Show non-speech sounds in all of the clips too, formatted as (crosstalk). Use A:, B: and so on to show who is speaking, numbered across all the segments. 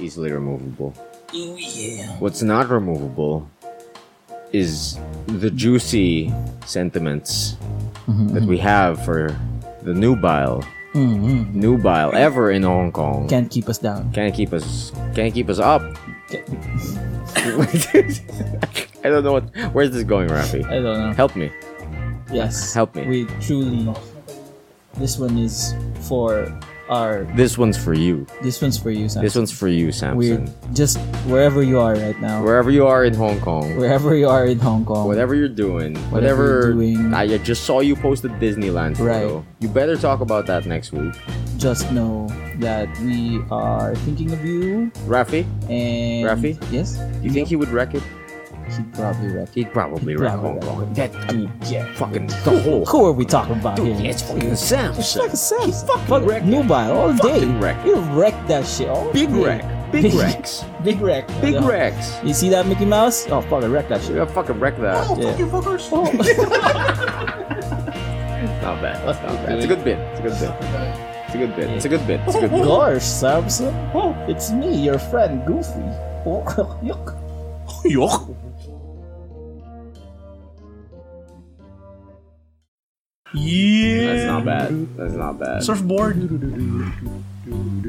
A: easily removable.
B: Ooh, yeah.
A: What's not removable is the juicy sentiments
B: Mm-hmm,
A: that we have for the nubile, nubile ever in Hong Kong.
B: Mm-hmm. Can't keep us down.
A: Can't keep us, can't keep us up. (laughs) I don't know what. Where's this going, Rafi?
B: I don't know.
A: Help me.
B: Yes.
A: Help me.
B: We truly. This one is for our.
A: This one's for you.
B: This one's for you, Sam.
A: This one's for you,
B: We're
A: Samson.
B: just wherever you are right now.
A: Wherever you are in Hong Kong,
B: wherever you are in Hong Kong.
A: whatever you're doing,
B: Whatever
A: whatever,
B: you're doing.
A: I I just saw you post a Disneyland photo.
B: Right.
A: You better talk about that next week,
B: Just know that we are thinking of you.
A: Rafi.
B: And
A: Rafi?
B: Yes.
A: You think he would wreck it?
B: He probably wrecked.
A: He'd probably
B: He'd
A: wreck
B: probably
A: Hong
B: wreck
A: Kong. That
B: Dude, yeah.
A: fucking the whole
B: Who are we talking about
A: dude.
B: here?
A: It's fucking
B: It's
A: Samson.
B: like a Sam. Fuck
A: wrecked it.
B: Nubile all day.
A: Fucking wrecked
B: You wrecked that shit. All
A: (laughs) Big
B: day.
A: wreck. Big wrecks.
B: Big wreck.
A: Big
B: Yeah.
A: wrecks.
B: You see that Mickey Mouse? Oh fuck, I wrecked that shit.
A: Yeah, fucking wreck that. Oh.
B: Yeah.
C: you fuckers.
A: Not bad. Not bad. It's a good bit. It's a good bit. It's a good bit. It's a good bit. It's a good bit. (laughs)
B: Gosh, Samson. It's me, your friend Goofy. Oh, (laughs) yuck.
C: Yuck. Yeah.
A: That's not bad. That's not bad.
C: Surfboard.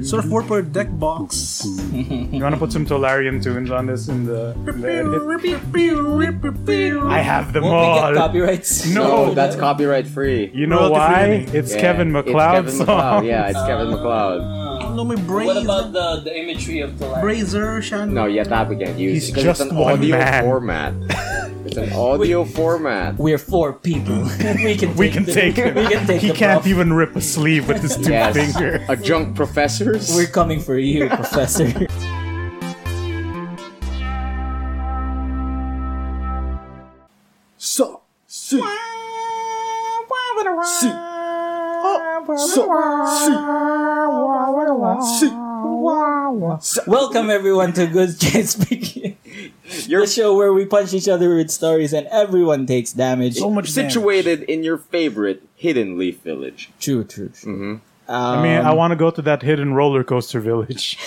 C: Surfboard for deck box.
D: You want to put some Tolarian tunes on this in the, in the edit? I have them
B: Won't we
D: all.
B: get copyrights?
D: No.
A: No, that's copyright free.
D: you know
C: Royalty
D: why?
C: free music.
D: It's
A: Yeah,
D: Kevin
A: it's
D: McLeod
A: Kevin
D: song.
A: MacLeod. Yeah, it's
D: (laughs)
A: Kevin McLeod.
C: No, my brain.
E: What about the, the imagery of the light?
C: Brazer, Shan?
A: No, yet that we can't use.
D: He's
A: it 'cause
D: just
A: it's an
D: one
A: audio
D: man.
A: format. It's an
D: (laughs)
A: audio format.
B: We're four people. we can take
D: We can
B: the-
D: take
B: (laughs)
D: him.
B: We can take
D: he
B: the
D: can't
B: buff.
D: even rip a sleeve with his
A: (laughs)
D: two
A: Yes.
D: fingers.
A: Adjunct
D: (laughs)
A: professors.
B: We're coming for you, Professor.
C: So. Si. Si.
B: Welcome everyone to Good Chance Speaking,
A: (laughs) You're
B: the show where we punch each other with stories and everyone takes damage.
D: Oh
C: So much
A: situated in your favorite hidden leaf village. Mm-hmm.
B: True, true, true.
D: I mean,
B: um,
D: I want to go to that hidden roller coaster village,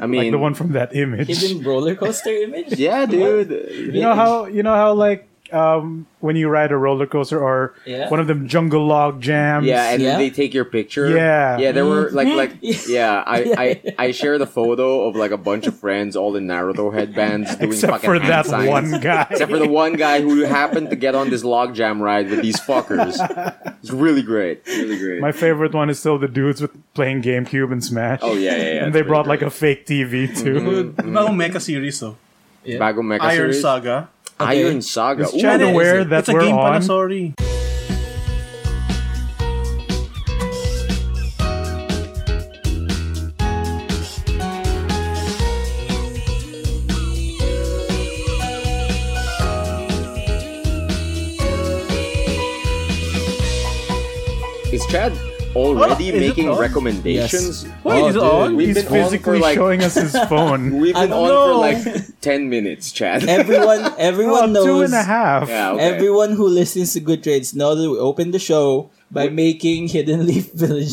A: I mean,
D: like the one from that image.
B: Hidden roller coaster image?
D: (laughs)
A: yeah, dude.
D: you know how you know how like um, when you ride a roller coaster or
B: Yeah.
D: one of them jungle log jams.
A: Yeah, and
B: Yeah?
A: then they take your picture.
D: Yeah.
A: yeah. There were like, like,
B: Mhm.
A: yeah. I, I, I shared a photo of like a bunch of friends, all in Naruto
D: (laughs)
A: headbands, doing
D: except
A: fucking
D: for
A: hand
D: that
A: signs.
D: one
A: (laughs)
D: guy.
A: Except for the one guy who happened to get on this logjam ride with these fuckers. It's really great. Really great.
D: My favorite one is still the dudes with playing GameCube and Smash.
A: oh yeah, yeah.
D: (laughs)
A: yeah
D: and they brought like a fake TV too.
C: Bagong mecha series though.
A: Bago Mecha
C: Iron
A: series.
C: Saga.
B: Okay.
A: Iron Saga.
D: Is
A: Ooh, what
D: Chad
A: is
D: aware
A: it?
D: that
C: it's a
D: we're
C: game
D: on?
C: pala, sorry.
A: Is Chad already
C: Oh, is it
A: making
C: on?
A: recommendations?
C: Wait,
B: Oh,
C: is it
B: dude.
C: on?
A: We've
D: He's
A: been on for
D: physically
A: like
D: showing us his phone.
A: we've
B: I
A: been
B: don't
A: on for
B: know.
A: like ten minutes, Chad.
B: Everyone, everyone
D: (laughs) Oh,
B: knows.
D: two and a half.
A: yeah, okay.
B: Everyone who listens to Good Trades know that we open the show by making Hidden Leaf (laughs) Village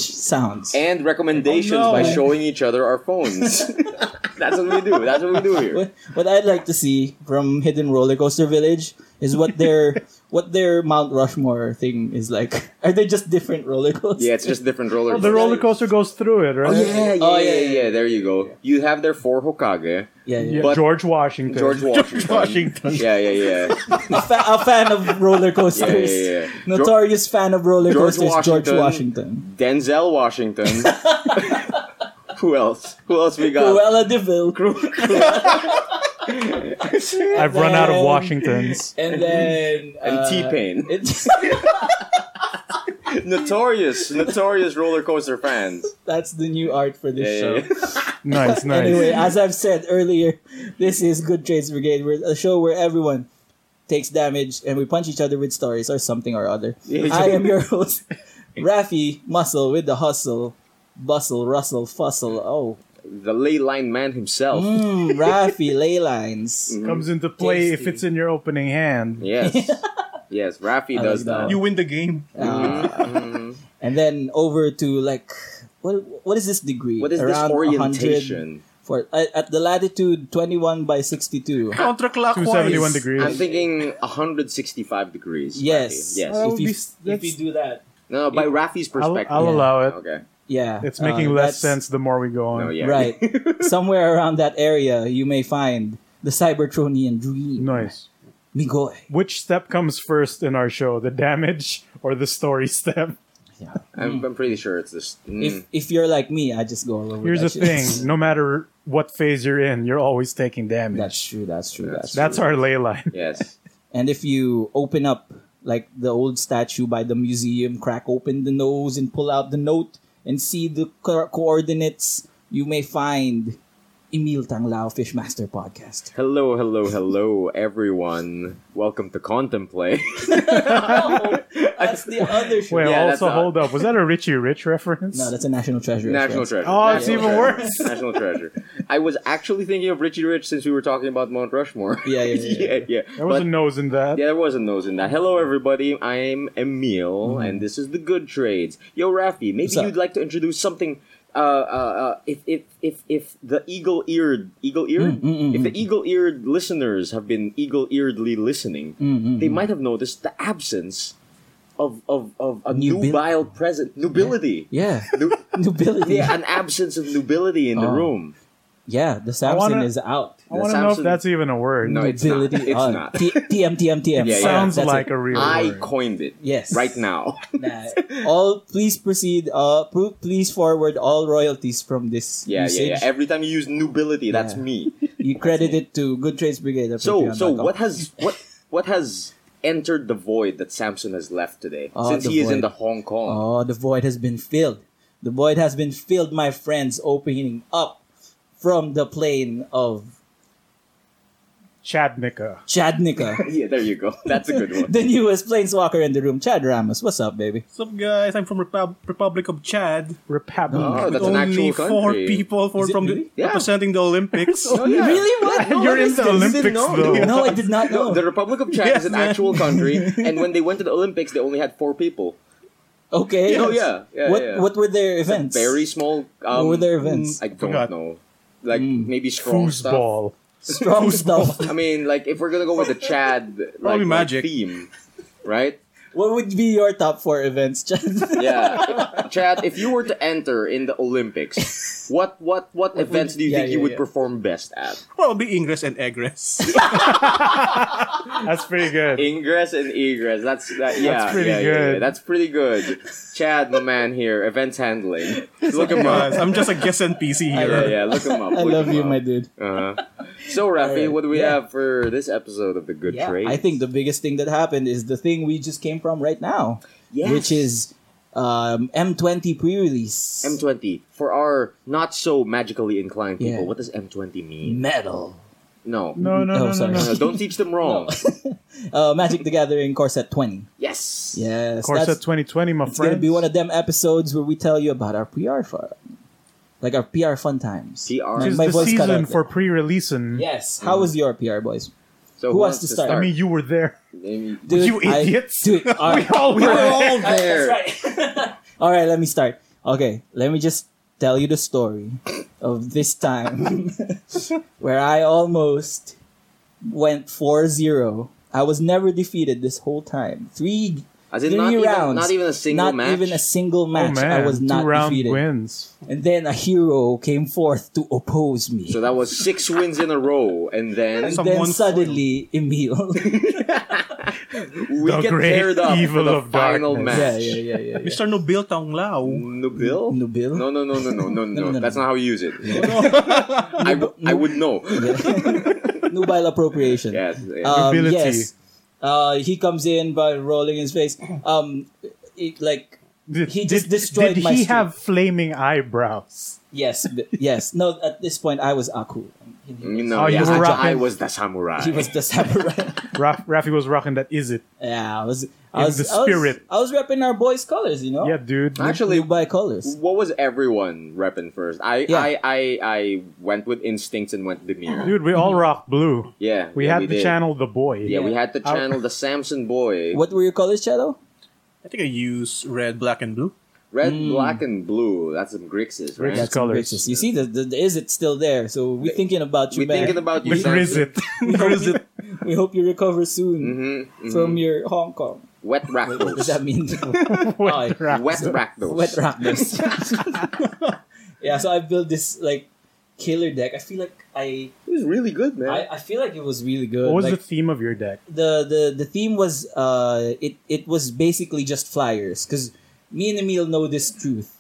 A: (laughs)
B: sounds.
A: and recommendations
C: Oh,
A: by
C: no.
A: showing each other our phones. (laughs) That's what we do. That's what we do here.
B: what, what I'd like to see from Hidden Roller Coaster Village is what
A: (laughs)
B: their what their Mount Rushmore thing is like. (laughs) Are they just different roller coasters?
A: Yeah, it's just different roller.
D: The roller coaster goes through it, right?
A: Oh yeah, yeah,
B: Oh,
A: yeah,
B: yeah,
A: yeah, yeah. There you go. You have their four Hokage,
B: yeah, yeah.
D: Yeah,
A: But-
D: (laughs) George Washington.
A: George Washington.
C: Washington.
A: Yeah, yeah, yeah,
B: a, fa- a fan of
A: (laughs)
B: roller
A: yeah,
B: coasters.
A: yeah, yeah. Geor-
B: Notorious fan of roller
A: George
B: coasters, George
A: Washington.
B: Washington.
A: Denzel
B: (laughs)
A: Washington. Who else? Who else we got?
B: Cruella Deville.
D: I've run out of
B: Then- (laughs)
D: Washingtons.
B: and then
A: (laughs) And
B: uh, (laughs)
A: T-Pain.
B: it-
A: (laughs) notorious, notorious roller coaster fans.
B: that's the new art for this
A: Yeah,
B: show.
A: yeah, yeah.
D: Nice, nice.
B: Anyway, as I've said earlier, this is Good Trades Brigade, we're a show where everyone takes damage and we punch each other with stories or something or other.
A: Yeah.
B: I am
A: (laughs)
B: your host, Rafi Muscle with the hustle, bustle, rustle, fussle. Oh,
A: The ley line man himself. (laughs) Mm-hmm.
B: mm, Rafi ley lines.
D: Comes into play if
B: Tasty.
D: it's in your opening
B: (laughs)
D: hand.
A: Yes. yes, Rafi
B: I
A: does
B: like
A: that.
B: that.
C: You win the game.
B: (laughs)
A: Mhm.
B: And then over to like, what what is this degree?
A: What is this
B: Around 100
A: orientation?
B: for at, at the latitude 21 by 62.
C: Counterclockwise.
D: 271 degrees.
A: I'm thinking 165 degrees.
B: Yes.
A: Rafi. Yes.
D: Well,
B: If you-
D: this-
F: If
D: that's-
F: you do that,
A: no, by Rafi's perspective.
D: I'll
B: Yeah.
D: allow it.
A: okay.
B: Yeah.
D: It's
B: uh,
D: making less
B: that's-
D: sense the more we go
A: No,
D: on.
A: yeah.
B: Right. Somewhere around that area, you may find the Cybertronian dream.
D: Nice.
B: Migoy.
D: Which step comes first in our show, the damage or the story step?
A: I'm, I'm pretty sure it's this. Mm,
B: Mm. If if you're like me, I just go all over.
D: Here's the
B: that
D: thing:
B: shit.
D: no matter what phase you're in, you're always taking damage.
B: (laughs) That's true. That's true. That's,
A: That's
B: true.
D: That's our ley line.
A: yes.
B: And if you open up like the old statue by the museum, crack open the nose and pull out the note and see the co- coordinates, you may find Emil Tanglao Fishmaster Podcast.
A: Hello, hello, hello, everyone. Welcome to Contemplate.
B: (laughs) oh, that's the (laughs) other show.
D: (laughs) Well,
A: Yeah, that's
D: also
A: not-
D: hold up. Was that a Richie Rich
B: (laughs)
D: reference?
B: no, that's a National Treasure.
A: National
B: Treasure.
A: treasure.
D: (laughs) Oh, it's
A: National
D: even
A: treasure.
B: (laughs)
D: worse.
A: National treasure. I was actually thinking of Richie Rich since we were talking about Mount Rushmore.
B: Yeah, yeah,
A: (laughs)
B: yeah,
A: yeah. yeah.
D: there was
A: But-
D: a nose in that.
A: Yeah, there was a nose in that. Hello, everybody. I'm Emil, and this is the Good Trades. Yo, Rafi, maybe
B: Mm-hmm. What's up?
A: you'd like to introduce something. Uh, uh, uh, if if if if the eagle-eared,
B: Mm,
A: eagle-eared, if the eagle-eared listeners have been eagle-earedly listening,
B: Mm,
A: they might have noticed the absence of of of a
B: Nubil-
A: nubile present nubility.
B: Yeah.
A: (laughs)
B: (laughs)
A: Nu-
B: Nobility.
A: yeah,
B: Yeah.
A: an absence of nubility in the
B: Oh.
A: room.
B: the Samson
D: wanna-
B: is out.
D: I
A: That
D: want to know if
A: sounds-
D: that's even a word.
A: No, it's not.
B: Nobility
A: It's
B: out.
A: not.
B: Oh, T- TM, TM, TM.
A: Yeah, yeah.
D: Sounds
B: That's it.
D: like a real
A: I
D: word.
A: coined it.
B: Yes.
A: Right now. (laughs)
B: Nah. all please proceed. Uh, pro- please forward all royalties from this
A: Yeah, yeah,
B: usage.
A: yeah. Every time you use nubility, that's me.
B: Yeah. you credit it to Good Trades Brigade. at
A: So so
B: patreon.com.
A: what has what what has entered the void that Samson has left today
B: Oh,
A: since
B: the
A: he is in
B: void.
A: the Hong Kong?
B: Oh, the void has been filled. The void has been filled, my friends. Opening up from the plane of
D: Chadnica.
A: (laughs)
B: Chadnica,
A: Yeah, there you go. That's a good
B: (laughs)
A: one.
B: the newest planeswalker in the room. Chad Ramos, what's up, baby?
C: What's up, guys? I'm from Repub- Republic of Chad.
D: Republic.
A: Oh, that's an
C: Only
A: actual
C: four
A: country.
C: people for,
B: Is it
C: from
B: really?
C: the,
A: Yeah.
C: representing
A: (laughs)
C: the Olympics.
A: Oh, yeah.
B: Really?
D: (laughs)
B: What? No,
D: You're
B: what
D: in
B: is
D: the
B: this?
D: Olympics,
A: know.
D: though.
B: No, I did not know.
A: No, the Republic of Chad
C: Yes,
A: is an
C: man.
A: actual
B: (laughs)
A: country, and when they went to the Olympics, they only had four people.
B: okay.
A: No, Oh, yeah, yeah,
B: what
A: yeah.
B: What were their events?
A: Very small. Um,
B: What were their events? Mm.
A: I don't
C: Forgot.
A: know. Like maybe strong stuff.
D: Foosball.
B: Strong stuff.
A: I mean, like if we're gonna go with the Chad like,
C: (laughs) Probably
A: like,
C: magic.
A: theme, right?
B: What would be your top four events,
D: (laughs)
B: Chad?
A: Yeah, Chad. If you were to enter in the Olympics, what what what events do you
B: yeah,
A: think you
B: yeah,
A: would
B: yeah.
A: perform best at?
C: Probably Ingress and Egress.
D: That's pretty
B: (laughs)
D: good.
A: Ingress and egress. That's that, yeah,
D: pretty
A: yeah, yeah,
D: good.
A: yeah. That's pretty good. Chad, the man here, events handling. Look him up.
C: Guys, I'm just a guest NPC
A: Yeah,
C: here.
A: yeah, look him up.
B: (laughs) I
A: look
B: love
A: him
B: you,
A: up.
B: my dude. (laughs)
A: Uh-huh. So, Rafi,
B: Alright,
A: what do we
B: yeah.
A: have for this episode of the Good
B: Yeah,
A: Trade?
B: I think the biggest thing that happened is the thing we just came from right now,
A: Yes.
B: which is um, M20 pre-release.
A: M20 for our not so magically inclined people.
B: Yeah.
A: What does M20 mean?
B: Metal.
A: No,
D: No,
B: Oh,
D: no, no, no,
B: sorry.
D: no.
A: No, (laughs) don't teach them wrong.
B: (laughs) Uh, Magic the Gathering Corset 20.
A: Yes.
B: Yes,
D: Corset
B: that's
D: 2020, my
B: it's going to
D: friend.
B: be one of them episodes where we tell you about our PR fun, like our PR fun times.
A: PR.
D: Which is
B: My
D: the
B: voice cut out
D: season for
B: there.
D: Mm. pre-releasing.
B: Yes. How was your PR, boys?
A: So
B: Who wants to start?
D: I mean, you were there.
A: Amy-
B: Dude,
D: You
B: I-
D: idiots. (laughs)
B: dude, all
D: we
B: right.
D: all were.
A: We're
D: there.
A: all
B: (laughs)
A: there.
B: All right, (laughs) let me start. Okay, let me just tell you the story of this time (laughs) where I almost went 4-0. I was never defeated this whole time. Three
A: As in,
B: three
A: not even,
B: rounds.
A: not even a single
B: Not
A: match.
B: even a single
D: Oh,
B: match.
D: man.
B: I was not
D: Two round
B: defeated.
D: wins.
B: And then a hero came forth to oppose me.
A: so that was six wins in a row, and then
B: and
C: Some-
B: then
C: someone
B: suddenly Emil.
A: we
D: The
A: get
D: great
A: paired up for
D: evil
A: the
D: of
A: final
B: (laughs)
D: darkness.
A: match.
B: yeah, yeah, yeah,
D: (laughs)
B: yeah. yeah.
C: Mr. Nobil Tong Lao.
A: Nubil?
B: Nubil?
A: No, no, no, no, no, no,
B: no,
A: no.
B: no.
A: That's not how you use it. (laughs) I, w- I would know.
B: (laughs) Nubile appropriation.
A: Yes. yes.
B: Um,
D: Nobility.
B: yes. Uh, he comes in by rolling his face. Um, it, like
D: Did,
B: He just
D: did-
B: destroyed
D: Did
B: my
D: he
B: streak.
D: have flaming eyebrows?
B: yes, b- yes. No, at this point I was Aku.
A: you know,
D: Oh, you
A: yeah,
D: were
A: I,
D: rocking-
A: I was the samurai.
B: He was the samurai. (laughs)
D: Raf, Rafi was rocking that. Is it?
B: yeah, I was. I
D: In
B: was
D: the
B: I was-
D: spirit.
B: I was, repping our boys' colors. You know,
D: Yeah, dude.
A: Oh. Actually,
B: Nubile colors.
A: what was everyone repping first? I,
B: Yeah.
A: I, I, I went with instincts and went demure.
D: Dude, we all rock blue.
A: Yeah,
D: We
A: yeah,
D: had to
A: did.
D: channel the boy.
A: Yeah, we
B: Yeah.
A: had to
D: Our-
A: channel the Samson boy.
B: What were your colors, Shadow?
C: I think I use red, black, and blue.
A: Red,
B: Hmm.
A: black, and blue. That's some Grixis, right?
D: Grixis.
B: That's some
D: colors.
B: Grixis. You see, the, the, the is it still there? So we're thinking about you,
A: We're
B: man.
A: thinking about you.
D: The
A: (laughs)
D: Grizzit.
B: (laughs) we, hope you,
D: (laughs)
B: we hope you recover soon
A: Mm-hmm,
B: from your Hong Kong.
A: Wet
B: Wait, what does
A: Rakdos.
B: that mean?
A: (laughs)
B: Oh,
D: Wet rat.
A: Wet Rakdos.
B: Wet
A: (laughs)
B: Rakdos. yeah, so I built this like killer deck. I feel like I
A: It was really good, man.
B: I, I feel like it was really good.
D: What was
B: like,
D: the theme of your deck?
B: the the the theme was uh it it was basically just flyers because me and Emil know this truth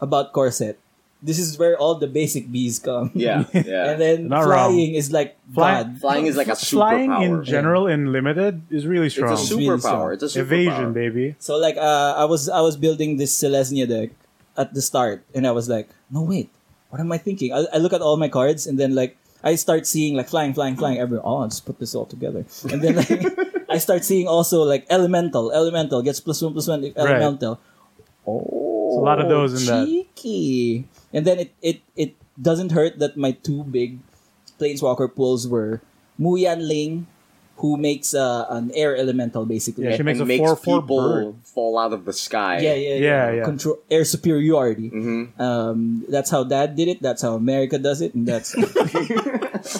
B: about corset. This is where all the basic bees come.
A: yeah,
B: (laughs) and
A: yeah.
B: then
D: Not
B: flying is like
D: Fly-
B: God.
A: Flying is like a
D: Flying
A: superpower.
D: in general in limited is really
A: it's a
D: strong.
B: It's really strong.
A: superpower. It's a superpower.
D: Evasion, baby.
B: So like uh, I was I was building this Selesnya deck at the start, and I was like, no wait, what am I thinking? I, I look at all my cards, and then like I start seeing like flying, flying, flying. Every oh, I'll just put this all together, and then like (laughs) I start seeing also like elemental, elemental gets plus one, plus one, if
D: Right.
B: elemental. Oh,
D: a lot of those in that.
B: cheeky. And then it it it doesn't hurt that my two big planeswalker pulls were Muyan Ling. Who makes uh, an air elemental basically?
D: Yeah, she
A: And
D: makes
A: makes,
D: a 4-4
A: people
D: bird.
A: fall out of the sky.
B: yeah, yeah,
D: Yeah, yeah.
B: Control air superiority. (laughs)
A: Mhm.
B: Um, that's how Dad did it. That's how America does it, and
D: (laughs)
B: that's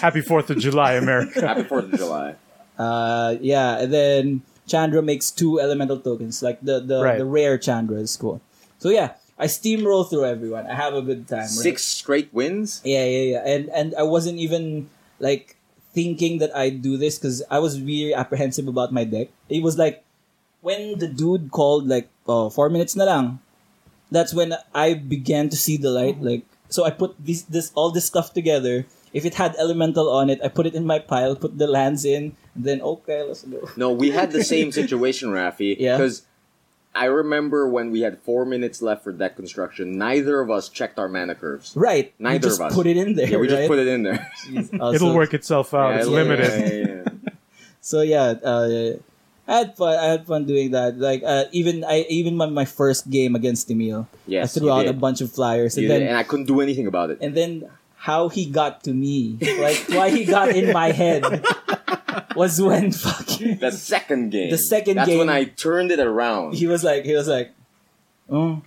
D: Happy Fourth of
A: (laughs)
D: July, America.
A: Happy Fourth of
B: (laughs)
A: July.
B: uh, yeah. And then Chandra makes two elemental tokens, like the the,
D: Right.
B: the rare Chandra is cool. So yeah, I steamroll through everyone. I have a good time. right?
A: Six straight wins.
B: Yeah, yeah, yeah. And and I wasn't even like thinking that I'd do this because I was really apprehensive about my deck. It was like when the dude called like oh, four minutes na lang. That's when I began to see the light.
A: Mm-hmm.
B: Like so, I put this this all this stuff together. If it had elemental on it, I put it in my pile, put the lands in, and then okay, let's go.
A: No, we had the
B: (laughs)
A: same situation, Rafi.
B: Yeah.
A: Because I remember when we had four minutes left for deck construction, neither of us checked our mana curves.
B: (laughs) Right. we
A: Neither
B: just
A: of us.
B: Put it in there.
A: Yeah, we just
B: right?
A: put it in there. (laughs)
B: Oh,
D: It'll
B: so-
D: work itself out.
A: Yeah,
D: it's
A: yeah,
D: limited.
A: yeah,
B: (laughs)
A: yeah, yeah.
B: So yeah, uh, I had fun. I had fun doing that. Like uh, even I even my, my first game against Emil,
A: Yes,
B: I threw
A: you
B: out
A: did.
B: a bunch of flyers,
A: You
B: and
A: did,
B: then
A: and I couldn't do anything about it.
B: and then how he got to me, like why he got in my head, was when (laughs) fucking
A: The second game.
B: The second
A: That's
B: game.
A: when I turned it around.
B: he was like he was like, oh,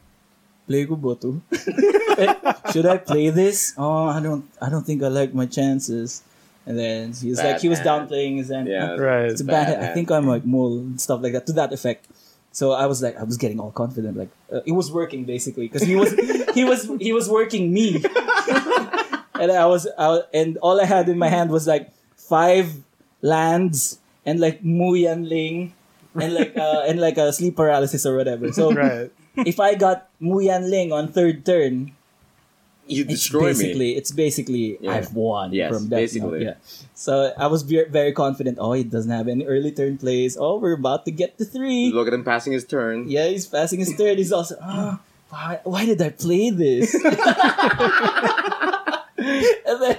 B: play ko ba to? (laughs) Eh, Should I play this? Oh, I don't I don't think I like my chances. And then he was like he was
A: Bad hand.
B: downplaying his hand.
A: yeah.
D: Right.
B: it's a
A: bad
B: bad, I
A: hand.
B: think I'm like mole and stuff like that to that effect. So I was like, I was getting all confident. Like uh, it was working basically because he was (laughs) he was he was working me, (laughs) and I was out and all I had in my hand was like five lands and like Mu Yan Ling and like uh, and like a sleep paralysis or whatever. So
D: (laughs) Right.
B: if I got Mu Yan Ling on third turn,
A: You
B: it's
A: destroyed me.
B: basically, It's basically
A: Yeah.
B: I've won
A: Yes,
B: from that. note,
A: basically.
B: yeah. So I was ve- very confident. Oh, he doesn't have any early turn plays. Oh, we're about to get to three.
A: Look at him passing his turn.
B: Yeah, he's passing his third. He's also. (gasps) Oh, why, why did I
A: (laughs)
B: play this? and then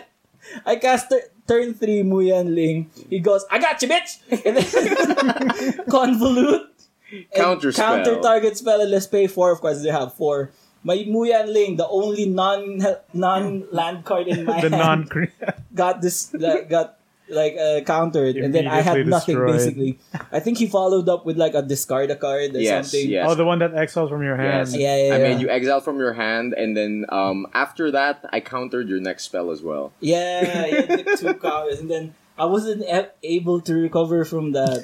B: I cast tur- turn three Muyan Ling. He goes, I got you, bitch. And then (laughs) convolute.
A: Counter spell.
B: Counter target spell and let's pay four. Of course, they have four. My Muyan Ling, the only non non land card in
A: (laughs)
B: my
D: The
B: hand,
D: non
B: got this like, got like uh, countered, and then I had
D: Immediately
B: nothing
D: destroyed.
B: basically. I think he followed up with like a discard a card or
A: Yes,
B: something.
A: yes.
D: Oh, the one that exiles from your hand.
A: Yes.
B: Yeah, yeah,
A: I
B: yeah.
A: made you exile from your hand, and then um, after that, I countered your next spell as well. (laughs)
B: Yeah, yeah, the two covers, and then I wasn't a- able to recover from that.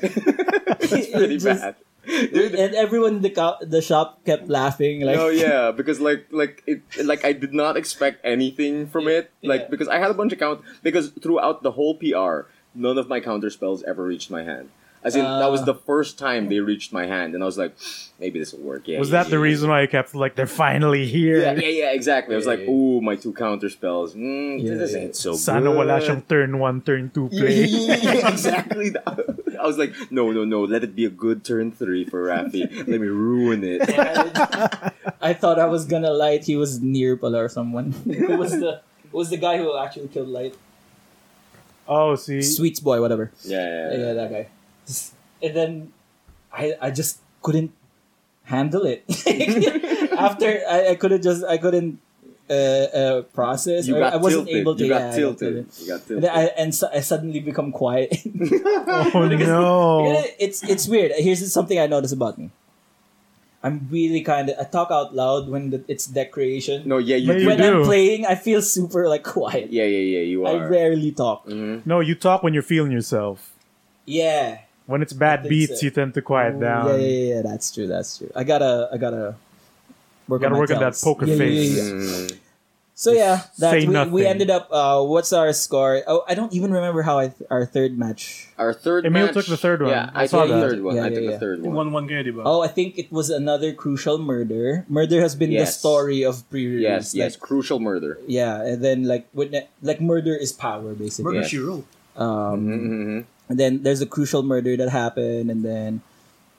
B: (laughs)
A: That's pretty bad. Dude,
B: And everyone in the co- the shop kept laughing. Like, (laughs)
A: no, yeah, because like like it like I did not expect anything from it. Like
B: Yeah.
A: because I had a bunch of count because throughout the whole PR, none of my counter spells ever reached my hand. As in, that was
B: Uh.
A: the first time they reached my hand, and I was like, maybe this will work. Yeah.
D: Was
A: yeah,
D: that the
A: yeah,
D: reason why you kept like they're finally here?
A: Yeah, yeah, yeah, exactly. I was like,
G: Yeah, yeah,
A: ooh, my two counter spells. Mm, this ain't so
D: Sana
A: good.
D: wala
B: (laughs)
D: siyang turn one, turn two
A: (laughs)
D: play.
A: Yeah, exactly. I was like, no, no, no. Let it be a good turn three for Rafi. Let me ruin
B: (laughs)
A: it.
B: I thought I was gonna light. He was near Pala or someone. (laughs) who was the who was the guy who actually killed Light?
D: Oh, see,
B: Sweets boy, whatever.
A: Yeah,
B: Yeah, that guy. And then I I just couldn't handle it. (laughs) After I, I couldn't just I couldn't uh, uh, process.
A: You
B: or
A: got
B: I wasn't
A: tilted.
B: able to.
A: you
B: yeah, I
A: got
B: got
A: tilted. You got
B: And
A: tilted.
B: then I, and so I suddenly become quiet. (laughs)
D: (laughs) oh no, Oh.
B: it's it's weird. Here's something I noticed about me. I'm really kind of I talk out loud when the, it's decoration.
A: No, yeah, you
D: But
A: do.
B: when I'm
D: do.
B: playing, I feel super like quiet.
A: yeah, yeah, yeah, you
B: I
A: are.
B: rarely talk.
A: Mhm.
D: No, you talk when you're feeling yourself.
B: Yeah.
D: When it's
B: I
D: bad
B: think so.
D: beats,
B: Oh,
D: you tend to quiet down.
B: Yeah, yeah, yeah. That's true. That's true. I gotta, I gotta work.
D: Gotta
B: on my
D: work on that
B: tells.
D: poker
B: Yeah, yeah,
D: face.
B: yeah, yeah.
A: Mm.
B: So yeah, that
D: say
B: we, we
D: nothing.
B: ended up. Uh, what's our score? Oh, I don't even remember how I th- our third match.
A: Our third
D: Emil
A: match-
D: took the third one.
A: Yeah, I,
D: I saw
A: took the
D: that.
A: third one.
B: Yeah,
A: I
B: yeah,
A: took
B: yeah.
A: the third one.
C: One one kayo, di ba?
B: Oh, I think it was another crucial murder. Murder has been the
A: Yes.
B: story of
A: Yes,
B: pre-release.
A: yes,
B: Like,
A: crucial murder.
B: yeah, and then like with like murder is power
C: Murder
B: basically.
A: Yes.
C: She Wrote.
B: Um,
A: Mm-hmm.
B: and then there's a crucial murder that happened, and then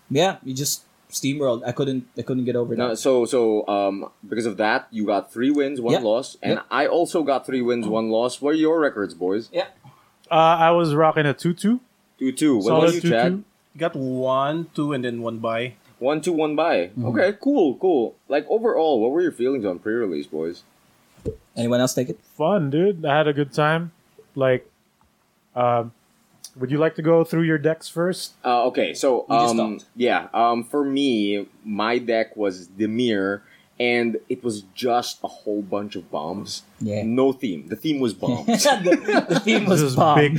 B: yeah, you just steamrolled. I couldn't, I couldn't get over
A: No,
B: that.
A: so so um because of that you got three wins, one
B: Yeah,
A: loss, and
B: yeah.
A: I also got three wins, one loss. What are your records, boys?
D: Uh, I was rocking a tutu.
A: Two two. What
D: Solid
A: was you,
D: tutu.
A: Chad?
C: You got one, two, and then one by.
A: One two one by. Okay, cool, cool. Like overall, what were your feelings on pre-release, boys?
B: Anyone else take it?
D: Fun, dude. I had a good time. Like, um, would you like to go through your decks first?
A: Uh, okay, so
B: You just
A: um,
B: talked.
A: yeah, um, for me, my deck was Demir, and it was just a whole bunch of bombs.
B: Yeah.
A: No theme. The theme was bombs.
B: (laughs) the, the theme was
D: Just
B: bombs.
D: big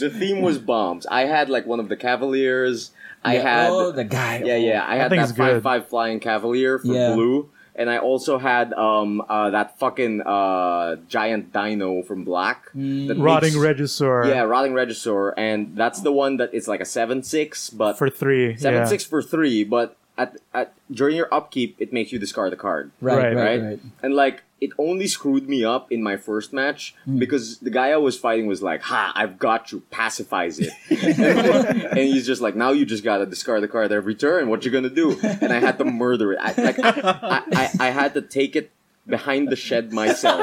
A: (laughs) the theme was bombs. I had like one of the Cavaliers. I
B: Yeah,
A: had
B: oh the guy.
A: yeah, yeah. I had
D: think
A: that
D: it's
A: five
D: good.
A: five flying Cavalier for
B: Yeah.
A: blue, and I also had um uh, that fucking uh giant Dino from black.
B: Mm,
A: that
D: Rotting
A: makes-
D: Regisaur
A: Yeah, rotting Regisaur, and that's the one that it's like a seven six, but
D: for three.
A: seven
D: yeah.
A: six for three, but at, at during your upkeep it makes you discard a card.
B: Right, right,
D: Right,
B: right.
A: right? And like it only screwed me up in my first match because the guy I was fighting was like, "Ha, I've got you." Pacifies it, and he's just like, "Now you just gotta discard the card every turn. What you gonna do?" And I had to murder it. I, like I, I, I had to take it behind the shed myself.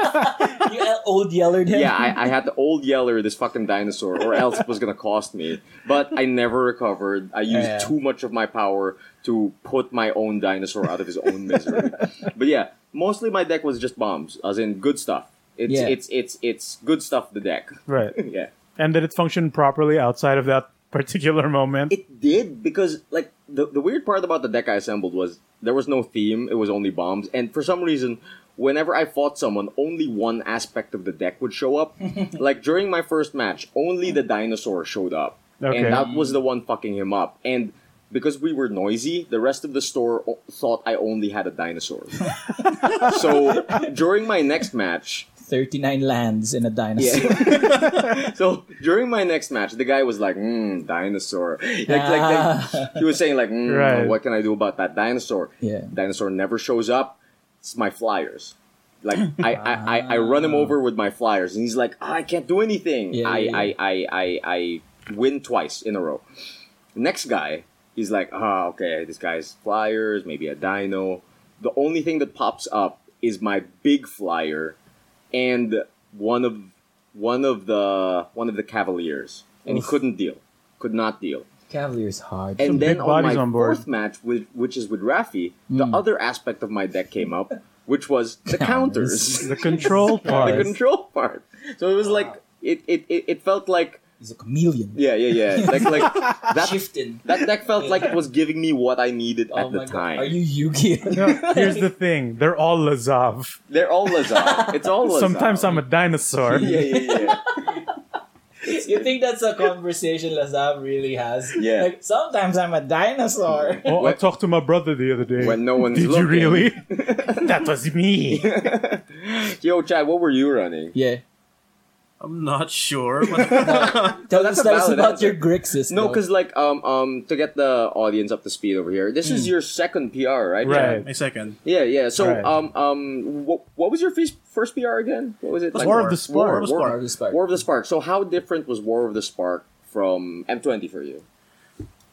B: You uh, old yellered him.
A: Yeah, I, I had to old yeller this fucking dinosaur, or else it was gonna cost me. But I never recovered. I used
B: Yeah.
A: too much of my power to put my own dinosaur out of his own misery. but yeah, mostly my deck was just bombs, as in good stuff. It's
B: Yeah.
A: it's it's it's good stuff. The deck, (laughs)
D: Right.
A: yeah.
D: And did it function properly outside of that (laughs) particular moment?
A: It did because like the the weird part about the deck I assembled was there was no theme. It was only bombs, and for some reason. Whenever I fought someone, only one aspect of the deck would show up. like during my first match, only the dinosaur showed up.
D: okay.
A: and that was the one fucking him up. And because we were noisy, the rest of the store o- thought I only had a dinosaur. so during my next match,
B: 39 lands in a dinosaur.
A: yeah. (laughs) so during my next match, the guy was like, mm, "Dinosaur." Like, like, like, he was saying like, mm,
D: Right.
A: "What can I do about that dinosaur?"
B: (laughs) Yeah.
A: Dinosaur never shows up. It's my flyers.
B: (laughs)
A: Like I, I, I, I run him over with my flyers, and he's like, "Ah, "I can't do anything."
B: Yeah,
A: I,
B: yeah,
A: I,
B: yeah.
A: I, I, I win twice in a row. Next guy, he's like, "Ah, okay, this guy's flyers, maybe a dino." The only thing that pops up is my big flyer, and one of one of the one of the Cavaliers, and he
B: Oof.
A: couldn't deal, could not deal.
B: Cavalier's hard.
A: And then
D: big
A: on my
D: bodies on board. Hmm.
A: fourth match, with, which is with Rafi, the other aspect of my deck came up, which was
D: (laughs)
A: the (laughs) counters,
D: the control
A: the
D: part.
A: control part. So it was like it, it, it, it felt like
B: He's a chameleon.
A: yeah yeah
D: (laughs)
A: yeah like like that
B: Shifting.
A: that deck felt like it was giving me what I needed
B: Oh
A: at the
B: my
A: time.
B: god. Are you Yu-Gi-Oh?
D: No, here's the thing. They're all Lazav.
A: They're all Lazar. It's all Lazar.
D: (laughs) Sometimes I'm a dinosaur.
A: uh, (laughs) yeah yeah yeah.
B: (laughs) you think that's a conversation Lazav really has?
A: Yeah.
B: Like, sometimes I'm
A: (laughs)
B: a dinosaur.
D: Oh, I
A: When-
D: talked to my brother the other (laughs) day.
A: When no one's
D: Did you
A: looking.
D: really? that was me.
A: (laughs) Yo, Chad, what were you running?
B: yeah.
C: I'm not
A: (laughs)
C: sure. (laughs) But
B: Tell
A: that's
B: us
A: a
B: tell us
A: valid
B: about
A: answer.
B: your Grixis.
A: No,
B: though.
A: because like um um to get the audience up to speed over here, this is your second PR, right?
D: Hmm. Right.
C: my second.
A: Yeah, yeah. So,
D: Right.
A: um, um, what, what was your first, first PR again? What was it?
D: War of the Spark.
A: War,
C: War of
A: War-
C: the
B: Spark. War of the Spark.
A: War of the Spark. So, how different was War of the Spark from M20 for you?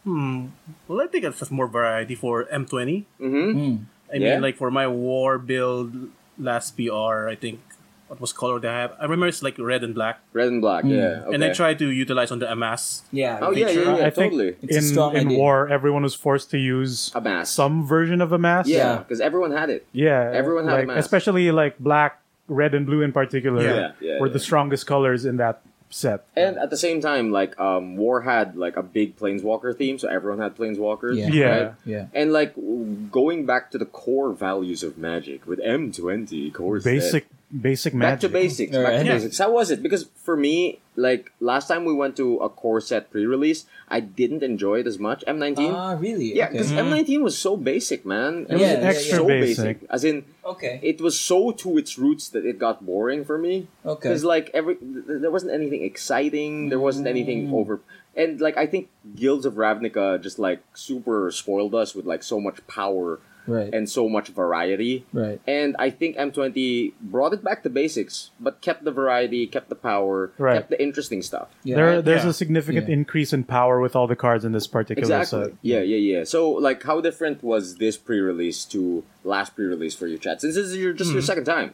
C: Hmm. Well, I think it's just more variety for M20.
A: Mm-hmm.
B: Mm.
C: I
A: Yeah.
C: mean, like for my war build last PR, I think what was color they have? I remember it's like red and black,
A: Red and black.
D: Hmm.
A: Yeah. Okay.
C: and I tried to utilize on the Amas.
B: Yeah.
A: Oh yeah, yeah,
C: Picture.
A: (laughs) yeah.
D: I think
A: totally.
B: It's a
D: in,
B: strong
D: in
B: idea.
D: war, everyone was forced to use
A: A mask.
D: some version of a mask.
A: yeah,
B: Yeah.
A: because everyone had it.
D: Yeah.
A: Everyone had a
D: like,
A: mask.
D: Especially like black, red, and blue in particular
C: Yeah,
A: yeah,
D: were
A: yeah.
D: the strongest colors in that set.
A: And at the same time, like um, War had like a big planeswalker theme, so everyone had planeswalkers.
B: Yeah.
D: Yeah.
B: Yeah.
A: And like w- going back to the core values of Magic with M twenty core set.
D: Basic basic
A: Back
D: magic.
A: to basics. Back
B: Alright.
A: to
B: Yeah.
A: basics. How was it? Because for me, like last time we went to a core set pre-release, I didn't enjoy it as much. M nineteen.
B: Ah, really?
A: yeah,
B: Okay.
A: because M nineteen was so basic, man. It
B: Yeah,
A: was
B: yeah,
D: Mm-hmm. Extra
A: so
D: yeah.
A: basic. As in,
E: Okay.
A: it was so to its roots that it got boring for me.
B: Okay.
A: Because like every, th- there wasn't anything exciting. There wasn't
B: Mm.
A: anything over, and like I think Guilds of Ravnica just like super spoiled us with like so much power
B: Right.
A: and so much variety.
B: right.
A: And I think M20 brought it back to basics, but kept the variety, kept the power,
D: Right.
A: kept the interesting stuff.
B: Yeah.
D: There, there's
C: Yeah.
D: a significant
B: Yeah.
D: increase in power with all the cards in this particular
A: Exactly.
D: set.
A: Yeah, yeah, yeah. So, like, how different was this pre-release to last pre-release for you, Chad? Since this is your, just your
C: Hmm.
A: second time.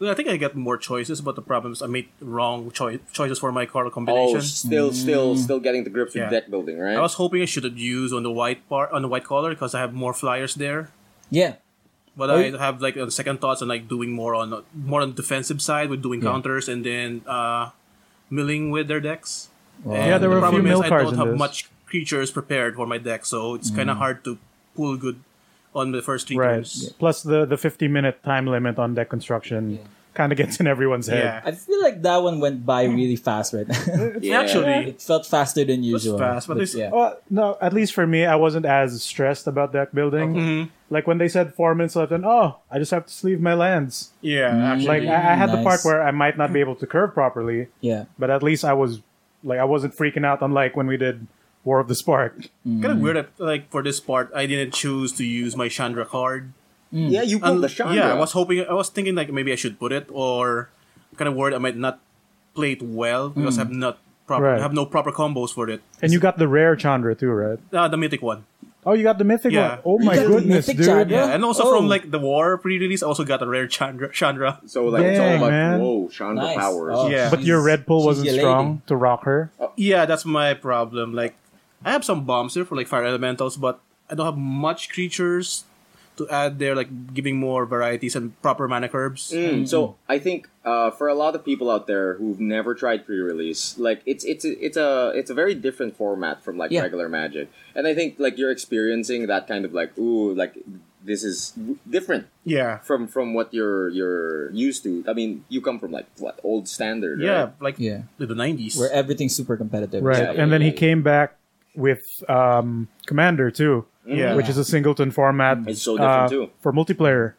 C: Well, I think I got more choices, but the problem is I made wrong choi- choices for my
A: Oh,
C: color combination.
A: still, still, still getting to grips with
C: Hmm. Yeah.
A: deck building, right?
C: I was hoping I should have used on the white part on the white color because I have more flyers there.
B: Yeah.
C: But
B: Oh,
C: I
B: you-
C: have like uh, second thoughts on like doing more on more on the defensive side with doing counters and then uh, milling with their decks. And
D: Yeah, there were a
C: the problem
D: few
C: is
D: mill cards
C: I don't
D: in
C: have
D: this. Mm.
C: much creatures prepared for my deck, so it's kind of hard to pull good on the first three
D: Right.
C: turns.
D: Plus the the 50 minute time limit on deck construction kind of gets in everyone's head.
C: Yeah,
B: I feel like that one went by really fast right (laughs) now.
A: Yeah.
C: actually,
B: it felt faster than
C: was
B: usual.
C: fast, but it's-
B: yeah.
D: Well, no, at least for me, I wasn't as stressed about deck building. Mm-hmm.
C: Mm-hmm.
D: Like when they said four minutes left, and oh, I just have to sleeve my lands.
C: yeah, actually,
D: Like I, I had the part
B: Nice.
D: where I might not be able to curve properly,
B: Yeah.
D: but at least I was like I wasn't freaking out. Unlike when we did War of the Spark.
C: kind of weird. that, Like for this part, I didn't choose to use my Chandra card.
A: Yeah, you pulled Oh,
C: And-
A: the Chandra.
C: Yeah, I was hoping, I was thinking like maybe I should put it, or kind of worried I might not play it well because I have not proper,
D: Mm. Right.
C: I have no proper combos for it.
D: And you got the rare Chandra too, right?
C: Uh, the mythic one.
D: Oh, you got the mythic
C: Yeah.
D: one. Oh my
B: got the
D: goodness,
B: mythic
D: dude!
B: Chandra?
C: Yeah, and also
B: Oh.
C: from like the war pre-release, I also got a rare Chandra. Chandra.
A: So like it's all
D: Dang,
A: like
D: man.
A: whoa, Chandra
B: Nice.
A: powers.
B: Oh,
C: Yeah.
D: But your
B: she's-
D: red pull
B: she's
D: wasn't
B: your lady.
D: strong to rock her.
C: Yeah, that's my problem. Like, I have some bombs here for like fire elementals, but I don't have much creatures to add there, like giving more varieties and proper mana curbs.
A: Mm, So I think uh, for a lot of people out there who've never tried pre-release, like it's it's it's a it's a very different format from like
B: Yeah.
A: regular Magic, and I think like you're experiencing that kind of like ooh like this is w- different
C: Yeah,
A: from from what you're you're used to. I mean, you come from like what old standard,
C: yeah,
A: right?
C: like
B: Yeah.
C: the nineties.
B: Where everything's super competitive.
D: Right.
A: Yeah, yeah,
D: and then he
A: yeah.
D: came back with um, Commander too,
C: Yeah,
D: which is a singleton format.
A: It's so different
D: uh,
A: too.
D: For multiplayer.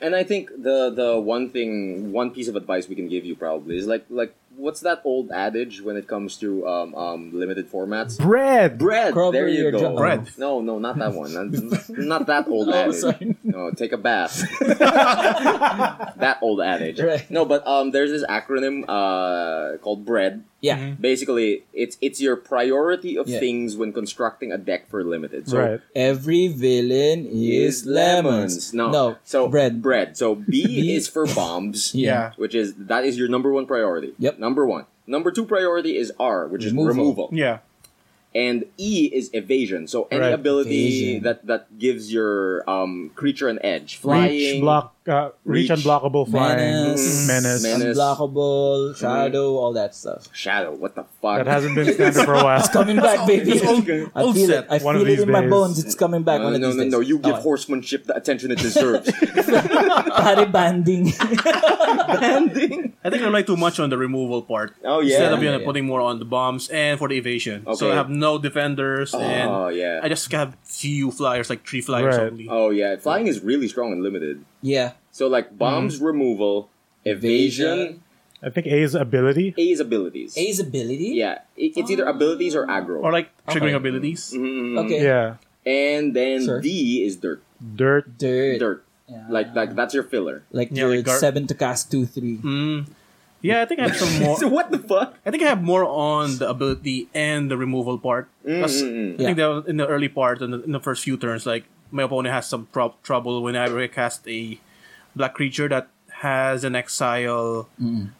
A: And I think the the one thing, one piece of advice we can give you probably is like like what's that old adage when it comes to um, um, limited formats?
D: Bread!
A: Bread.
B: Crumble
A: there you
B: your
A: go.
B: jaw.
C: Bread.
A: No, no, not that one.
B: (laughs)
A: Not- not that old adage.
B: sorry.
A: No, take a
B: (laughs)
A: bath. that old adage.
B: Right.
A: No, but um, there's this acronym uh called bread.
B: Yeah.
A: Basically, it's it's your priority of
B: Yeah.
A: things when constructing a deck for limited. So
D: right.
B: Every villain is lemons.
A: No.
B: No.
A: So
B: bread.
A: Bread. So B
B: (laughs) B-
A: is for bombs.
B: Yeah.
C: Yeah.
A: Which is that is your number one priority.
B: Yep.
A: Number one. Number two priority is R, which is removal.
B: Removal.
C: yeah,
A: And E is evasion. So any
D: Right.
A: ability
B: Evasion.
A: that that gives your um creature an edge. Flying.
D: Reach, block, uh, reach,
A: Reach.
D: unblockable flying.
B: Menace.
D: Menace.
A: Menace. Mm-hmm.
B: Unblockable, shadow, all that stuff.
A: Shadow. What the fuck?
D: That hasn't
A: (laughs)
D: been standard for a while.
B: Coming back, baby.
A: Okay.
B: I
C: All
B: feel
C: set.
B: it. I
D: One of
B: feel it
D: these
B: in my
D: days.
B: bones. It's coming back.
A: No,
B: one
A: no,
B: of
A: no,
B: these
A: no,
B: days. Oh.
A: no. You give
B: Okay.
A: horsemanship the attention it deserves.
B: (laughs) Pare banding.
A: Banding.
C: I think I rely too much on the removal part.
A: Oh, yeah?
C: instead of
B: Yeah,
C: you know,
B: yeah.
C: putting more on the bombs and for the evasion. So
A: Okay.
C: I have no defenders, and
A: Oh yeah.
C: I just have few flyers, like three flyers
D: Right.
C: only.
A: oh yeah. Flying is really strong and limited.
B: yeah.
A: So like bombs removal, evasion,
D: I think A is ability.
A: A's abilities.
B: A's ability.
A: Yeah, it, it's either abilities or aggro.
C: Or like triggering
B: Okay.
C: abilities.
A: Mhm.
B: Okay.
D: Yeah.
A: And then
B: Sure.
A: D is dirt.
D: Dirt.
B: Dirt.
A: Dirt.
B: Yeah.
A: Like like that's your filler.
B: Like
C: Yeah,
B: your
C: like gar-
B: seven to cast two three.
C: Mm. Yeah, I think I have some
A: (laughs)
C: more.
A: So what the fuck?
C: I think I have more on the ability and the removal part. 'Cause
A: Mm, mm, mm.
C: I think that was in the early part, in the, in the first few turns, like my opponent has some prob- trouble whenever I cast a black creature that has an exile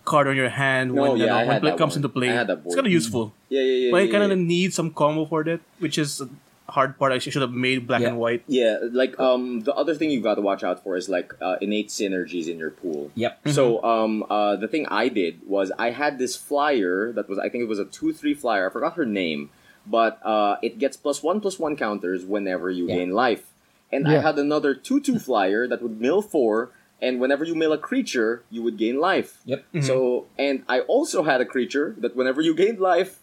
C: card on your hand
A: No,
C: when,
A: Oh,
C: you
A: yeah,
C: know,
A: I
C: when
A: had
C: play
A: that
C: comes
A: board.
C: into play.
A: I had that
C: It's
A: board.
C: kind of useful.
A: Yeah, yeah, yeah.
C: But I
A: yeah,
C: kind of
A: yeah.
C: need some combo for that, which is hard part. I sh- should have made black
B: Yeah.
C: and white.
A: Yeah, like um, the other thing you've got to watch out for is like uh, innate synergies in your pool.
B: Yep. Mm-hmm.
A: So um, uh, the thing I did was I had this flyer that was I think it was a two three flyer. I forgot her name, but uh, it gets plus one plus one counters whenever you
B: Yeah.
A: gain life. And I
H: Yeah.
A: had another two two flyer that would mill four, and whenever you mill a creature, you would gain life.
B: Yep.
C: Mm-hmm.
A: So and I also had a creature that whenever you gained life,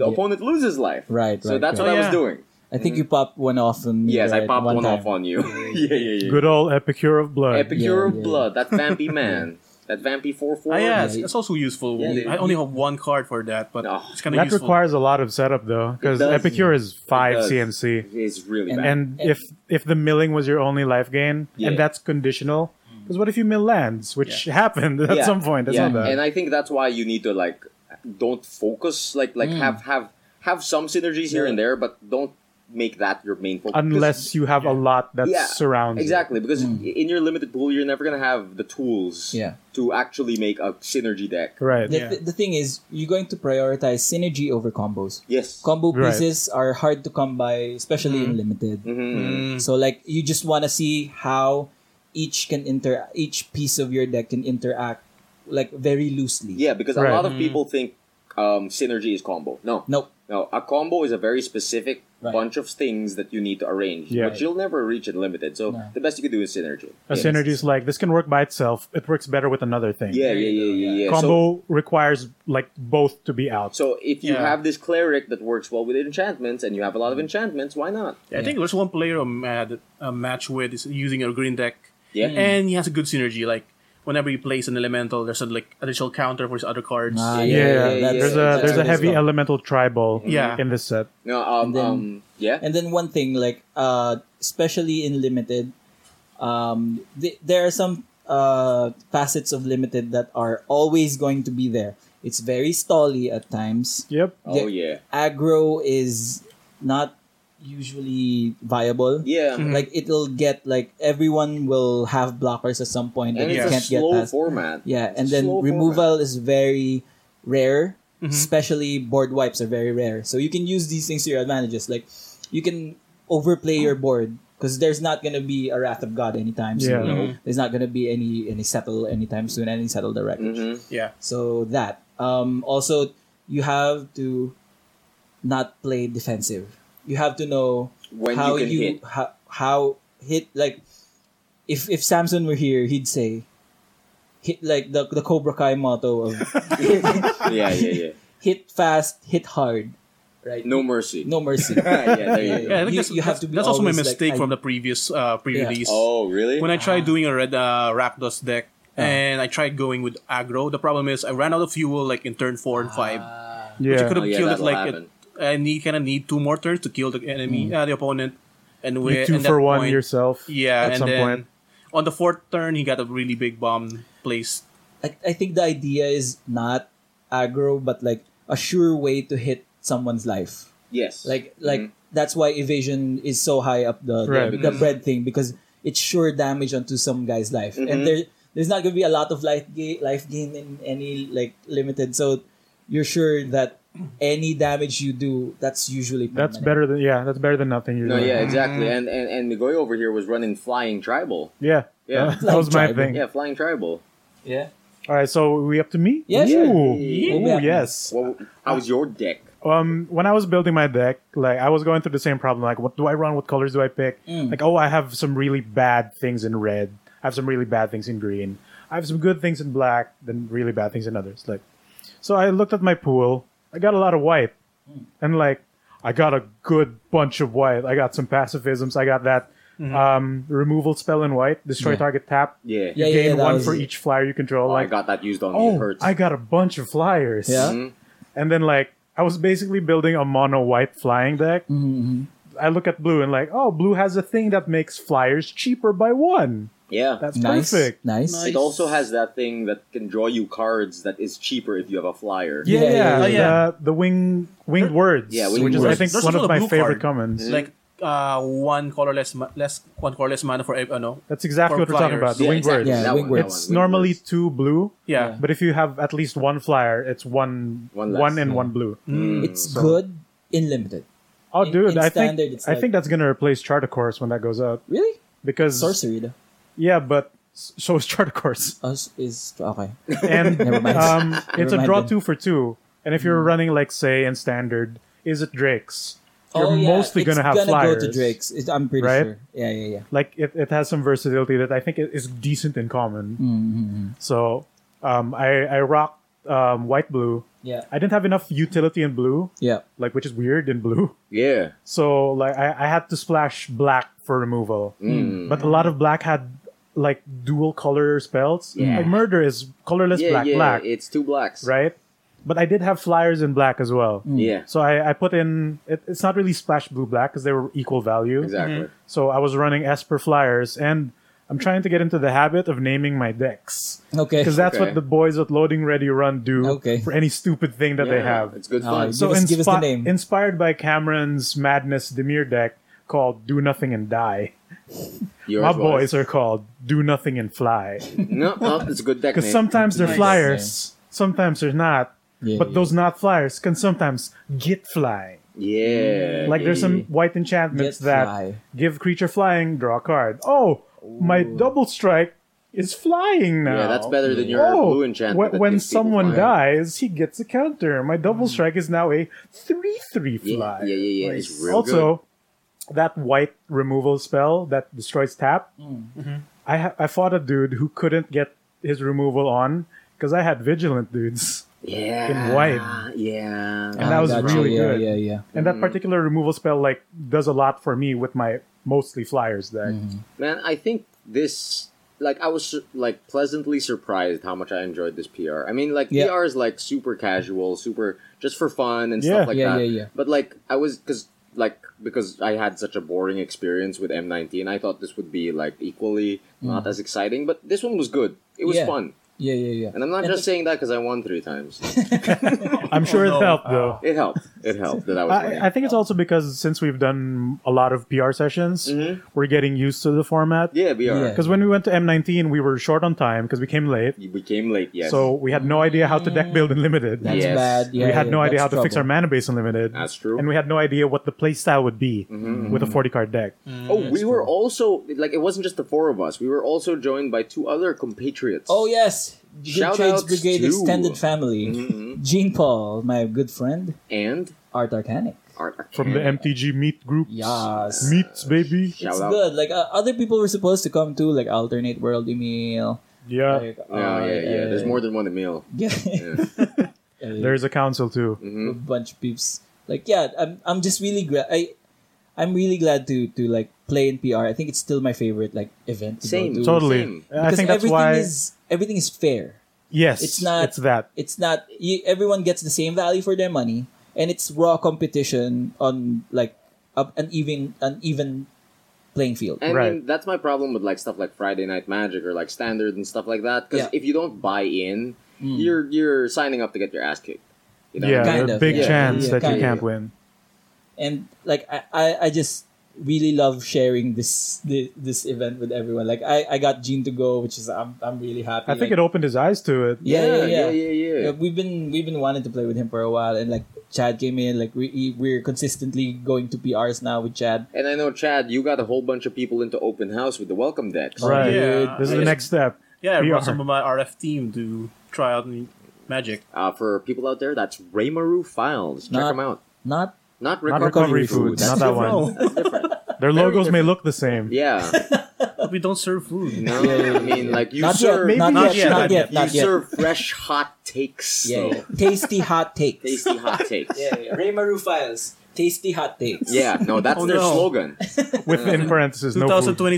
A: the
B: Yeah.
A: opponent loses life.
B: Right,
A: So
B: right,
A: that's what
C: right.
A: I was
C: Oh, yeah.
A: doing.
B: I think you popped one off on me.
A: Yes, I
B: right?
A: popped one,
B: time.
A: off on you. (laughs) yeah, yeah, yeah.
D: Good old Epicure of Blood.
A: Epicure
B: Yeah,
A: of
B: yeah.
A: Blood, that
B: (laughs)
A: vampy man, that vampy four four.
C: Ah,
D: Oh,
C: yeah, it's,
B: Yeah.
C: it's also useful.
A: Oh, Yeah, Oh. they-
C: I only have one card for that, but
A: No.
C: it's kind of
D: that
C: useful.
D: requires a lot of setup though, because
A: It does.
D: Epicure is five
A: does.
D: CMC.
A: is really bad.
B: And-
D: And if if the milling was your only life gain,
A: Yeah.
D: and that's conditional, because what if you mill lands, which happened
A: Yeah.
D: at some point? That's
A: yeah,
D: not bad.
A: and I think that's why you need to like don't focus, like like have have have some synergies here
B: Hmm. Yeah.
A: and there, but don't make that your main focus.
D: Unless you have a lot that
A: Yeah,
D: surrounds it.
A: exactly because in your limited pool, you're never gonna have the tools
B: Hmm. Yeah.
A: to actually make a synergy deck.
D: Right.
B: The,
C: Yeah.
B: the, the thing is, you're going to prioritize synergy over combos.
A: Yes.
B: Combo
D: Right.
B: pieces are hard to come by, especially
C: Mm-hmm.
B: in limited.
A: Mhm.
C: Mm.
B: So like you just want to see how each can inter each piece of your deck can interact like very loosely.
A: Yeah, because
D: Right.
A: a lot of
C: Mm.
A: people think um, synergy is combo. No,
B: Nope.
A: No, a combo is a very specific
B: Right.
A: bunch of things that you need to arrange,
D: Yeah.
A: but you'll never reach it limited. So
B: No.
A: the best you can do is synergy. Yeah.
D: A synergy is like this can work by itself. It works better with another thing.
A: Yeah, yeah, yeah, yeah. yeah. So,
D: Combo requires like both to be out.
A: so if you
C: Yeah.
A: have this cleric that works well with enchantments, and you have a
B: Mm.
A: lot of enchantments, why not?
C: I think there's one player I'm mad a match with is using a green deck,
A: Yeah.
C: and he has a good synergy. Like whenever he plays an elemental, there's a like additional counter for his other cards.
A: Yeah,
B: Ah,
A: yeah, yeah,
B: that's-
D: there's a
B: that's where
D: there's a
B: this
D: heavy
B: comes.
D: elemental tribal
C: Yeah.
D: in this set.
A: No, um,
B: And then-
A: um, yeah.
B: And then one thing, like uh, especially in limited, um, th- there are some uh, facets of limited that are always going to be there. It's very stally at times.
D: Yep.
A: oh yeah,
B: Aggro is not usually viable.
A: yeah.
B: Like it'll get like everyone will have blockers at some point
A: And
B: that you
A: it's a
B: can't get
A: slow
B: past.
A: format. Mm-hmm.
B: Yeah,
A: It's
B: and
A: a
B: then
A: slow
B: removal is very rare, especially board wipes are very rare. So you can use these things to your advantages. Like you can overplay your board because there's not gonna be a Wrath of God anytime soon.
D: Yeah.
A: Mm-hmm.
B: There's not gonna be any any settle anytime soon, any settle the wreckage.
A: Mhm.
C: Yeah,
B: So that um, also you have to not play defensive. You have to know
A: When you
B: how
A: can
B: you
A: hit.
B: How, how hit like if if Samson were here, he'd say hit like the the Cobra Kai
A: (laughs)
B: motto of
A: yeah, yeah, yeah.
B: hit fast, hit hard, right?
A: No mercy.
B: (laughs) no mercy.
A: (laughs) yeah, there you
B: (laughs)
A: go.
C: yeah. I think
B: You-
C: that's,
B: you have to be
C: that's also my
B: always, like,
C: mistake
B: I-
C: from the previous uh, pre-release.
A: Oh really?
C: When I tried doing a red uh, Rakdos deck. And I tried going with aggro. The problem is I ran out of fuel like in turn four and five.
B: Ah.
C: But you could
D: Yeah.
A: Oh,
C: have
A: yeah,
C: killed it
A: that'll
C: like
A: happen.
C: at- I need kind of need two more turns to kill the enemy, uh, the opponent, and we
D: You two
C: and that
D: for one
C: point-
D: yourself.
C: Yeah, and
D: At some
C: then
D: point.
C: on the fourth turn he got a really big bomb placed.
B: I, I think the idea is not aggro, but like a sure way to hit someone's life.
A: Yes.
B: Like like that's why evasion is so high up the the,
D: Right.
B: the bread thing because it's sure damage onto some guy's life, and there there's not gonna be a lot of life ga- life gain in any like limited. So you're sure that any damage you do, that's usually
D: That's
B: permanent.
D: better than yeah. That's better than nothing. You're
A: No,
D: doing.
A: yeah, exactly. And and and Nagoya over here was running flying tribal.
D: Yeah.
A: Yeah.
D: Uh, (laughs) that was my
B: Flying
D: thing.
A: Yeah, flying tribal.
B: Yeah.
D: All right, so we up to me?
B: Yeah, sure.
D: Ooh. Ooh,
B: Yeah.
D: yes.
A: Well, how was your deck?
D: Um, when I was building my deck, like I was going through the same problem. Like, what do I run? What colors do I pick?
B: Mm.
D: Like, oh, I have some really bad things in red. I have some really bad things in green. I have some good things in black. Then really bad things in others. Like, so I looked at my pool. I got a lot of white,
B: Mm.
D: and like I got a good bunch of white. I got some pacifisms. I got that um, removal spell in white. Destroy
B: Mm-hmm. Yeah.
D: target tap.
A: Yeah.
B: Yeah,
D: Gain
B: that
D: one
B: was
D: for
B: it.
D: each flyer you control.
A: Oh, I
D: like,
A: got that used on me. It
D: oh,
A: hurts. Mm-hmm.
D: I got a bunch of flyers.
B: Yeah.
D: And then like I was basically building a mono white flying deck.
B: Mm-hmm.
D: I look at blue and like, oh, blue has a thing that makes flyers cheaper by one.
A: yeah.
D: That's
B: Nice.
D: perfect.
B: Nice.
A: It also has that thing that can draw you cards that is cheaper if you have a flyer.
D: Yeah,
B: Yeah,
D: yeah,
B: yeah,
D: yeah.
C: yeah.
D: The, the wing winged words.
A: Yeah,
D: which
A: winged
D: is I
A: words.
D: think
C: There's
D: one
C: also
D: of
C: the
D: my
C: blue
D: favorite
C: card.
D: commons.
C: Like uh, one colorless, ma- less one colorless mana for every. Uh, no,
D: That's exactly
C: for
D: what we're talking about.
C: flyers.
D: The
A: Yeah,
D: winged
A: exactly.
D: words.
B: Yeah,
A: That
B: winged
A: one, that
B: words.
A: one,
D: It's
A: winged
D: normally
A: words.
D: two blue,
C: yeah.
D: but if you have at least one flyer, it's one
A: One
D: one,
A: less.
B: Mm-hmm.
D: and one blue.
B: It's good in limited.
D: Oh,
B: In-
D: dude,
B: in
D: I think
B: standard, it's
D: I
B: like-
D: think that's gonna replace Chartocourse when that goes up
B: Really?
D: because
B: Sorcery though.
D: yeah, but s- so is Chartocourse,
B: Us is okay. (laughs)
D: and
B: Never mind.
D: um, it's a
B: mind
D: draw
B: then. Hmm.
D: two for two. And if you're running like say in standard, is it Drake's? You're
B: oh, yeah.
D: mostly
B: it's
D: gonna have
B: go to
D: flyers.
B: Drake's. It- I'm pretty
D: Right?
B: sure. Yeah, yeah, yeah.
D: Like it, it has some versatility that I think i- is decent in common.
B: Hmm. Mm-hmm.
D: So um, I I rocked um, white blue.
B: Yeah.
D: I didn't have enough utility in blue,
B: Yeah.
D: like which is weird in blue. (laughs)
A: Yeah.
D: So like I, I had to splash black for removal. Hmm.
B: Hmm.
A: Mm.
D: But a lot of black had like dual color spells.
A: Yeah.
D: Like murder is colorless
A: yeah,
D: black
A: yeah,
D: black.
A: It's two blacks.
D: right? Mm-hmm. But I did have flyers in black as well.
A: Yeah.
D: So I, I put in it, it's not really splash blue black because they were equal value.
A: Exactly.
D: So I was running Esper flyers and I'm trying to get into the habit of naming my decks
B: Okay.
D: because that's
A: Okay.
D: what the boys at Loading Ready Run do
B: Okay.
D: for any stupid thing that they
A: Yeah,
D: have.
A: It's good
B: Oh,
A: fun.
B: it's-
D: So
B: Give us- give us the
D: inspi-
B: name.
D: inspired by Cameron's Madness Demir deck called Do Nothing and Die.
A: Yours
D: My
A: was.
D: boys are called Do Nothing and Fly.
A: (laughs) No, oh, it's a good
D: (laughs)
A: deck
D: Because
A: name.
D: sometimes they're
B: Nice.
D: flyers, sometimes they're not.
B: Yeah,
D: But
B: yeah.
D: those not flyers can sometimes get fly.
A: yeah.
D: Like there's some white enchantments
B: Get
D: that
B: fly.
D: give creature flying, draw a card. Oh, my double strike is flying now.
A: Yeah, that's better than your
D: oh,
A: blue enchantment.
D: when-
A: that
D: when
A: gives people
D: someone
A: flying. Hmm.
D: dies, he gets a counter. My double strike is now a three-three
A: Yeah,
D: fly.
A: yeah, yeah, yeah, it's real
D: also, that white removal spell that destroys tap.
B: Hmm, mm-hmm.
D: I ha- I fought a dude who couldn't get his removal on because I had vigilant dudes,
A: yeah.
D: in white.
A: Yeah.
D: and that was
B: gotcha.
D: really
B: yeah,
D: good.
B: Yeah, yeah,
D: and that particular removal spell like does a lot for me with my mostly flyers deck.
B: Mm.
A: Man, I think this like I was su- like pleasantly surprised how much I enjoyed this PR. I mean, like
B: Yeah.
A: PR is like super casual, super just for fun and
D: Yeah.
A: stuff like
B: Yeah,
A: that.
B: yeah, yeah.
A: But like I was because like because I had such a boring experience with M19, I thought this would be like equally not as exciting. But this one was good. It was
B: Mm. Yeah.
A: fun,
B: yeah, yeah, yeah.
A: and I'm not just saying that because I won three times.
B: (laughs)
D: I'm sure
C: no.
D: it helped
B: Ah.
D: though.
A: it helped. It helped that I was. winning.
D: (laughs) I, I think it's also because since we've done a lot of PR sessions, we're getting used to the format.
A: yeah, we are.
B: Mm-hmm. Yeah.
D: Because when we went to M19, we were short on time because we came late.
A: We came late. Yes.
D: So we had no idea how to deck build Unlimited.
B: That's
A: Yes.
B: bad. Yeah,
D: we had
B: yeah,
D: no idea
B: that's
D: how to fix our
B: trouble.
D: mana base Unlimited.
A: That's true.
D: And we had no idea what the playstyle would be
B: Mm-hmm.
D: with a 40 card deck.
A: Oh, we were also like it wasn't just the four of us. We were also joined by two other compatriots.
B: Oh yes, Good
A: Shout
B: Trades
A: outs
B: Brigade
A: to- Mm-hmm.
B: extended family. Jean Paul, my good friend,
A: and
B: Art Arcanic.
A: Art Arcana.
D: From the MTG Meet groups.
B: Mm-hmm. Yes.
D: Meets, baby.
A: Shout
B: it's
A: out.
B: good. Like uh, other people were supposed to come too, like alternate world email.
D: Yeah.
B: Like,
A: Yeah, Oh, yeah, yeah, There's more than one Emil.
B: (laughs) Yeah,
A: (laughs) Yeah.
D: There's a council too.
A: Mm-hmm.
B: a bunch of peeps. Like yeah, I'm I'm just really glad. I I'm really glad to to like play in PR. I think it's still my favorite like event. To
A: Same.
B: Go to.
D: Totally.
A: Same.
D: I
B: Because
D: think that's
B: everything
D: why.
B: is everything is fair.
D: yes.
B: it's not-
D: It's that.
B: It's not you, everyone gets the same value for their money, and it's raw competition on like a, an even an even playing field.
A: I mean,
D: Right.
A: that's my problem with like stuff like Friday Night Magic or like Standard and stuff like that. Because
B: Yeah. Hmm.
A: if you don't buy in, you're you're signing up to get your ass kicked. You know?
D: Yeah,
B: Kind
D: a
B: of,
D: big
B: yeah.
D: chance
B: Yeah,
D: that you
B: kind
D: can't
A: of.
D: win.
B: and like I, I, I just really love sharing this this, this event with everyone. Like I, I got Gene to go, which is I'm I'm really happy.
D: I think
B: like,
D: it opened his eyes to it.
B: yeah, yeah, yeah.
A: yeah, yeah, yeah.
B: Yeah, we've been we've been wanting to play with him for a while, and like Chad came in. Like we we're consistently going to PRs now with Chad.
A: And I know, Chad, you got a whole bunch of people into open house with the welcome decks.
D: Right.
C: Yeah.
D: This is
C: Yeah.
D: the next
B: (laughs)
D: step.
C: Yeah, I
D: We
C: brought
D: are.
C: some of my RF team to try out n- magic.
A: Uh, for people out there, that's Raymaru Files. Check
B: Not-
A: them out.
B: Not
A: Not
D: Not
A: recovery,
D: recovery
A: food.
D: foods. Not that one.
A: That's different.
D: Their
A: Very
D: logos may
A: different.
D: look the same.
A: Yeah.
C: But we don't serve food.
A: No, I mean like you
B: not
A: serve
B: yet, not, yet,
C: not yet,
B: not yet,
A: you
B: not yet.
A: serve fresh hot takes.
B: yeah,
A: though.
B: yeah. tasty
A: (laughs)
B: hot takes.
A: Tasty hot takes.
B: Yeah, yeah. Raymaru files. Tasty hot takes.
A: Yeah, no, that's
C: Oh,
A: their
C: no.
A: slogan.
D: Within parentheses, no food.
C: 2020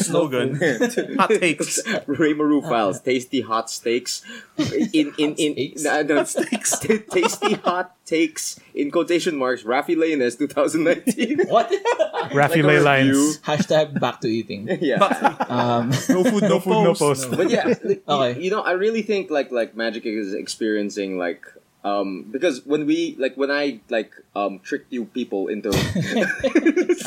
A: (laughs)
C: slogan. (laughs) Hot takes.
A: Raymaru files, tasty hot steaks. In in in,
B: steaks?
A: no, no, t- (laughs) tasty hot takes in quotation marks. Rafi Lanes, 2019.
B: What? (laughs)
D: Rafi
A: Like a
D: ley
A: review.
D: lines.
B: Hashtag back to eating.
A: (laughs) yeah,
B: Um,
C: No
B: (laughs)
C: food, no,
D: No food, no post.
A: but yeah, like, you-
B: Okay.
A: you know, I really think like like Magic is experiencing like. Um, because when we like when I like um tricked you people
B: (laughs)
A: into (laughs)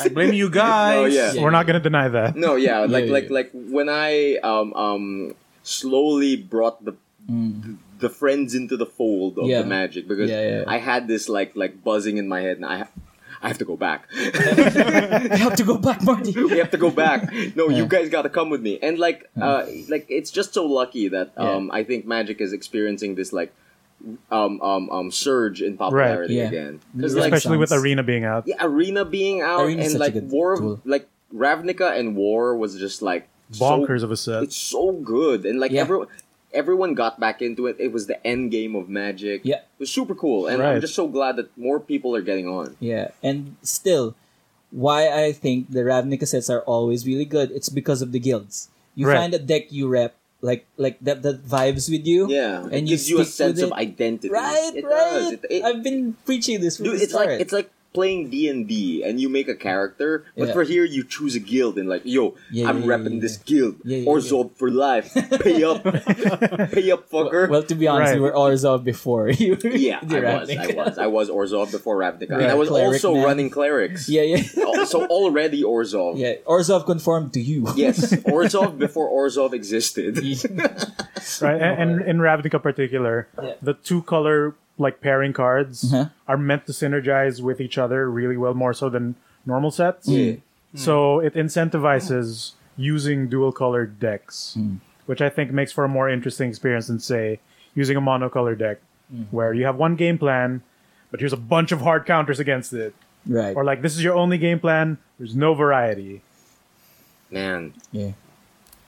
C: I blame you guys.
A: oh yeah
D: We're not going to deny that.
A: No, yeah, like
B: yeah,
A: like
B: yeah.
A: like when I um um slowly brought the the friends into the fold of
B: Mm. Yeah.
A: the magic because
B: Yeah, yeah,
A: I
B: yeah.
A: had this like like buzzing in my head and I I have to go
B: (laughs)
A: back. (laughs)
B: I have to go back, Marty.
A: we have to go back. No, you
B: Yeah.
A: guys got to come with me. And like, uh, like it's just so lucky that um, I think Magic is experiencing this like um um um surge in popularity
B: Yeah.
A: again. 'Cause,
B: Right.
A: like,
D: especially with
B: sounds-
D: Arena being out.
A: yeah, Arena being out
B: Arena's
A: and
B: such a
A: like
B: good
A: War,
B: tool.
A: like Ravnica and War was just like so
D: Bonkers of a set.
A: it's so good and like
B: Yeah.
A: everyone everyone got back into it it was the end game of magic
B: Yeah.
A: it was super cool and i'm
D: Right.
A: just so glad that more people are getting on
B: Yeah, and still, why I think the Ravnica sets are always really good, it's because of the guilds. You
D: Right.
B: find a deck you rep, like like that that vibes with you.
A: yeah it
B: and you
A: gives you a sense
B: stick with
A: of
B: it.
A: identity
B: Right,
A: it does.
B: right.
A: It- it-
B: I've been preaching this from
A: dude,
B: the
A: it's like
B: start.
A: it's like playing d&d and you make a character but
B: Yeah.
A: for here you choose a guild and like yo
B: Yeah,
A: i'm
B: yeah, yeah,
A: repping
B: yeah,
A: this guild
B: Yeah, yeah,
A: or
B: yeah.
A: zob for life pay
B: (laughs)
A: up pay up fucker
B: well, to be honest,
D: Right.
B: you were Orzov before. (laughs) You were
A: yeah,
B: the
A: I was, I
B: Ravnica.
A: was, I was Orzov before Ravnica, and
B: Right.
A: I was
B: Cleric
A: also
B: man.
A: running clerics.
B: (laughs) Yeah, yeah,
A: Al- so already Orzov.
B: yeah. Orzov conformed to you. (laughs)
A: Yes, Orzov before Orzov existed.
D: right? And, and in Ravnica particular,
B: Yeah.
D: the two color like pairing cards
B: Uh-huh.
D: are meant to synergize with each other really well, more so than normal sets.
B: Mm.
D: So it incentivizes using dual colored decks,
B: Mm.
D: which I think makes for a more interesting experience than say using a monocolor deck,
B: Mm.
D: where you have one game plan, but here's a bunch of hard counters against it,
B: right.
D: or like this is your only game plan. There's no variety.
A: Man,
B: yeah,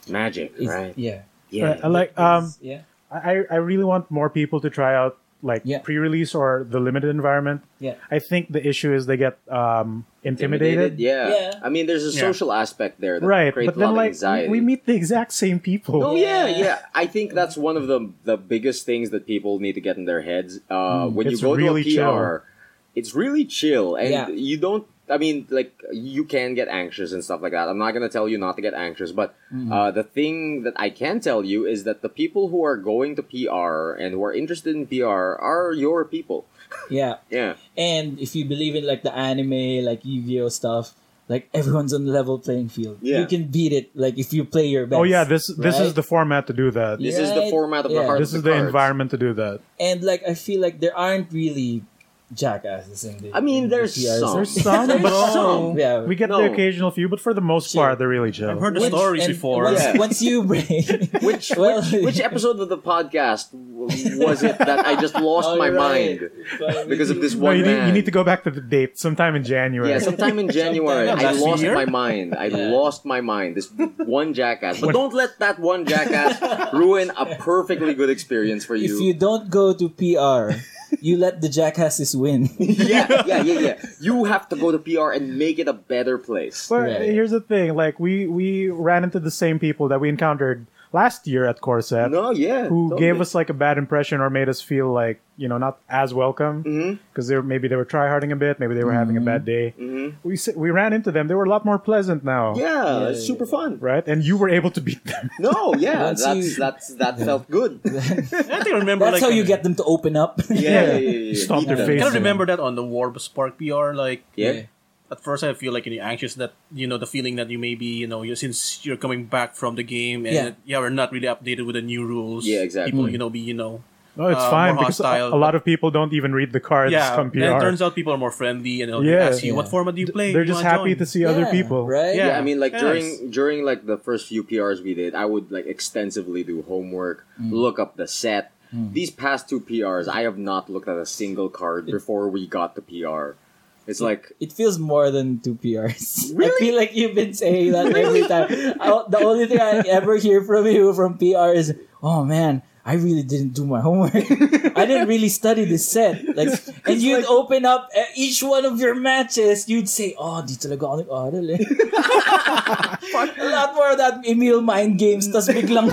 A: magic,
B: It's-
A: right?
B: yeah,
D: Right, I like um,
B: yeah,
D: I, I really want more people to try out like
B: Yeah.
D: pre-release or the limited environment.
B: yeah.
D: I think the issue is they get um, intimidated.
A: Yeah.
B: Yeah.
A: I mean, there's a
C: Yeah.
A: social aspect there that
D: Right,
A: creates
D: but
A: a lot
D: then
A: of
D: like
A: anxiety.
D: we meet the exact same people.
A: Oh yeah. yeah,
B: Yeah.
A: I think that's one of the the biggest things that people need to get in their heads. Uh, when you
D: Mm, It's
A: go
D: really
A: to a PR, it's really chill, and
B: Yeah.
A: you don't. I mean, like you can get anxious and stuff like that. I'm not gonna tell you not to get anxious, but
D: Mm-hmm.
A: uh, the thing that I can tell you is that the people who are going to PR and who are interested in PR are your people.
B: yeah.
A: Yeah,
B: And if you believe in like the anime, like Yu-Gi-Oh stuff, like everyone's on the level playing field.
A: Yeah.
B: You can beat it like if you play your best.
D: Oh yeah, this this
B: right?
D: is the format to do that.
A: this is the
B: Right?
A: format of the
B: Yeah.
A: heart.
D: This
A: of
D: is the
A: cards.
D: environment to do that.
B: and like I feel like there aren't really jackasses in the
A: I mean,
B: in the
A: there's
B: PRs.
A: some. (laughs)
D: There's some, but
A: some.
B: Yeah.
D: we get
A: No.
D: the occasional few, but for the most
B: Chill.
D: part, they're really chill.
C: I've heard the
B: Once-
C: stories
B: and
C: before.
B: Once,
A: Yeah.
B: once you
A: (laughs)
B: break (laughs)
A: Which,
B: Well-
A: which which episode of the podcast w- was it that I
D: (laughs)
A: just
D: Oh,
A: lost my
B: (laughs)
A: mind? because of this
D: no,
A: one
D: you need,
A: man.
D: you need to go back to the date sometime in January.
A: yeah, sometime in January, I
C: Last
A: lost
C: year?
A: my mind. I
B: Yeah.
A: lost my mind. This one jackass. But don't let that one jackass ruin a perfectly good experience for
B: if
A: you.
B: you don't go to PR, you let the
A: (laughs)
B: jackasses win.
A: (laughs) yeah, yeah, yeah, yeah. You have to go to PR and make it a better place.
D: (laughs) But
B: Right.
D: here's the thing: like we we ran into the same people that we encountered last year at Corset,
A: No, yeah.
D: who
A: totally.
D: gave us like a bad impression or made us feel like you know not as welcome
A: Mhm.
D: because they were, maybe they were tryharding a bit, maybe they were having a bad day.
A: Mhm.
D: We s- we ran into them; they were a lot more pleasant now,
A: Yeah,
B: Yeah,
A: it's
B: yeah,
A: super fun.
D: right? And you were able to beat them. (laughs)
A: No, yeah,
B: Once
A: that's
B: you-
A: that's that felt good.
C: I think I remember
B: That's
C: like
B: how you
C: uh,
B: get them to open up. (laughs)
A: Yeah, yeah, yeah.
D: You
A: Beat
D: stomped their
A: them.
D: face.
C: I kind of
D: Yeah.
C: remember that on the Warp Spark PR. Like
A: Yeah.
C: at first, I feel like you're anxious that you know the feeling that you may be you know you since you're coming back from the game and
B: Yeah. Hmm.
C: yeah, we're not really updated with the new rules.
A: Yeah, exactly.
C: People, you know, be you know
D: No, it's
C: Uh,
D: fine
C: more
D: because
C: hostile,
D: a- a, lot of people don't even read the cards
C: yeah.
D: come
C: And
D: PR.
C: it turns out people are more friendly and they'll
D: Yeah.
C: ask you what
B: Yeah.
C: format do you play.
D: They're
C: You
D: just
C: wanna
D: happy
C: join?"
D: to see other
B: Yeah,
D: people.
B: Right?
C: Yeah.
A: Yeah, I mean, like
C: Yes.
A: during during like the first few PRs we did, I would like extensively do homework,
B: Mm.
A: look up the set. These past two PRs, I have not looked at a single card before we got the PR. It's like
B: It feels more than two PRs. (laughs) I
A: Really?
B: feel like you've been saying that every time. I, the only thing I ever hear from you from PR is, "Oh man, I really didn't do my
A: (laughs)
B: homework. I didn't really study this set." Like, and you'd open up uh, each one of your matches. You'd say, "Oh, di talaga ako
A: (laughs)
B: nag-aral eh." A lot more of that Emil mind games. Tapos
A: (laughs)
B: biglang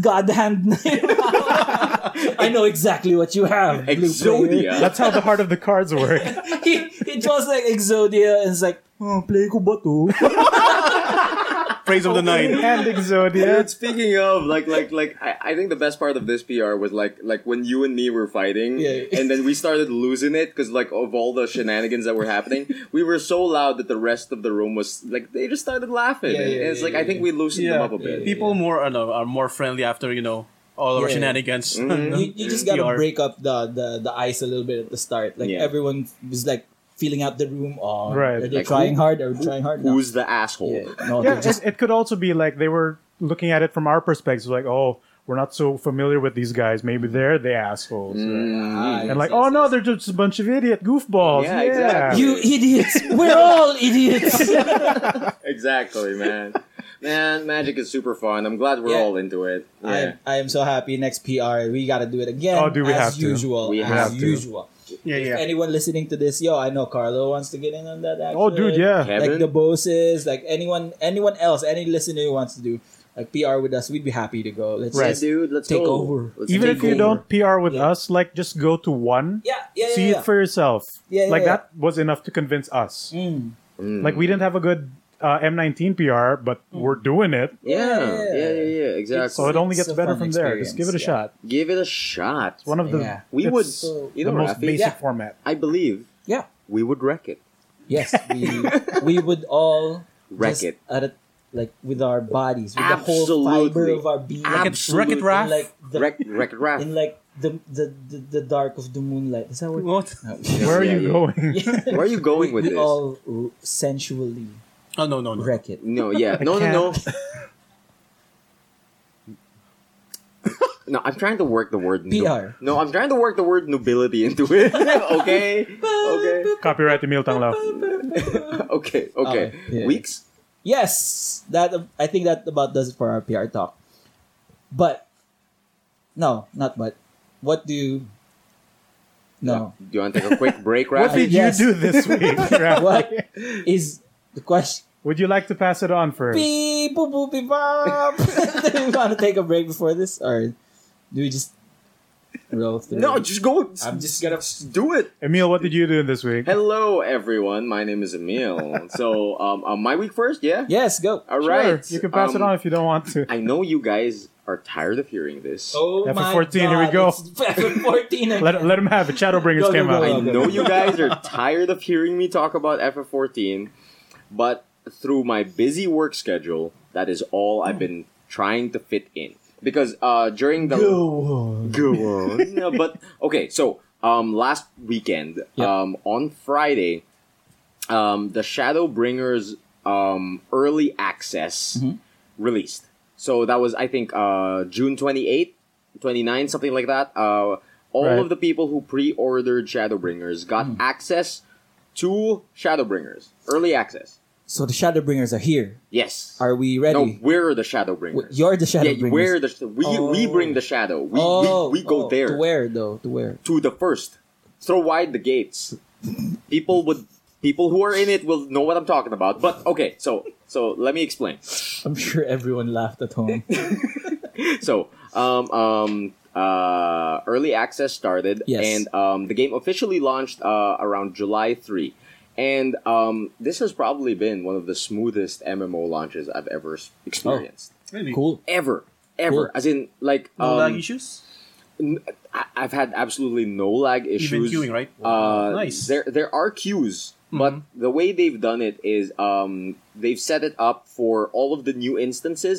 B: God hand na yun. (laughs) I know exactly what you have. blue player.
A: Exodia.
D: That's how the heart of the
C: (laughs)
D: cards work.
B: he, he draws like Exodia and it's like, oh, play ko ba to?
A: (laughs)
C: Praise
D: (laughs)
C: of the night.
D: and Exodia.
C: (laughs)
A: Dude, speaking of like like like I, I think the best part of this PR was like like when you and me were fighting
B: Yeah.
A: and then we started losing it because like of all the shenanigans that were
B: (laughs)
A: happening we were so loud that the rest of the room was like they just started laughing
B: Yeah,
A: and,
B: yeah,
A: and it's
B: yeah,
A: like I
B: yeah,
A: think we loosened them up a bit
C: People more uh, no, are more friendly after you know all our
B: Yeah.
C: shenanigans.
A: Mhm.
C: (laughs)
B: You, you just gotta
C: PR.
B: break up the, the, the ice a little bit at the start. Like
A: Yeah.
B: everyone was like feeling out the room or
D: Right.
B: are they
A: Like,
B: trying
A: who-
B: hard or trying hard now?
A: Who's the asshole?
B: Yeah, no,
D: Yeah,
B: they're just
D: it, it could also be like they were looking at it from our perspective, like, oh, we're not so familiar with these guys. Maybe they're the assholes.
B: Ah,
A: Mm.
D: And like, oh no, they're just a bunch of idiot goofballs.
A: Yeah,
D: Yeah,
A: exactly.
B: you idiots. We're all
A: (laughs)
B: idiots.
A: Exactly,
B: (laughs)
A: man. man, magic is super fun. I'm glad we're
B: Yeah.
A: all into it. Yeah.
B: I, I am so happy. Next PR, we gotta do it again.
D: Oh, do we
B: as
D: have to?
B: usual,
A: We
B: as
A: have
D: to.
B: usual.
C: Yeah,
B: If
C: yeah.
B: anyone listening to this, yo, I know Carlo wants to get in on that. Action.
D: Oh, dude, yeah.
A: Kevin?
B: Like the bosses, like anyone, anyone else, any listener who wants to do like PR with us, we'd be happy to go. Let's
A: Yeah,
B: just-
A: dude, let's
B: Take
A: go.
B: over.
A: Let's
D: Even
A: take
D: if you
A: over.
D: don't PR with
B: Yeah.
D: us, like just go to one.
B: yeah, yeah, yeah.
D: See
B: yeah.
D: it for yourself.
B: Yeah, yeah,
D: like
B: yeah.
D: that was enough to convince us.
B: Mm.
A: Mm.
D: Like we didn't have a good uh, M19 PR, but we're doing it.
A: yeah, yeah, yeah, yeah, exactly.
D: So it only
B: Mm. It's a
D: gets better
B: fun
D: from there. Just give it a
B: experience,
D: shot.
A: Give it a shot.
D: It's one of the
B: Yeah.
A: we
D: it's
A: would,
B: so-
A: you
D: the
A: know,
D: most
A: Rafi,
D: basic
B: Yeah.
D: format.
A: I believe
B: Yeah.
A: we would wreck it.
D: (laughs)
B: Yes, we we would all
A: Wreck it.
B: just At a, like with our bodies, with the whole fiber
A: Absolutely.
B: of our being,
A: Wreck
C: it- wreck
B: in,
C: it, Raph.
B: like the,
A: Wreck, wreck it, Raph.
B: (laughs) in like the, the the the dark of the moonlight. Is that what?
C: What?
A: Yeah,
B: (laughs)
D: Where are
A: yeah,
D: you
A: yeah.
D: going?
A: Where are you going with
B: we
A: this?
B: (laughs) all r- sensually
C: Oh no no no.
B: wreck it.
D: (laughs)
A: No, yeah, no, no, no. (laughs) No, I'm trying to work the word. nu-
B: PR.
A: no, I'm trying to work the word nobility into it. (laughs) okay, okay,
D: (laughs) (laughs) Copyright to Milton
B: (laughs)
D: Love.
A: okay, okay.
B: Okay, yeah.
A: Weeks.
B: Yes, that I think that about does it for our PR talk. But no, not but. What do you?
A: Uh,
B: No.
A: Do you want to take a quick break,
D: (laughs) What
A: Rafi?
D: did
B: Yes.
D: you do this
B: (laughs)
D: week?
A: (laughs)
D: Ralph?
B: What is the question?
D: Would you like to pass it on first?
B: Beep, boop, boop, beep,
A: (laughs)
B: bop. (laughs) do we want to take a break before this, or do we just roll through?
A: No, just go.
B: I'm just gonna.
A: do it.
D: Emil, what did you do this week?
A: Hello, everyone. My name is
D: (laughs)
A: Emil. so, um, uh, my week first, yeah.
B: Yes, go.
A: All
D: Sure,
A: right.
D: you can pass it
A: Um,
D: on if you don't want to.
A: I know you guys are tired of hearing this.
B: Oh
D: Yeah, for
B: my
D: 14,
B: God,
D: here we go.
B: it's FF14. again.
D: (laughs) Let, let him have it. Shadowbringers
B: Go, go,
D: came
B: go,
D: out.
B: go.
A: I know you guys (laughs) are tired of hearing me talk about FF14, but through my busy work schedule, that is all I've been trying to fit in. Because uh, during the go (laughs) on. No, but okay, so um, last weekend,
B: Yeah.
A: um, on Friday, um, the Shadowbringers um, early access
B: Mm-hmm.
A: released. So that was, I think, uh, June 28th, 29, something like that. Uh, all
D: Right.
A: of the people who pre-ordered Shadowbringers got
B: Mm-hmm.
A: access to Shadowbringers early access.
B: So the Shadowbringers are here.
A: Yes.
B: Are we ready?
A: no, we're the
B: W-
A: Shadowbringers.
B: You're the
A: yeah,
B: Shadowbringers.
A: we're the sh- we we
B: Oh.
A: bring the shadow. We
B: oh,
A: we, we go
B: oh,
A: there
B: To where though? To where?
A: to the first. Throw wide the gates. People would people who are in it will know what I'm talking about. But okay, so so let me explain.
B: I'm sure everyone laughed at
A: (laughs)
B: home.
A: So um um uh early access started
B: Yes.
A: and um the game officially launched uh around July 3. And um this has probably been one of the smoothest MMO launches I've ever s- experienced.
C: Really?
B: cool.
A: Ever. Ever.
B: Oh. Cool.
A: As in like
C: No
A: um,
C: lag issues.
A: I- I've had absolutely no lag issues.
C: queuing, right?
A: Uh,
C: Nice. Mm-hmm.
A: There, there are queues, but the way they've done it is um, they've set it up for all of the new instances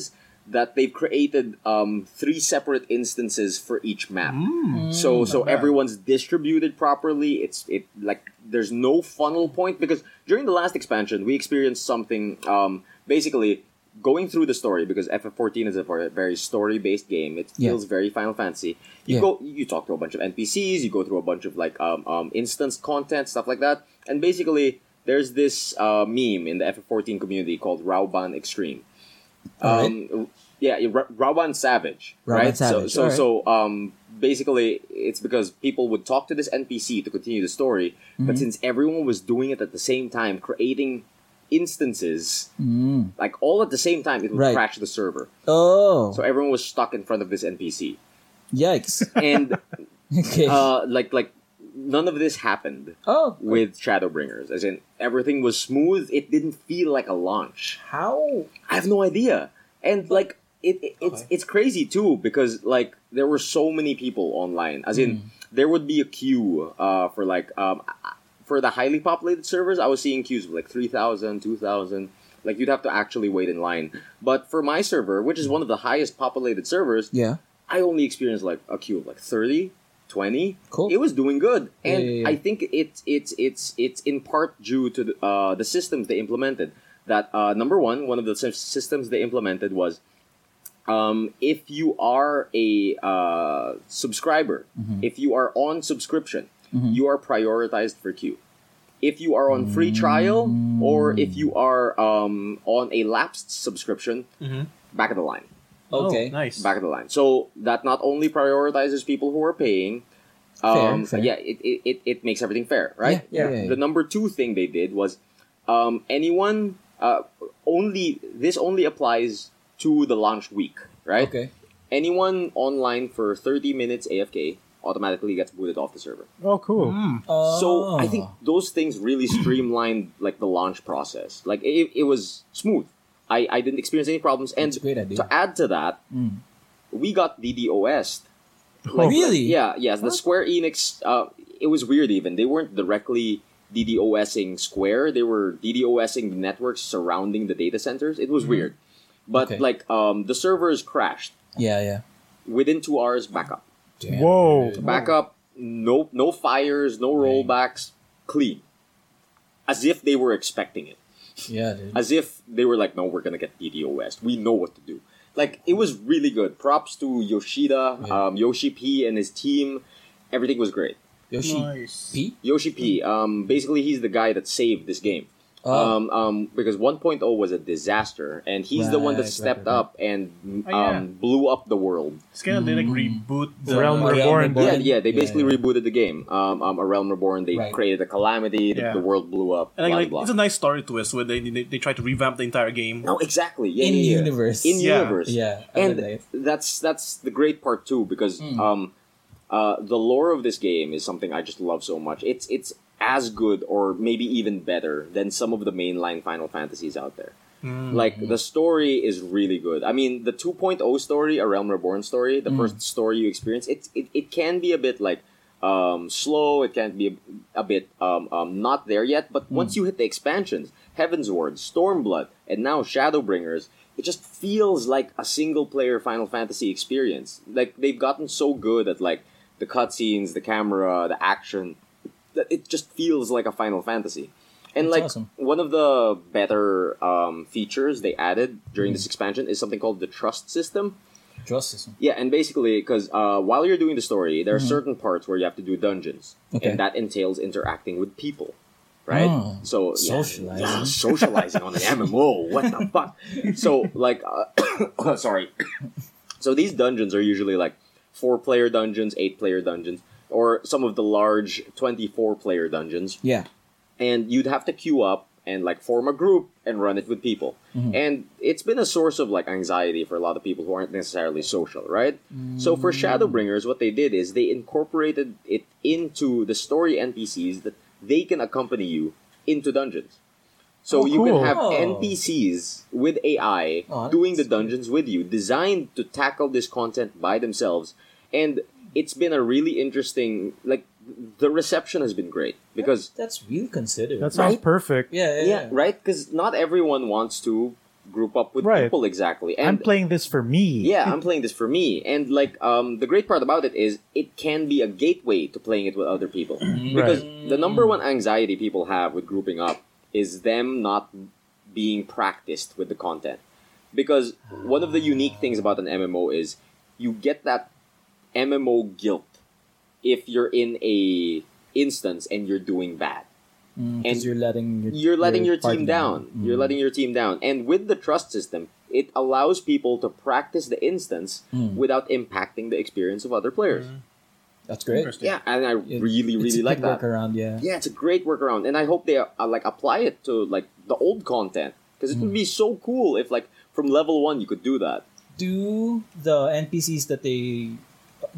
A: that they've created um, three separate instances for each map.
C: Mm.
A: So, so everyone's distributed properly. It's it like there's no funnel point because during the last expansion we experienced something um, basically. Going through the story because FF14 is a ver- very story-based game. It
B: Yeah.
A: feels very Final Fantasy. You
B: Yeah.
A: go, you talk to a bunch of NPCs, you go through a bunch of like um, um, instance content, stuff like that, and basically there's this uh, meme in the FF14 community called Rauban Extreme. Um, Yeah, Ra- Rauban Savage,
B: Rauban
A: right?
B: Savage,
A: So,
B: alright.
A: so, so um, basically, it's because people would talk to this NPC to continue the story,
B: Mm-hmm.
A: but since everyone was doing it at the same time, creating instances like all at the same time, it would
B: Right.
A: crash the server.
B: Mm. Oh,
A: So everyone was stuck in front of this NPC, (laughs)
B: yikes! (laughs)
A: and
B: Okay.
A: uh, like like none of this happened
B: oh,
A: with Shadowbringers. As in, everything was smooth. It didn't feel like a launch.
B: how?
A: I have no idea. And like it, it it's it's crazy too because like there were so many people online. As in, there would be a queue uh, for like um, for the highly populated servers. I was seeing queues of like 3,000, 2,000. Like you'd have to actually wait in line. But for my server, which is one of the highest populated servers,
B: Yeah.
A: I only experienced like a queue of like 30, twenty.
B: Cool.
A: It was doing good, and
B: Yeah, yeah, yeah.
A: I think it's it's it's it's in part due to the, uh, the systems they implemented. That uh, number one, one of the sy- systems they implemented was um, if you are a uh, subscriber,
B: Mm-hmm.
A: if you are on subscription, you are prioritized for queue. If you are on free trial or if you are um, on a lapsed subscription,
C: Mhm.
A: back of the line,
B: Okay.
C: Oh, nice.
A: back of the line. So that not only prioritizes people who are paying, um,
B: Fair, fair.
A: yeah, it, it, it, it makes everything fair, right?
B: Yeah, yeah, yeah, yeah.
A: The number two thing they did was um, anyone uh, only this only applies to the launch week, right?
B: Okay.
A: anyone online for 30 minutes AFK automatically gets booted off the server.
D: Oh, cool.
C: Hmm.
A: So I think
B: Oh.
A: those things really streamlined like the launch process. Like it, it was smooth. I, I didn't experience any problems. And
B: That's a great idea.
A: to add to that,
B: Mm.
A: we got DDoS.
B: Oh. really?
A: Yeah, yes. The Square Enix, uh, it was weird even. They weren't directly DDoSing Square, they were DDoSing the networks surrounding the data centers. It was weird. But
B: Mm. Okay.
A: like um, the servers crashed
B: Yeah, yeah.
A: within two hours, backup.
B: Damn.
D: Whoa.
B: Oh.
A: backup, no no fires, no rollbacks, clean. As if they were expecting it.
B: Yeah, dude.
A: As if they were like, no, we're gonna get DDoS. We know what to do. Like it was really good. Props to Yoshida,
B: Yeah.
A: um, Yoshi P, and his team. Everything was great.
B: Yoshi
C: Nice.
B: P?
A: Yoshi P, um, basically he's the guy that saved this game.
B: Mm. Oh,
A: Um, um, because 1.0 was a disaster, and he's the one
B: Right,
A: that
B: right,
A: stepped
B: right, right.
A: up and um,
C: Oh, yeah.
A: blew up the world.
C: It's kind of
A: Mm.
C: like reboot the
D: Realm
B: Realm
D: Reborn.
B: Reborn.
A: Yeah, yeah. They
B: Yeah,
A: basically
B: yeah.
A: rebooted the game. Um, um, a Realm Reborn. They
B: Right.
A: created a calamity. The,
C: Yeah.
A: the world blew up.
C: And
A: blah,
C: like,
A: blah,
C: like, it's a nice story twist where they, they they try to revamp the entire game.
A: no, exactly. Yeah,
B: in
A: yeah, yeah.
B: universe.
A: In
C: Yeah.
A: universe.
B: yeah. I
A: And
B: relate.
A: that's that's the great part too because
B: Mm.
A: um, uh, the lore of this game is something I just love so much. It's it's as good or maybe even better than some of the mainline Final Fantasies out there.
C: Mm. Mm-hmm.
A: Like the story is really good. I mean, the 2.0 story, A Realm Reborn story, the first story you experience, it, it it can be a bit like um, slow. It can be a, a bit um, um, not there yet. But once you hit the expansions, Heaven's Ward, Stormblood, and now Shadowbringers, it just feels like a single player Final Fantasy experience. Like they've gotten so good at like the cutscenes, the camera, the action, that it just feels like a Final Fantasy. And
B: That's
A: like
B: awesome.
A: one of the better um, features they added during
B: Hmm.
A: this expansion is something called the trust system.
B: Trust system.
A: Yeah, and basically, because uh, while you're doing the story, there are certain parts where you have to do dungeons,
B: Mm-hmm. Okay.
A: and that entails interacting with people, right?
B: Oh,
A: so yeah,
B: socializing.
A: yeah, socializing on an MMO. What
B: (laughs)
A: the fuck? So like, uh, (coughs) sorry. so these dungeons are usually like four-player dungeons, eight-player dungeons, or some of the large twenty-four-player dungeons
B: Yeah.
A: and you'd have to queue up and like form a group and run it with people. And it's been a source of like anxiety for a lot of people who aren't necessarily social, right? So for Shadowbringers, what they did is they incorporated it into the story NPCs that they can accompany you into dungeons. So
D: Oh,
A: you
D: cool.
A: can have
B: Oh.
A: NPCs with AI
B: Oh,
A: doing the
B: that's-
A: dungeons with you, designed to tackle this content by themselves. And it's been a really interesting like the reception has been great because
B: That's really considerate.
D: That sounds
A: Right?
D: perfect.
B: yeah, yeah,
A: yeah, right because not everyone wants to group up with
D: Right.
A: people exactly and
D: I'm playing this for me.
A: yeah i'm playing this for me and like um, the great part about it is it can be a gateway to playing it with other people because the number one anxiety people have with grouping up is them not being practiced with the content because one of the unique things about an mmo is you get that mmo guilt if you're in a instance and you're doing bad
B: Because Mm, you're letting your,
A: you're letting your, team
B: partner-
A: down.
B: Mm.
A: You're letting your team down. And with the trust system, it allows people to practice the instance
B: Mm.
A: without impacting the experience of other players.
B: That's great.
C: Interesting.
A: Yeah, and I
B: It-
A: really,
B: Mm.
A: really
B: it's a
A: like
B: good
A: that.
B: Workaround, yeah.
A: Yeah, it's a great workaround, and I hope they uh, like apply it to like the old content because it
B: Mm.
A: would be so cool if like from level one you could do that.
B: Do the NPCs that they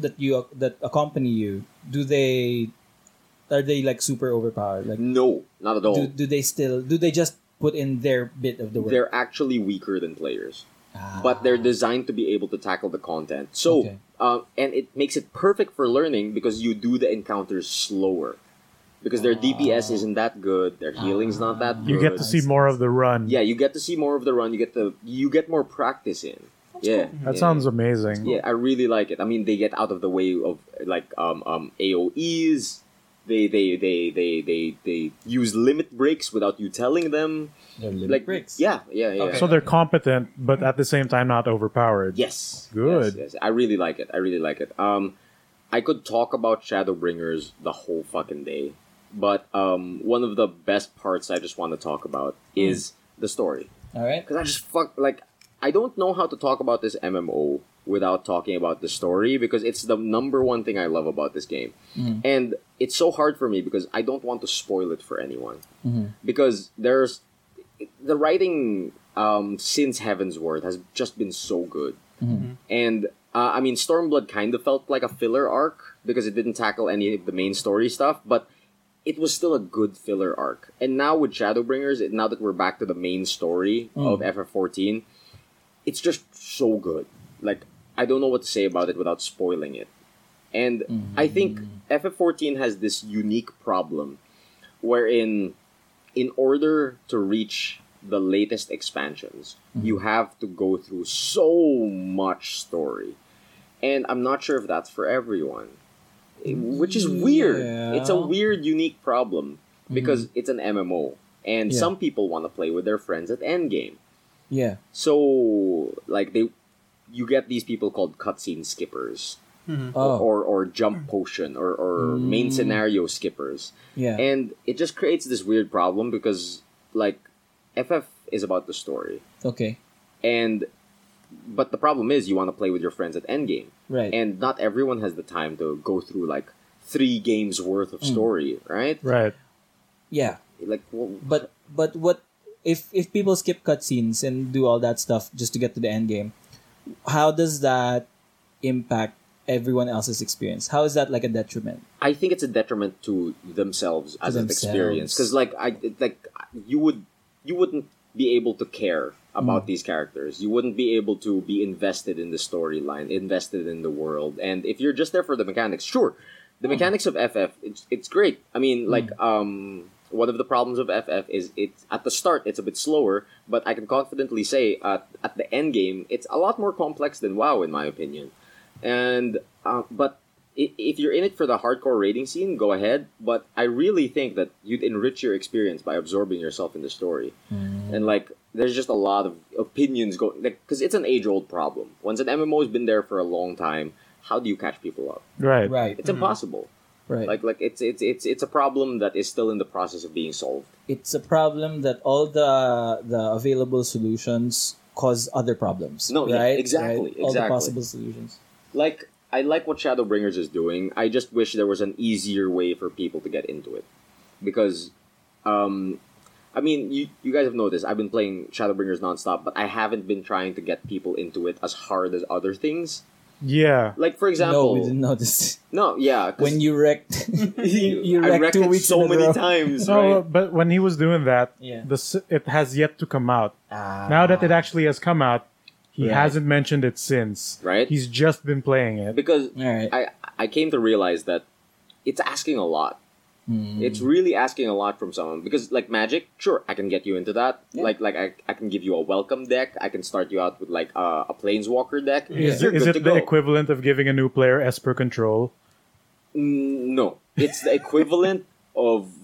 B: that you that accompany you do they are they like super overpowered? Like
A: No, not at all.
B: do, do they still do they just put in their bit of the work?
A: They're actually weaker than players.
B: Ah.
A: but they're designed to be able to tackle the content. So,
B: Okay.
A: uh, and it makes it perfect for learning because you do the encounters slower, because their DPS isn't that good, their healing's not that good.
D: You get to see more of the run.
A: Yeah, you get to see more of the run. You get the you get more practice in. yeah,
D: That
A: yeah.
D: sounds amazing.
A: Yeah, I really like it. I mean, they get out of the way of like um, um, AOE's. They they, they they they they use limit breaks without you telling them.
B: They're
A: like
B: like bricks.
A: Yeah, yeah, yeah.
D: So they're competent, but at the same time not overpowered.
A: Yes.
D: Good.
A: Yes, yes. I really like it. I really like it. Um, I could talk about Shadowbringers the whole fucking day, but um, one of the best parts I just want to talk about is the story
B: All right.
A: because I just fuck like I don't know how to talk about this MMO without talking about the story because it's the number one thing I love about this game, and it's so hard for me because I don't want to spoil it for anyone because there's the writing um, since Heaven's Word has just been so good, and uh, I mean Stormblood kind of felt like a filler arc because it didn't tackle any of the main story stuff, but it was still a good filler arc. And now with Shadowbringers, it, now that we're back to the main story of FF14, it's just so good. Like I don't know what to say about it without spoiling it. And I think FF14 has this unique problem wherein in order to reach the latest expansions,
B: Mm-hmm.
A: you have to go through so much story. And I'm not sure if that's for everyone, which is weird. It's a
B: Yeah.
A: weird, unique problem
B: Mm-hmm.
A: because it's an MMO, and
B: Yeah.
A: some people want to play with their friends at endgame.
B: Mm-hmm. Yeah.
A: So, like they, you get these people called cutscene skippers,
C: Mm-hmm.
B: Oh. Mm.
A: or or jump potion, or or main scenario skippers,
B: Yeah.
A: and it just creates this weird problem because like, FF is about the story,
B: okay.
A: and but the problem is you want to play with your friends at endgame,
B: Right.
A: and not everyone has the time to go through like three games worth
B: Mm.
A: of story, right?
D: Right.
B: yeah.
A: Like, well,
B: But but what if if people skip cutscenes and do all that stuff just to get to the end game? How does that impact everyone else's experience? How is that like a detriment?
A: I think it's a detriment to themselves as an
B: themselves.
A: experience because like I it- like you would you wouldn't be able to care about these characters. You wouldn't be able to be invested in the storyline, invested in the world. And if you're just there for the mechanics, sure, the mechanics of FF it's it's great. I mean, like um. One of the problems of FF is it at the start it's a bit slower, but I can confidently say uh, at the end game it's a lot more complex than WoW in my opinion. And uh, but i- if you're in it for the hardcore rating scene, go ahead. But I really think that you'd enrich your experience by absorbing yourself in the story. And like, there's just a lot of opinions going because it's an age-old problem. Once an MMO has been there for a long time, how do you catch people up?
D: Right.
B: Right.
A: It's impossible.
B: Right.
A: Like, like it's it's it's it's a problem that is still in the process of being solved.
B: it's a problem that all the the available solutions cause other problems.
A: No, yeah,
B: right?
A: exactly,
B: Right? All the
A: exactly.
B: possible solutions.
A: Like, I like what Shadowbringers is doing. I just wish there was an easier way for people to get into it, because, um, I mean, you you guys have noticed I've been playing Shadowbringers nonstop, but I haven't been trying to get people into it as hard as other things.
D: Yeah.
A: Like for
B: no,
A: example,
B: we didn't
A: (laughs)
B: notice.
A: no, yeah, 'cause
B: When you wrecked, (laughs)
A: (laughs)
B: you, you
A: I wrecked
B: wrecked, two
A: it
B: weeks
A: so
B: in a
A: many
B: row. (laughs)
A: times,
D: No,
A: right?
D: but when he was doing that,
B: Yeah.
D: the s it has yet to come out.
B: Ah.
D: now that it actually has come out, he
A: Right.
D: hasn't mentioned it since.
A: Right.
D: He's just been playing it.
A: Because
B: All right.
A: I I came to realize that it's asking a lot. It's
B: Mm.
A: really asking a lot from someone because like magic, sure, I can get you into that.
B: Yeah.
A: Like like I, I can give you a welcome deck. I can start you out with like uh, a planeswalker deck.
D: Is
A: You're
D: it- is
A: good to
D: it the
A: go.
D: equivalent of giving a new player Esper control?
A: Mm, no, it's the equivalent (laughs) of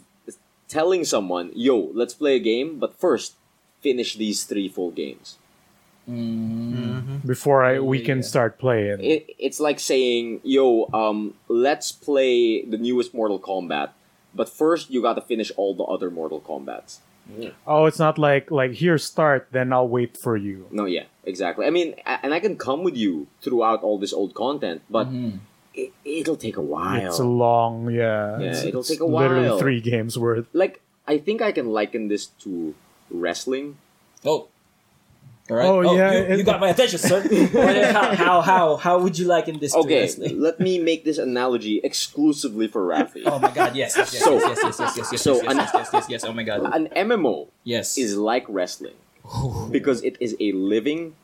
A: telling someone, "Yo, let's play a game, but first finish these three full games."
B: Mm-hmm.
D: before I we
B: Yeah,
D: can
B: yeah.
D: start playing.
A: It, it's like saying, "Yo, um, let's play the newest Mortal Kombat." But first, you gotta finish all the other Mortal Kombats.
D: oh, it's not like like here start, then I'll wait for you.
A: No, yeah, exactly. I mean, a- and I can come with you throughout all this old content, but
B: Mm-hmm.
A: it, it'll take a while.
D: Mm-hmm. It's a long, yeah.
A: Yeah,
D: it's,
A: it'll
D: it's
A: take a while.
D: Literally three games worth.
A: like, I think I can liken this to wrestling.
B: Oh. All right.
D: Oh, yeah,
B: You,
D: it-
B: you got my attention, (laughs) sir. What- how, how, how, how would you like in this? to
A: Okay,
B: wrestling?
A: let me make this analogy exclusively for
D: (laughs)
A: Rafi.
B: Oh my God! Yes, yes, yes,
A: So-
B: yes, yes, yes, yes, yes,
A: so
B: yes, yes,
A: an-
B: yes, yes, yes, yes. Oh my God!
A: An MMO
B: Yes.
A: is like wrestling because it is a
D: (gasps)
A: living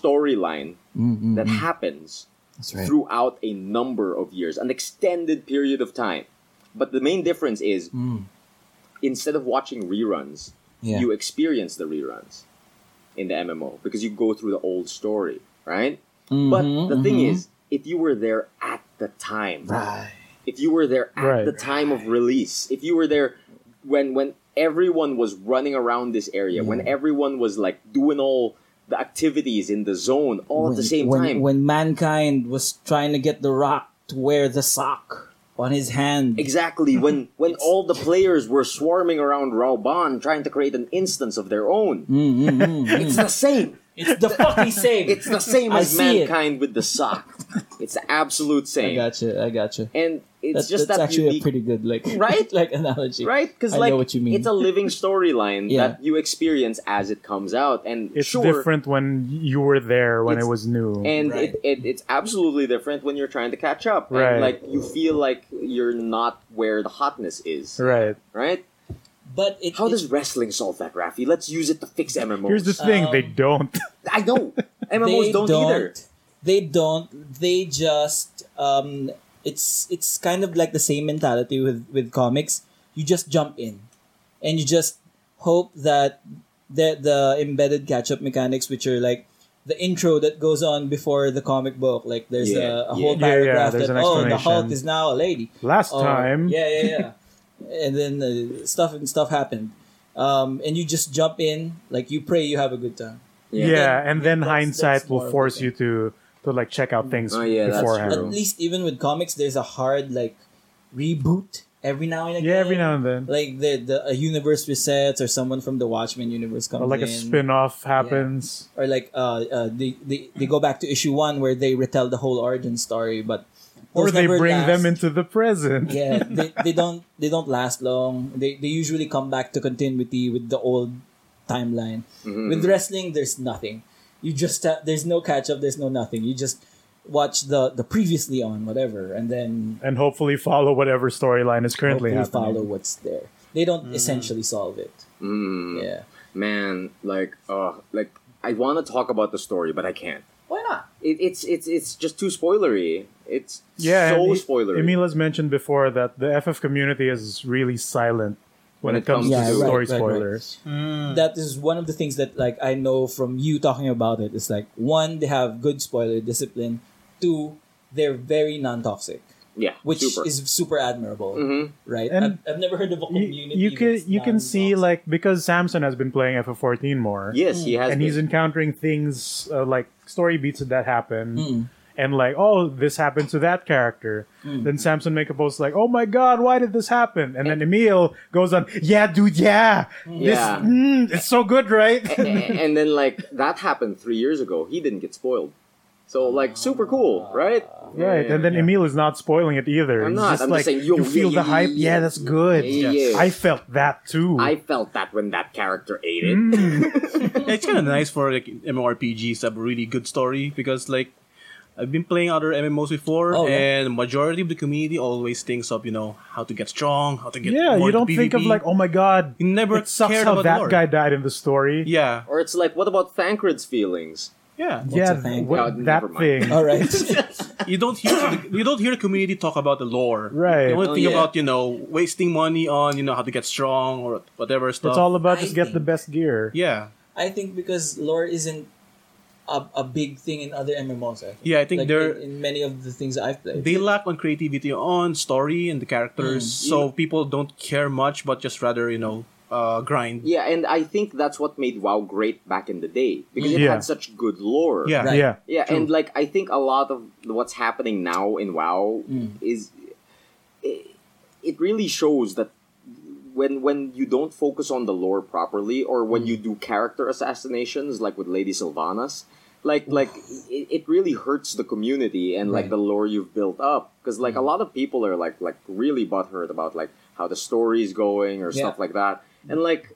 A: storyline
B: mm,
A: that
D: Mm-hmm.
A: happens throughout a number of years, an extended period of time. But the main difference is instead of watching reruns,
B: Mm, Yeah.
A: you experience the reruns in the MMO because you go through the old story. right? But the thing is, if you were there at the time,
B: Mm-hmm, Right.
A: if you were there at
D: Right.
A: the time of release, if you were there when when everyone was running around this area, when everyone was like doing all the activities in the zone all at the same
B: when,
A: time,
B: When mankind was trying to get the rock to wear the sock on his hand. (laughs)
A: exactly when when all the players were swarming around Rauban trying to create an instance of their own, (laughs) it's the same.
B: Mm, It's the fucking same.
A: It's the same
B: I
A: as
B: see it.
A: mankind with the sock. It's the absolute
B: I
A: same.
B: gotcha. I gotcha.
A: and it's
B: That's,
A: just
B: that's
A: that
B: actually
A: unique
B: a pretty good like
A: Right?
B: (laughs) like analogy.
A: right because
B: I
A: like
B: know what you mean.
A: it's a living storyline
B: Yeah.
A: that you experience as it comes out and
D: It's
A: sure
D: different when you were there when
A: It's-
D: it was new.
A: and
B: Right.
A: it, it, it's absolutely different when you're trying to catch up and,
D: Right.
A: like you feel like you're not where the hotness is
D: right.
A: right
B: But it,
A: how
B: it-
A: does wrestling solve that rafi let's use it to fix mmos
D: Here's the thing: they
B: Um,
D: don't. (laughs)
A: i
B: (laughs)
A: know mmos
B: they
A: don't, either
B: They don't. They just um it's it's kind of like the same mentality with with comics. You just jump in and you just hope that the the embedded catch-up mechanics which are like the intro that goes on before the comic book like there's
A: Yeah,
B: a, a
A: yeah.
B: whole
D: Yeah, yeah,
B: paragraph
D: there's
B: that
D: an
B: oh the
D: explanation.
B: Hulk is now a lady
D: Last
B: Oh,
D: time,
B: Yeah, yeah,
D: (laughs)
B: yeah. and then uh, stuff and stuff happened. Um, and you just jump in, like you pray you have a good time.
D: yeah, and then
B: That's-
D: hindsight
B: that's more of
D: will force
B: a-
D: you to to like check out things
A: Oh, yeah, that's
D: beforehand.
A: true.
B: At least even with comics, there's a hard like reboot every now and again.
D: Yeah, every now and then,
B: Like the the a universe resets or someone from the Watchmen universe comes
D: or like a
B: in,
D: spin-off happens.
B: or like uh, uh they, they they go back to issue one where they retell the whole origin story, but
D: Or
B: those
D: they
B: never
D: bring them
B: last.
D: into the present.
B: yeah they, they don't they don't last long they, they usually come back to continuity with the old timeline with wrestling there's nothing you just ha- there's no catch up there's no nothing you just watch the the previously on whatever and then
D: (laughs) and hopefully follow whatever storyline is currently
B: hopefully
D: happening. Mm.
B: follow what's there they don't essentially solve it
A: Mm,
B: yeah
A: man like uh like i want to talk about the story but i can't
B: why not
A: it, it's it's it's just too spoilery it's
D: Yeah,
A: so
D: and E-
A: spoilery
D: Emila's mentioned before that the FF community is really silent when, it comes,
B: comes
D: to
B: to
D: story
B: right, right, right.
D: spoilers. Mm.
B: that is one of the things that like i know from you talking about it is like one they have good spoiler discipline two they're very non-toxic
A: yeah
B: which
A: super.
B: is super admirable
A: Mhm.
B: right?
D: Mm. And
B: I've, I've never heard of a
D: You,
B: community.
D: you can
B: that's
D: you can see
B: non-toxic.
D: like because Samson has been playing FF14 more,
A: yes he has been.
D: and he's encountering things uh, like story beats that happen.
B: Hmm.
D: And like, oh, this happened to that character.
B: Hmm.
D: Then Samson make a post like, oh my god, why did this happen? And then Emil goes on, yeah, dude, yeah, this,
A: Yeah.
D: mm, it's so good, right?
A: A- and then like that happened three years ago. He didn't get spoiled. So like super cool, right?
D: Right, and then Emil is not spoiling it either.
A: I'm
D: He's
A: not.
D: Just
A: I'm just
D: like,
A: saying, yo,
D: you
A: yeah,
D: feel
A: yeah,
D: the hype.
A: yeah,
D: Yeah, that's good.
A: yeah, yeah.
D: I felt that too. Mm.
A: I felt that when that character ate it.
C: it's kind of nice for like MMORPGs to have a really good story because like I've been playing other MMOs before,
B: Oh, yeah.
C: and majority of the community always thinks of you know how to get strong, how to get
D: (laughs) yeah,
C: more
D: you don't
C: into
D: think of
C: PvP.
D: like, oh my god,
C: you never
D: it sucks
C: cared
D: how
C: about
D: that
C: lore.
D: guy died in the story.
C: Yeah,
A: Or it's like, what about Thancred's feelings?
C: yeah.
D: yeah,
B: What's a thing?
D: what-
A: Oh,
D: that
A: never mind.
D: thing.
B: All
D: (laughs)
B: right. (laughs)
C: You don't hear the, you don't hear the community talk about the lore.
D: Right.
C: You only
A: Oh,
C: think
A: yeah.
C: about you know wasting money on you know how to get strong or whatever
B: Oh,
C: stuff.
D: It's all about
B: I
D: just get the
B: think-
D: best gear.
C: yeah.
B: I think because lore isn't a, a big thing in other MMOs. I think.
C: Yeah, I think
B: Like,
C: they're-
B: in, in many of the things I've played.
C: they lack on creativity on story and the characters
A: Mm,
C: so people don't care much but just rather you know uh, grind
A: Yeah, and I think that's what made WoW great back in the day because it
D: Yeah.
A: had such good lore.
C: yeah
A: (laughs)
B: Right.
D: Yeah,
A: Yeah, and like I think a lot of what's happening now in WoW
B: Mm.
A: is it, it really shows that when when you don't focus on the lore properly or when
B: Mm.
A: you do character assassinations like with Lady Sylvanas, like like it, it really hurts the community and like
B: Right. Mm.
A: the lore you've built up because like a lot of people are like like really butthurt about like how the story is going or stuff
B: Yeah.
A: like that. And like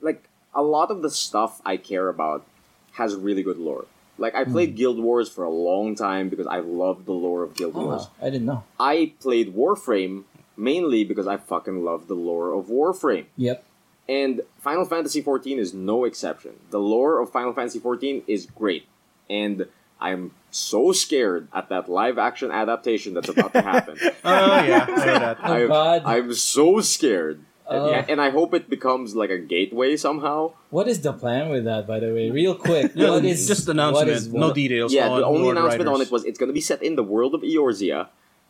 A: like a lot of the stuff I care about has really good lore. Like I
B: Hmm.
A: played Guild Wars for a long time because I loved the lore of Guild
B: Oh,
A: Wars.
B: wow. I didn't know.
A: I played Warframe mainly because I fucking love the lore of Warframe.
B: Yep.
A: And Final Fantasy XIV is no exception. The lore of Final Fantasy XIV is great. And I'm so scared at that live action
B: (laughs)
A: adaptation that's about to happen.
C: oh yeah I heard that
B: Oh, God.
A: I'm so scared.
B: Oh.
A: And, and I hope it becomes like a gateway somehow.
B: What is the plan with that, by the way? Real quick.
C: Yeah,
B: what is
C: just
B: what
C: announcement.
B: is
C: no
B: what-
C: details.
A: yeah,
C: on
A: the only
C: Lord
A: announcement on
C: Riders.
A: it was it's going to be set in the world of Eorzea,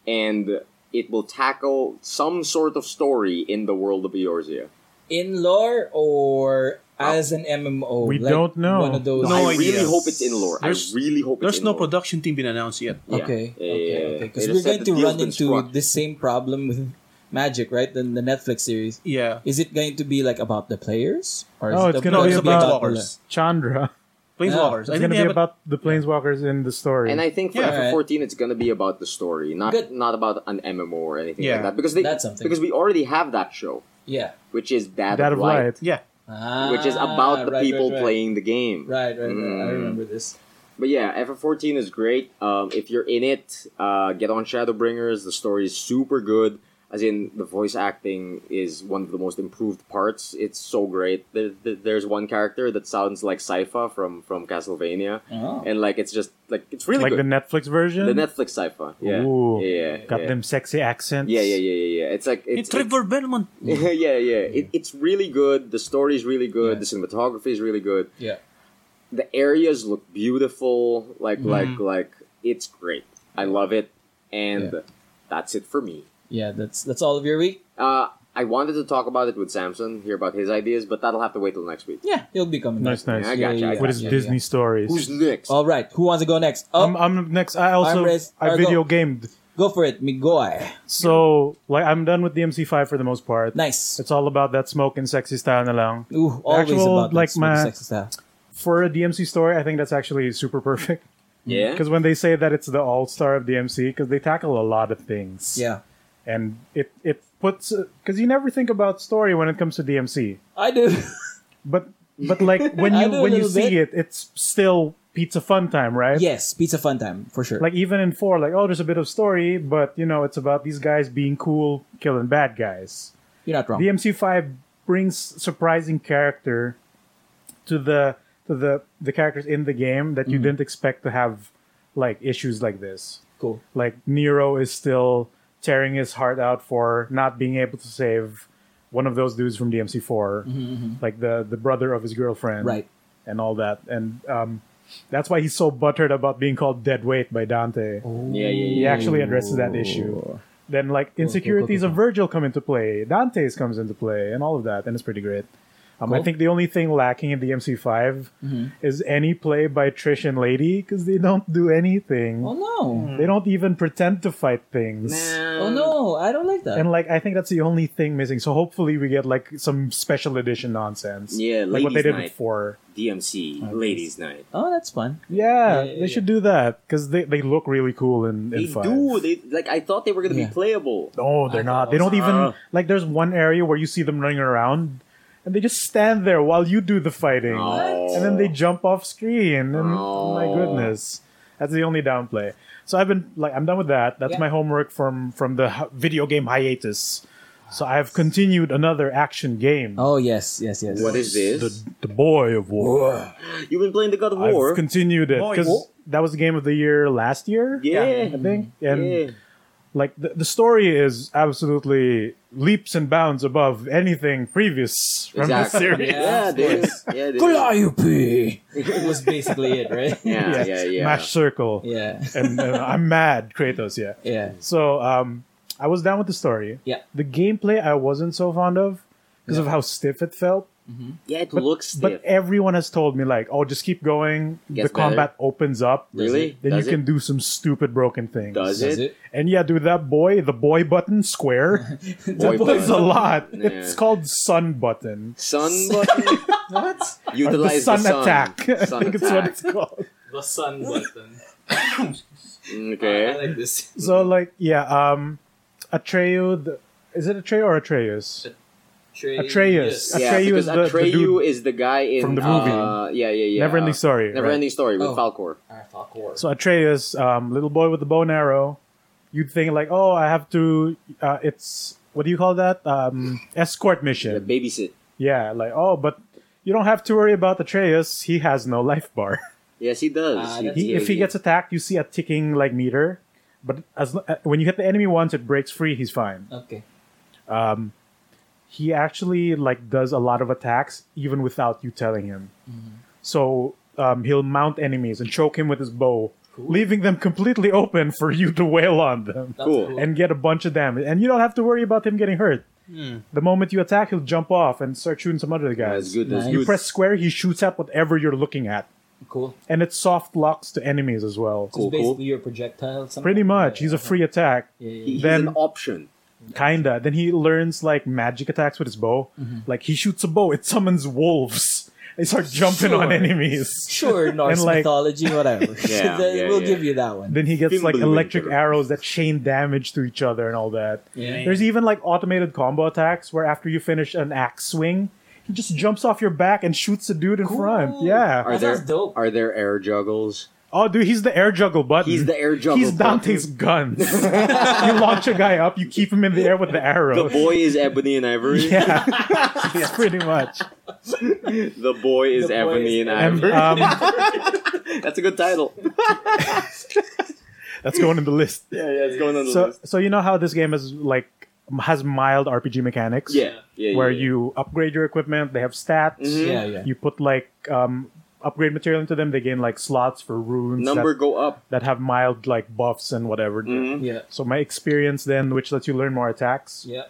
A: and it will tackle some sort of story in the world of Eorzea.
B: in lore or as an MMO?
D: We
B: Like
D: don't know.
B: One of those.
C: No
A: I
C: idea.
A: really hope it's in lore.
C: There's-
A: I really hope it's
C: There's
A: in
C: no
A: lore.
C: production team been announced yet.
A: Yeah.
B: Okay,
A: Yeah, yeah,
B: okay,
A: yeah.
B: okay.
A: They
B: Because
A: just
B: we're
A: said
B: going
A: the
B: to
A: deal's
B: run
A: been
B: into
A: struck.
B: the same problem with Magic, right? Then the Netflix series.
C: Yeah.
B: Is it going to be like about the players, or is
D: No,
B: it
D: it's
B: ab-
D: gonna
C: No,
D: be
C: it's
D: about-
C: about Planeswalkers.
D: Chandra.
C: Planeswalkers.
D: It's
C: I
D: going
C: think
D: to
C: they have
D: be
C: a-
D: about the planeswalkers in the story.
A: And I think for
C: Yeah.
A: F fourteen, it's gonna be about the story, not
B: Good.
A: not about an MMO or anything
C: Yeah.
A: like that. Because they
B: That's something.
A: because we already have that show,
B: Yeah.
A: which is Dad,
D: that of light.
C: Yeah.
B: Ah,
A: which is about the
B: right,
A: people
B: right, right.
A: playing the game.
B: Right, right, right. I
A: Mm.
B: remember this.
A: But yeah, FF14 is great. Um, if you're in it, uh, get on Shadowbringers. The story is super good. As in, the voice acting is one of the most improved parts. It's so great. There, there- there's one character that sounds like Sypha from, from Castlevania.
B: Oh.
A: And like, it's just, like, it's really
D: like
A: good.
D: the Netflix version.
A: The Netflix Sypha. Yeah.
D: Ooh.
A: yeah.
D: Got
A: yeah.
D: them sexy accents.
A: Yeah, yeah, yeah, yeah, yeah. It's like it's,
C: It's,
A: it's-
C: Trevor Belmont.
A: yeah, (laughs) yeah. It, it's really good. The story's really good.
B: Yeah.
A: The cinematography is really good.
B: Yeah.
A: the areas look beautiful. Like like like it's great. I love it, and that's it for me.
B: Yeah, that's that's all of your week.
A: Uh, I wanted to talk about it with Samson, hear about his ideas, but that'll have to wait till next week.
B: Yeah, he'll be coming.
D: Nice,
B: back.
D: nice.
A: I gotcha, I
D: What is
A: gotcha.
D: Disney stories?
A: Who's next?
B: All right, who wants to go next? Oh,
D: I'm, I'm next. I also
B: I'm Riz.
D: I
B: Or go.
D: video gamed,
B: go for it, Migoy.
D: so like I'm done with DMC5 for the most part.
B: Nice.
D: It's all about that smoke and sexy style na lang.
B: Ooh, always
D: actual,
B: about
D: like,
B: like my
D: ma-
B: sexy style.
D: For a DMC story, I think that's actually super perfect
A: yeah,
D: because when they say that it's the all star of DMC, because they tackle a lot of things.
B: Yeah,
D: and it it puts because you never think about story when it comes to DMC,
B: I do. (laughs)
D: but but like when
B: I
D: you
B: do a
D: when you
B: little
D: see it, it's still pizza fun time, right?
B: yes, pizza fun time for sure.
D: like even in four, like oh, there's a bit of story, but you know it's about these guys being cool, killing bad guys.
B: You're not wrong.
D: DMC five brings surprising character to the to the the characters in the game that you didn't expect to have like issues like this.
B: cool.
D: Like Nero is still tearing his heart out for not being able to save one of those dudes from DMC 4 like the the brother of his girlfriend,
B: Right.
D: and all that, and um, that's why he's so buttered about being called dead weight by
A: yeah,
D: Dante
A: yeah,
D: he
A: yeah.
D: actually addresses that issue. Then like insecurities
B: cool,
D: of Virgil come into play, Dante's comes into play, and all of that, and it's pretty great. Um, I
B: Cool.
D: think the only thing lacking in the MC5
A: Mm-hmm.
D: is any play by Trish and Lady because they don't do anything.
B: Oh no.
D: They don't even pretend to fight things.
B: Oh no, I don't like that.
D: And like I think that's the only thing missing. So hopefully we get like some special edition nonsense.
A: Yeah,
D: like what they
A: ladies'
D: did
A: night.
D: before.
A: DMC Ladies Night.
B: oh, that's fun.
D: Yeah,
B: Yeah, yeah,
D: they should do that because they, they look really cool in, in
A: They
D: five.
A: do. They like. I thought they were gonna
B: Yeah.
A: be playable.
D: No, they're not. They don't even
A: Uh.
D: like. There's one area where you see them running around, and they just stand there while you do the fighting,
A: Oh.
D: and then they jump off screen. And
A: Oh.
D: my goodness, that's the only downplay. So I've been like, I'm done with that. That's
B: Yeah.
D: my homework from from the hi- video game hiatus. So I've continued another action game,
B: Oh yes, yes, yes.
A: What is this?
D: the Boy of War.
A: You've been playing the God of
D: I've
A: War.
D: continued it
C: Boy.
D: because
C: Wo-
D: that was the game of the year last year.
A: yeah,
D: I think, and
A: yeah.
D: like the, the story is absolutely leaps and bounds above anything previous from the
A: Exactly.
D: series.
A: Yeah, it is. Yeah, it is.
B: Calliope was basically it, right?
A: (laughs) Yeah, yeah, yeah.
D: Mash circle.
B: (laughs) Yeah,
D: and uh, I'm mad, Kratos. Yeah.
B: yeah.
D: So um, I was down with the story.
B: Yeah.
D: The gameplay I wasn't so fond of because of
B: Yeah.
D: how stiff it felt.
A: Yeah, it looks stiff.
D: But everyone has told me like, oh, just keep going.
A: Gets
D: the combat opens up.
A: Really?
D: Then
A: Does
D: you can
A: it?
D: do some stupid broken things.
A: Does
B: Is
A: it?
B: it?
D: And yeah, dude, that boy, the boy button
A: (laughs)
D: square,
A: Boy
D: plays a
A: button.
D: lot.
A: (laughs) Yeah.
D: It's called sun button. (laughs)
A: Sun button?
B: What?
D: Or the
A: Utilize
D: sun, attack. (laughs) I
A: (laughs) Sun
D: think it's what
A: attack.
D: it's called.
E: The sun button. I
A: Mm, Okay.
E: like this.
D: So like yeah, um Atreyu the, is it Atreyu or Atreus? Atreus.
A: Yeah,
D: Atreyu
A: because
D: is the- the
A: Atreyu
D: dude
A: is the guy in
D: from the movie.
A: Uh, yeah, yeah, yeah.
D: Never ending
A: uh,
D: story.
A: Never
D: right?
A: ending story with
B: Oh.
A: Falcor.
D: So Atreus, um, little boy with the bow and arrow, you'd think like, oh, I have to. Uh, it's what do you call that? Um, escort
A: The
D: mission.
A: babysit.
D: yeah, like oh, but you don't have to worry about Atreus. He has no life bar. (laughs)
A: Yes, he does.
B: Ah,
A: He-
B: that's-
D: He, if he gets attacked, you see a ticking like meter. But as lo- uh, when you hit the enemy once, it breaks free. He's fine.
B: Okay.
D: he actually like does a lot of attacks even without you telling him.
A: Mm-hmm.
D: So um, he'll mount enemies and choke him with his bow, leaving them completely open for you to wail on them
A: cool.
D: and get a bunch of damage. And you don't have to worry about him getting hurt.
A: Hmm.
D: The moment you attack, he'll jump off and start shooting some other
A: That's
D: guys.
A: good. That's
B: Nice.
D: You
A: good.
D: press square, he shoots at whatever you're looking at,
B: Cool.
D: and it soft locks to enemies as well.
B: It's
A: cool.
B: basically your projectile. something.
D: Pretty much, he's a free attack.
B: Yeah, yeah, yeah.
A: He- He's
D: Then-
A: an option.
D: Kinda. Then he learns like magic attacks with his bow. Like he shoots a bow, it summons wolves. They start jumping on
B: Sure.
D: enemies.
B: (laughs) Sure, Norse
D: And, like-
B: mythology, whatever.
A: (laughs) Yeah,
B: (laughs) Then
A: yeah,
B: we'll
A: yeah.
B: give you that one.
D: Then he gets like
A: Fimbulwinter.
D: electric arrows that chain damage to each other and all that.
B: Yeah.
D: There's even like automated combo attacks where after you finish an axe swing, he just jumps off your back and shoots the dude in front.
B: Cool.
D: Yeah.
A: Are
B: That
A: there
B: sounds dope.
A: are there air juggles?
D: Oh, dude, he's the air juggle button.
A: He's the air juggle.
D: He's Dante's guns. you launch a guy up, you keep him in the air with the
A: The
D: arrow.
A: boy is ebony and ivory.
D: (laughs) yeah, It's pretty much.
A: The boy is
B: The boy
A: ebony
B: is
A: and
D: And,
A: ivory.
D: um,
A: That's a good title.
D: that's going in the list.
A: (laughs) Yeah, yeah, it's going on the
D: so
A: list.
D: so you know how this game is like m- has mild RPG mechanics.
A: Yeah, yeah, yeah,
D: Where
A: yeah.
D: you upgrade your equipment, they have stats.
A: Mhm. (laughs)
B: (laughs) yeah,
D: (laughs)
B: yeah.
D: You put like um, upgrade material into them, they gain like slots for runes
A: number
D: that,
A: go up.
D: that have mild like buffs and whatever.
A: Mhm.
B: yeah,
D: So my experience then, which lets you learn more attacks.
B: yeah.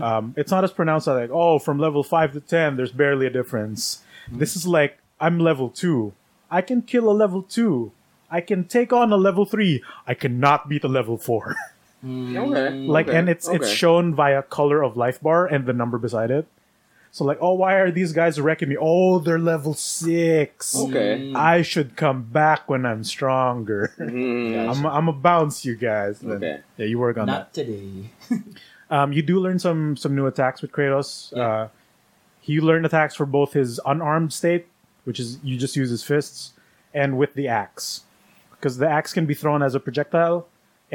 D: Um, it's not as pronounced as like, oh, from level five to ten, there's barely a difference. This is like, I'm level two. I can kill a level two. I can take on a level three. I cannot beat a level four. (laughs)
B: Mm,
A: Okay.
D: like
A: okay,
D: and it's it's
A: okay.
D: shown via color of life bar and the number beside it so like oh why are these guys wrecking me oh they're level six
A: Okay.
B: mm,
D: i should come back when i'm
A: (laughs)
D: stronger
A: Mhm.
D: i'm i'm a bounce you guys Then-
A: Okay.
D: yeah you work on
B: Not today.
D: that um you do learn some some new attacks with kratos uh he learned attacks for both his unarmed state which is you just use his fists and with the axe because the axe can be thrown as a projectile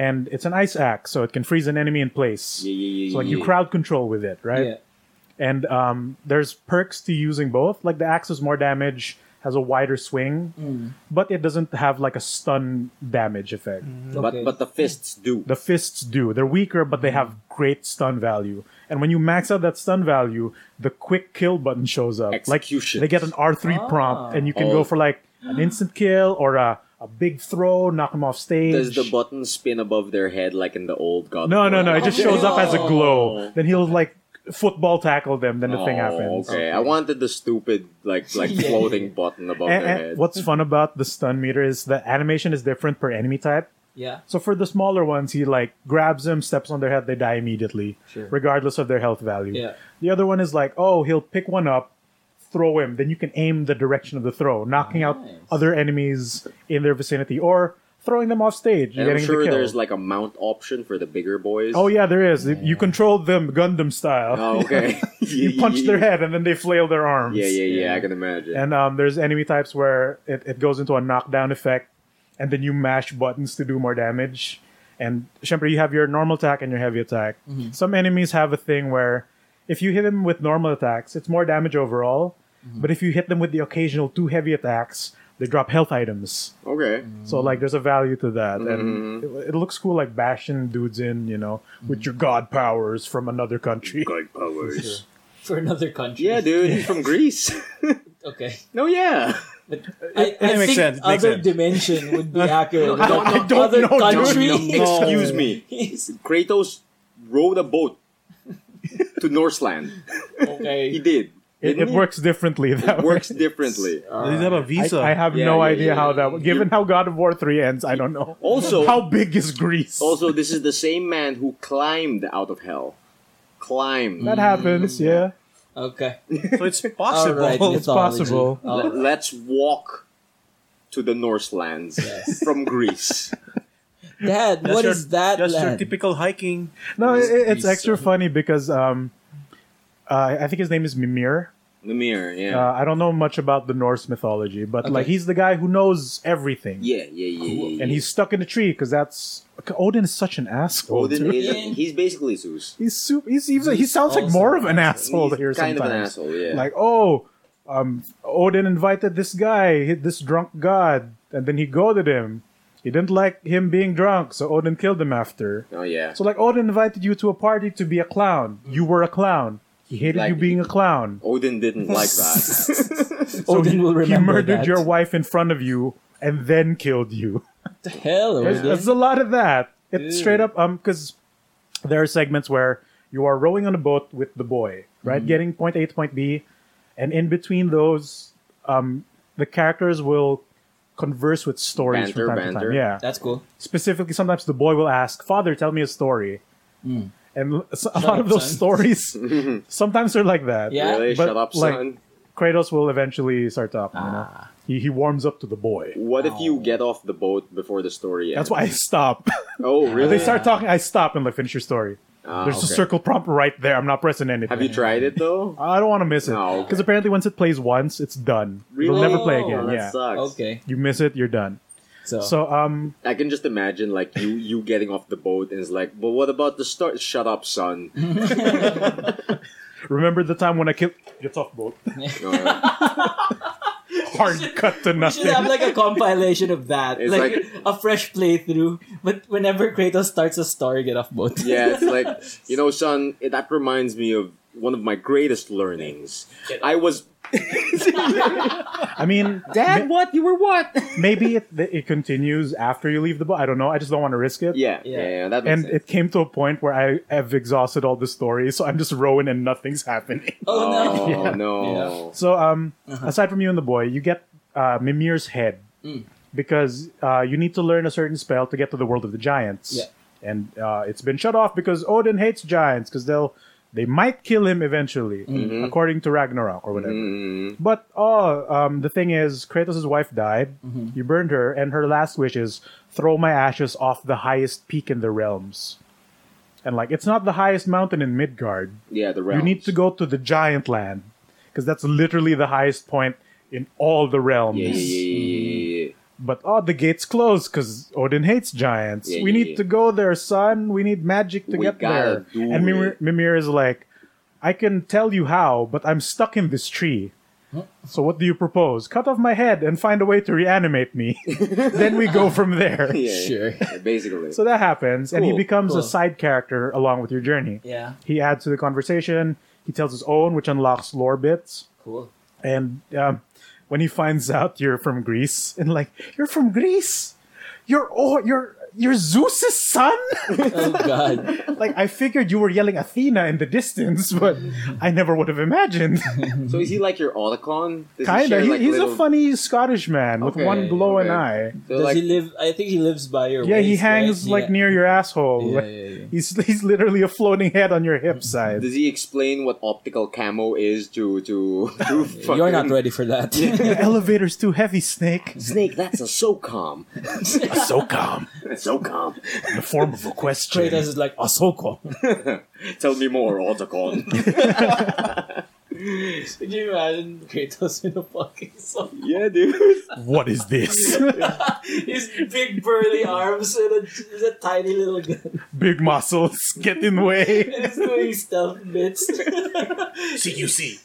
D: and it's an ice axe so it can freeze an enemy in place
A: Yeah, yeah, yeah.
D: so like
A: yeah,
D: you crowd control with it, right?
B: Yeah.
D: And um, there's perks to using both. Like the axe is more damage, has a wider swing,
A: Mm.
D: but it doesn't have like a stun damage effect.
A: But
B: Okay.
A: but the fists do.
D: The fists do. They're weaker, but
A: Mm.
D: they have great stun value. And when you max out that stun value, the quick kill button shows up.
A: Execution. Ah.
D: Like they get an R three prompt, and you can
A: Oh.
D: go for like an instant kill or a, a big throw, knock them off stage.
A: Does the button spin above their head like in the old God? of
D: No, no,
A: War?
D: no. It just
A: Okay.
D: shows up as a glow.
A: Oh.
D: Then he'll like football tackle them. Then the thing
A: Oh,
D: happens.
A: Okay. I wanted the stupid like (laughs) like
B: Yeah.
A: floating button above
D: And,
A: their
D: and
A: head.
D: what's fun about the stun meter is the animation is different per enemy type.
B: Yeah.
D: So for the smaller ones, he like grabs them, steps on their head, they die immediately,
B: Sure.
D: regardless of their health value.
B: Yeah.
D: The other one is like, oh, he'll pick one up, throw him, then you can aim the direction of the throw, knocking out
B: Nice.
D: other enemies in their vicinity or throwing them off stage,
A: And I'm
D: getting
A: sure
D: the kill.
A: there's like a mount option for the bigger boys.
D: oh yeah, there is. You control them Gundam style.
A: Oh, okay.
D: (laughs) you punch
A: (laughs)
D: their head and then they flail their arms.
A: Yeah, yeah, yeah. I can imagine.
D: And um, there's enemy types where it, it goes into a knockdown effect, and then you mash buttons to do more damage. And Shemper, you have your normal attack and your heavy attack. Some enemies have a thing where if you hit them with normal attacks, it's more damage overall. But if you hit them with the occasional two heavy attacks, they drop health items. (laughs)
A: okay.
D: So like, there's a value to that, and
A: Mm-hmm.
D: it, it looks cool. Like bashing dudes in, you know, with your god powers from another country.
A: God powers.
B: For another country.
A: Yeah, dude. He's from
D: (laughs)
A: Greece.
B: Okay.
A: no, yeah.
B: I, I think
D: makes sense, it makes
B: other
D: sense.
B: dimension would
D: (laughs)
B: be accurate.
D: I don't- I don't (laughs)
B: other
D: know, dude.
B: country.
A: No, no. Excuse me.
B: He's-
A: Kratos rowed a boat to Norseland. He
B: (laughs) okay.
A: did.
D: It,
A: didn't
D: it
A: he?
D: works differently. (laughs)
A: It
D: That way.
A: works differently.
C: Does he have a visa?
D: I, I have
A: Yeah,
D: no
A: yeah,
D: idea
A: yeah,
D: how
A: yeah.
D: that. Given how God of War three ends, I don't know.
A: Also-
D: (laughs) how big is Greece?
A: Also, this is the same man who climbed out of hell. Climbed.
D: that happens. Yeah,
A: Mm.
B: Okay.
C: (laughs) so it's
B: All
C: possible.
B: right. Oh,
D: It's possible.
B: All
A: Let-
B: right.
A: Uh, Let's walk to the Norselands
B: Yes.
A: from Greece. (laughs)
B: Dad,
C: That's
B: what is
C: your-
B: that
C: That's your
B: land?
C: typical hiking.
D: no, it, it's
B: Greece,
D: extra funny because um, uh, I think his name is Mimir.
A: Mimir, yeah.
D: Uh, I don't know much about the Norse mythology, but
B: Okay.
D: like he's the guy who knows everything.
A: yeah, yeah, yeah, yeah, yeah.
D: and he's stuck in a tree because that's Odin is such an asshole.
A: Odin
D: dude.
A: is,
B: Yeah.
A: he's basically Zeus.
D: he's super. He's, he's, he sounds like
B: also
D: more of an
B: an
D: asshole
A: He's
D: here
A: kind
D: sometimes.
A: of an asshole, yeah.
D: like oh um odin invited this guy hit this drunk god and then he goaded him he didn't like him being drunk so odin killed him after
A: oh, yeah.
D: so like odin invited you to a party to be a clown you were a clown He hated
A: Like-
D: you being a
B: (laughs)
D: clown.
A: Odin didn't like that.
D: So
B: Odin
D: he,
B: will
D: he
B: remember
D: murdered
B: that.
D: your wife in front of you and then killed you.
B: Hell,
D: There's,
B: Odin.
D: there's a lot of that. It's straight up um because there are segments where you are rowing on a boat with the boy, right?
B: Mm-hmm.
D: Getting point A to point B, and in between those, um, the characters will converse with stories
A: Banter,
D: from time to
A: banter.
D: time. Yeah,
B: That's cool.
D: specifically, sometimes the boy will ask, "Father, tell me a story," and l- s- a lot
B: Hmm. up,
D: of those
B: son. (laughs) Mm-hmm.
D: stories sometimes are like that.
B: Yeah.
A: really?
D: But,
A: Shut up,
D: like-
A: son.
D: Kratos will eventually start talking. You
B: Ah.
D: know?
A: Ah.
D: He he warms up to the boy.
A: What if you get off the boat before the story ends?
D: That's why I stop.
A: (laughs) Oh, really?
D: (laughs) They start talking. I stop and like finish your story.
A: Ah,
D: There's a
A: okay.
D: circle prompt right there. I'm not pressing anything.
A: Have you tried it
D: (laughs)
A: though?
D: I don't want to miss it
A: Oh,
D: because
A: okay.
D: apparently once it plays once, it's done.
A: Really?
D: You'll never play
B: Oh,
D: again.
A: that
D: Yeah,
A: sucks.
B: Okay,
D: you miss it, you're done.
B: so,
D: So um,
A: I can just imagine like you you getting off the boat and it's like, but what about the start? Shut up, son.
D: remember the time when I killed? Gets off boat. (laughs)
A: No,
B: (laughs)
A: no.
D: Hard cut to
B: we should have
D: nothing.
B: like a compilation of that,
A: It's
B: like,
A: like-
B: a fresh playthrough. But whenever Kratos starts a story, get off boat.
A: (laughs) yeah, it's like you know, son. It, that reminds me of one of my greatest learnings. I was
D: I mean,
A: dad. What you were what?
D: maybe it it continues after you leave the boat. I don't know. I just don't want to risk it.
A: Yeah, yeah,
B: Yeah.
A: yeah. that makes
D: And
A: sense.
D: it came to a point where I have exhausted all the stories, so I'm just rowing and nothing's happening.
B: (laughs) Oh
D: (laughs)
B: no!
A: Oh, no.
D: So, um, aside from you and the boy, you get uh, Mimir's head because uh, you need to learn a certain spell to get to the world of the giants.
B: Yeah.
D: And uh, it's been shut off because Odin hates giants because they'll they might kill him eventually, according to Ragnarok or whatever.
A: Mm,
D: But oh, um, the thing is, Kratos' wife died. You burned her, and her last wish is throw my ashes off the highest peak in the realms. And like, it's not the highest mountain in Midgard.
A: yeah, the realms.
D: You need to go to the giant land because that's literally the highest point in all the realms.
A: Yeah, yeah, yeah, yeah, yeah,
D: But oh, the gates closed because Odin hates giants.
A: Yeah,
D: we
A: yeah,
D: need
A: yeah.
D: to go there, son. We need magic to
A: We
D: get
A: gotta
D: there.
A: do
D: and Mimir,
A: it.
D: Mimir is like, I can tell you how, but I'm stuck in this tree. So what do you propose? Cut off my head and find a way to
A: (laughs)
D: reanimate me. then we go from there.
A: yeah. yeah.
B: Sure.
A: (laughs) Yeah, Basically.
D: So that happens, and he
A: Cool,
D: becomes
B: cool.
D: a side character along with your journey.
B: Yeah,
D: He adds to the conversation. He tells his own, which unlocks lore bits.
B: cool.
D: And um, when he finds (laughs) out you're from Greece, (laughs) and like you're from Greece, you're oh you're you're Zeus's son. (laughs)
B: Oh
A: (laughs)
B: god!
D: like I figured you were yelling Athena in the distance, (laughs) but I never would have imagined.
A: So is he like your Otacon? Does he
D: (laughs) Kinda,
A: share,
D: he,
A: like,
D: he's
A: little-
D: a funny Scottish man with
A: Okay,
D: one glowing
A: okay.
D: eye.
A: So,
B: Does
A: like,
B: he live? I think he lives by your.
D: Yeah, he
B: waist,
D: hangs
B: right?
D: like
B: Yeah.
D: near your asshole.
B: Yeah,
D: Like, (laughs)
B: yeah, yeah.
D: He's he's literally a floating head on your hip
A: (laughs)
D: side.
A: does he explain what optical camo is to (laughs) to? to
B: (laughs) You're not
A: fucking-
B: ready for that.
D: the elevator's too
A: (laughs)
D: heavy, Snake.
A: Snake, that's a SOCOM. (laughs)
D: so calm.
A: SOCOM.
D: The form of a question.
B: (laughs) Kratos is like,
A: (laughs)
B: oh,
D: Ahsoka.
A: Tell me more, Otacon.
B: could you imagine Kratos in a fucking song?
A: yeah, dude.
D: What is this?
B: His big burly arms and a, with a tiny little gun. (laughs)
D: Big muscles, get in the way.
B: And he's doing stealth
A: (laughs)
B: bits.
C: CQC.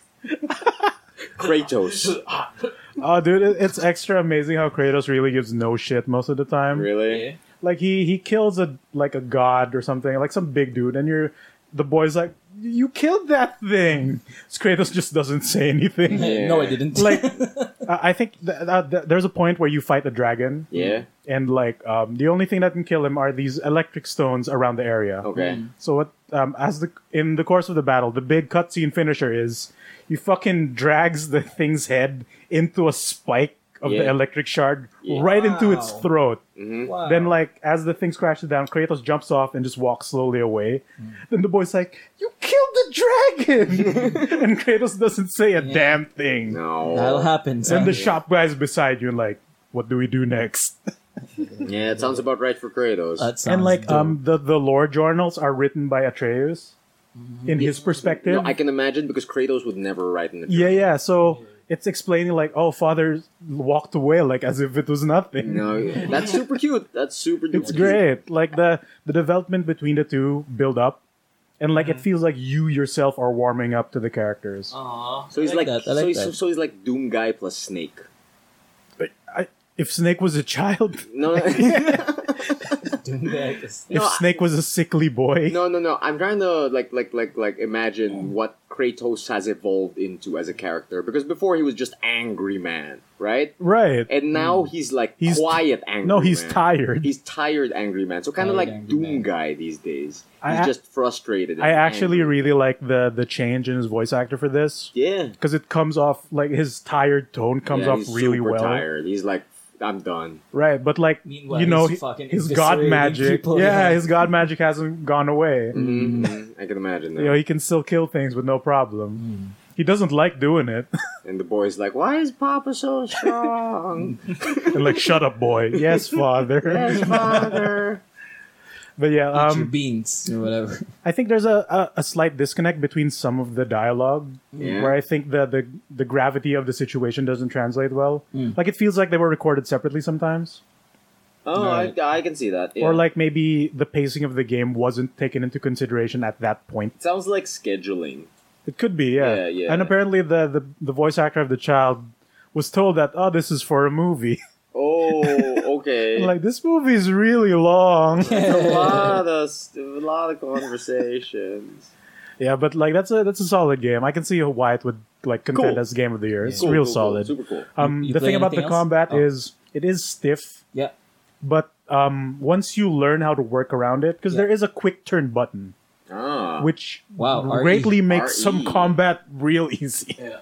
A: Kratos.
D: Oh, dude, it- it's extra amazing how Kratos really gives no shit most of the time.
A: Really?
B: Yeah.
D: Like he he kills a like a god or something, like some big dude, and you're the boy's like, you killed that thing. So Kratos just doesn't say anything.
A: Yeah.
B: No, I didn't.
D: like, I I think th- th- th- there's a point where you fight the dragon,
A: Yeah.
D: and like um, the only thing that can kill him are these electric stones around the area.
A: Okay.
D: So what? Um, as the in the course of the battle, the big cutscene finisher is he fucking drags the thing's head into a spike of the
A: Yeah.
D: electric shard
A: Yeah.
D: right into its
B: Wow.
D: throat.
B: wow.
D: Then, like as the thing's crashes down, Kratos jumps off and just walks slowly away.
A: Hmm.
D: Then the boy's like, "You
A: (laughs)
D: killed the dragon," and Kratos doesn't say a damn thing.
A: No.
B: that'll happen. Son.
D: And the shop guy's beside you and like, "What do we do next?"
A: Yeah, it sounds about right for Kratos.
B: That sounds
D: and like
B: dope.
D: um the the lore journals are written by Atreus in his perspective.
A: Mm-hmm. no, I can imagine because Kratos would never write in the
D: Yeah, yeah. So it's explaining like, oh, father walked away like as if it was nothing.
A: No, yeah. that's super cute. That's super.
D: It's
A: duper
D: great. Like the the development between the two build up, and like it feels like you yourself are warming up to the characters.
B: Aw,
A: Cute. So he's
B: I
A: like,
B: that. I
A: so,
B: like
A: he's, so,
B: that.
A: so he's like Doom guy plus Snake.
D: But I, if Snake was a child,
A: No,
B: (laughs)
D: (laughs)
B: Doing that is-
D: if
A: No, I-
D: Snake was a sickly boy, Mm.
A: no, no, no. I'm trying to like, like, like, like imagine what Kratos has evolved into as a character because before he was just angry man, right?
D: Right.
A: And now he's like
D: Mm. He's-
A: quiet angry.
D: no, he's
A: man.
D: tired.
A: He's tired angry man. So kind of
B: Tired
A: like
B: angry
A: Doom
B: man.
A: guy these days.
D: I
A: He's
D: ac-
A: just frustrated. and
D: I actually
A: angry.
D: really like the the change in his voice actor for this
A: yeah
D: because it comes off like his tired tone comes
A: Yeah,
D: off
A: he's
D: really
A: super
D: well.
A: Tired. He's like, I'm done.
D: Right, but like
B: Meanwhile,
D: you know,
B: he's
D: he-
B: fucking
D: his god
B: eviscerating
D: magic.
B: people,
D: yeah,
B: yeah. Mm.
D: his god magic hasn't gone away.
A: Mhm. I can imagine that.
D: You know, he can still kill things with no problem.
B: Mm.
D: He doesn't like doing it. (laughs)
A: and the boy's like, Why is Papa so strong?
D: and like, shut
B: (laughs)
D: up, boy. Yes, father.
A: Yes,
D: (laughs)
A: father.
D: but yeah,
B: Eat your
D: um,
B: beans or whatever.
D: (laughs) I think there's a, a, a slight disconnect between some of the dialogue
A: Yeah.
D: where I think the, the the gravity of the situation doesn't translate well.
B: Mm.
D: Like it feels like they were recorded separately sometimes,
A: Oh,
B: Right.
A: I, I can see that. yeah.
D: or like maybe the pacing of the game wasn't taken into consideration at that point.
A: sounds like
D: (laughs)
A: scheduling.
D: It could be, yeah.
A: Yeah, yeah.
D: And apparently, the, the the voice actor of the child was told that oh, this is for a movie. (laughs)
A: Oh, okay.
D: like this movie is really long. (laughs)
A: It's a lot of s- a lot of conversations.
D: yeah, but like that's a that's a solid game. I can see why it would like contend
A: Cool.
D: as game of the year. It's
A: Cool,
D: real
A: cool, cool.
D: solid.
A: Super cool.
D: Um,
B: You- you
D: the
B: play
D: thing about the
B: anything else?
D: combat
B: Oh.
D: is it is stiff,
B: Yeah.
D: but um, once you learn how to work around it, because
B: Yeah.
D: there is a quick turn button,
A: Ah.
D: which
B: (laughs) Wow,
A: E
B: E. RE.
D: greatly makes some
A: RE.
D: combat real easy.
E: Yeah.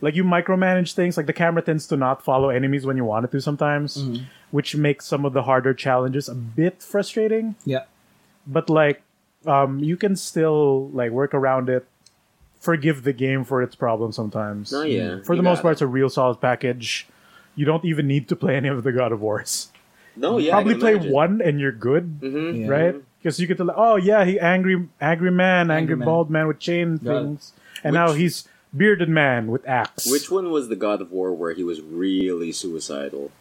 D: Like you micromanage things, like the camera tends to not follow enemies when you want it to sometimes, which makes some of the harder challenges a bit frustrating.
B: Yeah.
D: But like, um, you can still like work around it, forgive the game for its problems sometimes.
A: Oh, yeah.
D: Mm, For
A: You
D: the most
A: got
D: part,
A: it.
D: it's a real solid package. You don't even need to play any of the God of Wars.
A: No, yeah. I
D: Probably
A: can
D: play
A: imagine.
D: one and you're good,
A: Mhm.
B: Yeah.
D: right? Because you get to like, oh yeah, he angry, angry man, angry,
B: man.
D: bald man with
B: Got
D: chain
B: it.
D: things, and
A: Which-
D: now he's bearded man with axe.
A: Which one was the God of War where he was really suicidal?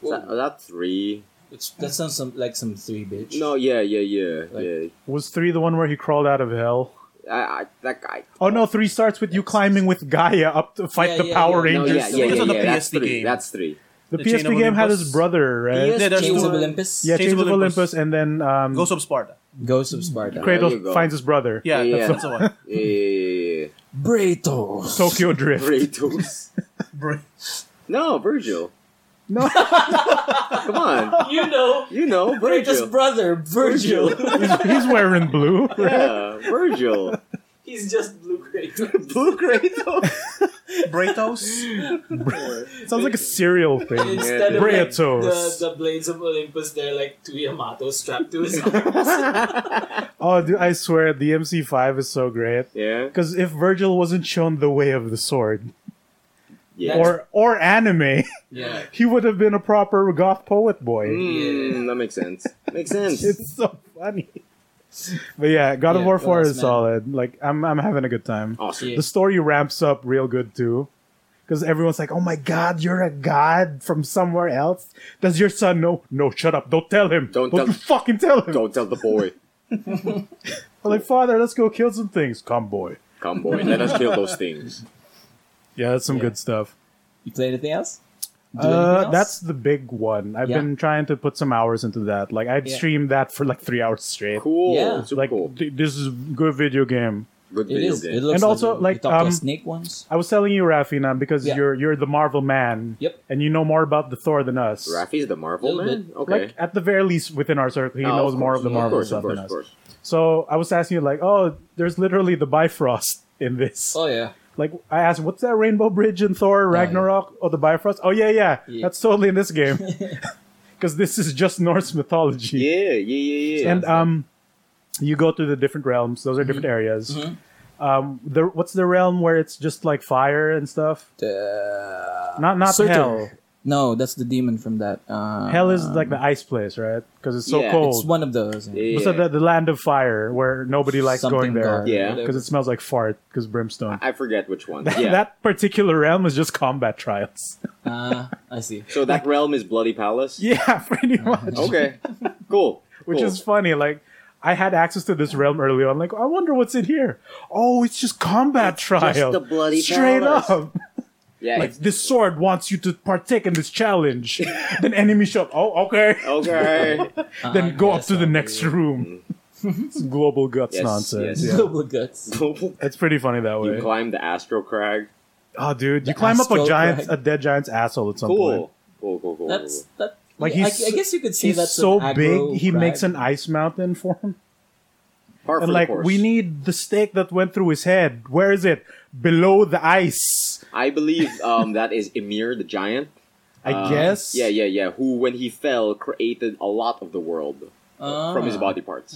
A: Was that, was that three?
B: Which, that sounds some, like some three bitch.
A: No, yeah, yeah, yeah,
B: Like-
A: yeah.
D: was three the one where he crawled out of hell?
A: I, I, that guy.
D: Oh no, three starts with you climbing with Gaia up to fight
B: Yeah,
D: the
B: yeah,
D: Power
B: yeah.
A: No,
D: Rangers.
A: yeah, yeah,
C: It's
A: yeah,
C: on the
A: yeah, That's
C: PSP
A: three.
C: game.
A: That's three.
D: The,
C: The Chain
D: PSP
C: of
D: game had
C: Olympus.
D: his brother, right?
A: Yeah,
C: Yeah, that's
B: Chains
C: the
B: of
C: one.
B: Olympus.
D: Yeah,
C: Chains
D: Chains
C: of
D: of Olympus,
C: Olympus.
D: and then
A: Mm.
D: um,
C: Ghost of Sparta.
B: Ghosts of Sparta.
A: Great. There you
D: Kratos
A: go.
D: finds his brother.
C: Yeah,
A: Yeah, yeah. (laughs)
C: that's the one.
A: Yeah,
D: (laughs)
A: yeah, yeah,
B: Bratos. (laughs)
D: Tokyo
A: (laughs)
D: Drift.
A: yeah. Kratos.
C: Bro,
A: No, Virgil. (laughs)
D: No,
A: Come on,
E: You know,
A: you
D: (laughs)
A: know
B: Kratos'
A: Virgil.
B: brother, (laughs) Virgil.
D: he's, he's wearing blue.
A: Yeah, Virgil.
E: he's just blue Kratos.
A: Blue Kratos.
B: (laughs)
C: Kratos.
D: Sounds like a cereal thing.
E: Instead of like,
D: Kratos.
E: the, the blades of Olympus, they're like two Yamato strapped to
D: (laughs)
E: his arm.
B: (laughs)
D: Oh, dude, I swear the MC5 is so great.
A: Yeah,
D: Because if Virgil wasn't shown the way of the sword
A: yeah.
D: or or anime, (laughs)
E: yeah.
D: he would have been a proper goth poet boy.
A: Mm, that makes sense. Makes sense.
D: (laughs) It's so funny. But yeah, God of
B: Yeah,
D: War
B: what
D: 4
B: else,
D: is
B: man? Oh,
D: solid. Like I'm I'm having a good time.
A: Awesome.
B: Yeah.
D: The story ramps up real good too. Because everyone's like, "Oh my God, you're a god from somewhere else." Does your son know? No, shut up! Don't tell him.
A: Don't
D: you
A: tell-
D: fucking tell him.
A: Don't tell the boy.
D: I'm like, father, let's go kill some things. Come, boy.
A: Come, boy. Let us kill those things.
D: Yeah, that's some
B: Yeah.
D: good stuff.
B: You play anything else? Do anything
D: Uh,
B: else?
D: that's the big one. I've
B: Yeah.
D: been trying to put some hours into that. Like I'd
B: Yeah.
D: stream that for like three hours straight.
A: Cool.
B: Yeah.
A: Super
D: Like
A: cool.
D: th- this is a good video game.
A: Good
B: It
A: video
B: is.
A: game.
B: It looks
D: And also,
B: legit.
D: like,
B: you talked
D: um,
B: to snake ones.
D: I was telling you, Rafina, because
B: Yeah.
D: you're you're the Marvel man,
B: Yep.
D: and you know more about the Thor than us.
A: Rafi's the Marvel
B: Little
A: man.
B: bit.
A: Okay.
D: Like at the very least, within our circle, he
A: Oh,
D: knows more
A: course,
D: of the
A: of
D: Marvel
A: course, of
D: stuff
A: course,
D: than
A: of
D: us.
A: course.
D: So I was asking you, like, oh, there's literally the Bifrost (laughs) in this.
B: Oh yeah.
D: Like I asked, what's that Rainbow Bridge in
A: Oh,
D: Thor
B: yeah.
D: Ragnarok or the Bifrost? Oh yeah, yeah,
B: Yeah.
D: that's totally in this
A: (laughs)
D: game (laughs) because this is just Norse mythology.
A: Yeah, yeah, yeah, Mm-hmm. yeah.
D: and um, you go to the different realms. Those are different areas.
A: Mm-hmm.
D: Um, the what's the realm where it's just like fire and stuff?
B: Uh,
D: Not not
B: Surtur.
D: hell.
B: No, that's the demon from that. Uh,
D: Hell is like the ice place, right? Because it's so
A: Um, Yeah, it's
D: cold.
B: It's one of those. uh,
A: yeah.
D: So the, the land of fire where nobody likes
B: Something
D: going there
B: god,
A: Yeah.
D: (laughs)
B: whatever.
D: because it smells like fart because brimstone.
A: I forget which one. Yeah.
D: (laughs) that particular realm is just
A: (laughs)
D: combat trials.
B: Ah, I see.
A: so that realm is Bloody Palace.
D: yeah, pretty much.
A: Mm-hmm. Okay. Cool.
D: (laughs) Which
A: Cool.
D: is funny. Like I had access to this realm earlier. I'm like, I wonder what's in here. Oh, it's just combat trials.
A: the bloody
D: straight
A: palace.
D: up.
A: yeah.
D: Like this sword wants you to partake in this challenge. (laughs) (laughs) then enemy shot. Oh, okay.
A: okay. (laughs)
B: Uh, (laughs)
D: then go up to the next room. It's (laughs) global guts
A: Yes,
D: nonsense.
A: yes.
D: Yeah.
B: Global guts.
A: you
D: It's pretty funny that way.
A: climb the Astro Crag.
D: oh, dude, you
B: The
D: climb up a
B: astral
D: giant,
B: crag.
D: a dead giant's asshole at some point.
A: Cool. Cool, cool, cool.
B: That's
A: cool.
B: that.
D: Like,
B: yeah,
D: he's-
B: I, I guess you could say
D: He's
B: that's
D: so
B: an
D: big,
B: aggro
D: he
B: crag.
D: makes an ice mountain for him.
A: Par for
D: And
A: the
D: like,
A: course.
D: we need the stake that went through his head. Where is it? Below the ice,
A: I believe um, that is Emir the giant.
D: I
A: Um,
D: guess.
A: Yeah, yeah, yeah. Who, when he fell, created a lot of the world from his
B: Ah.
A: body parts.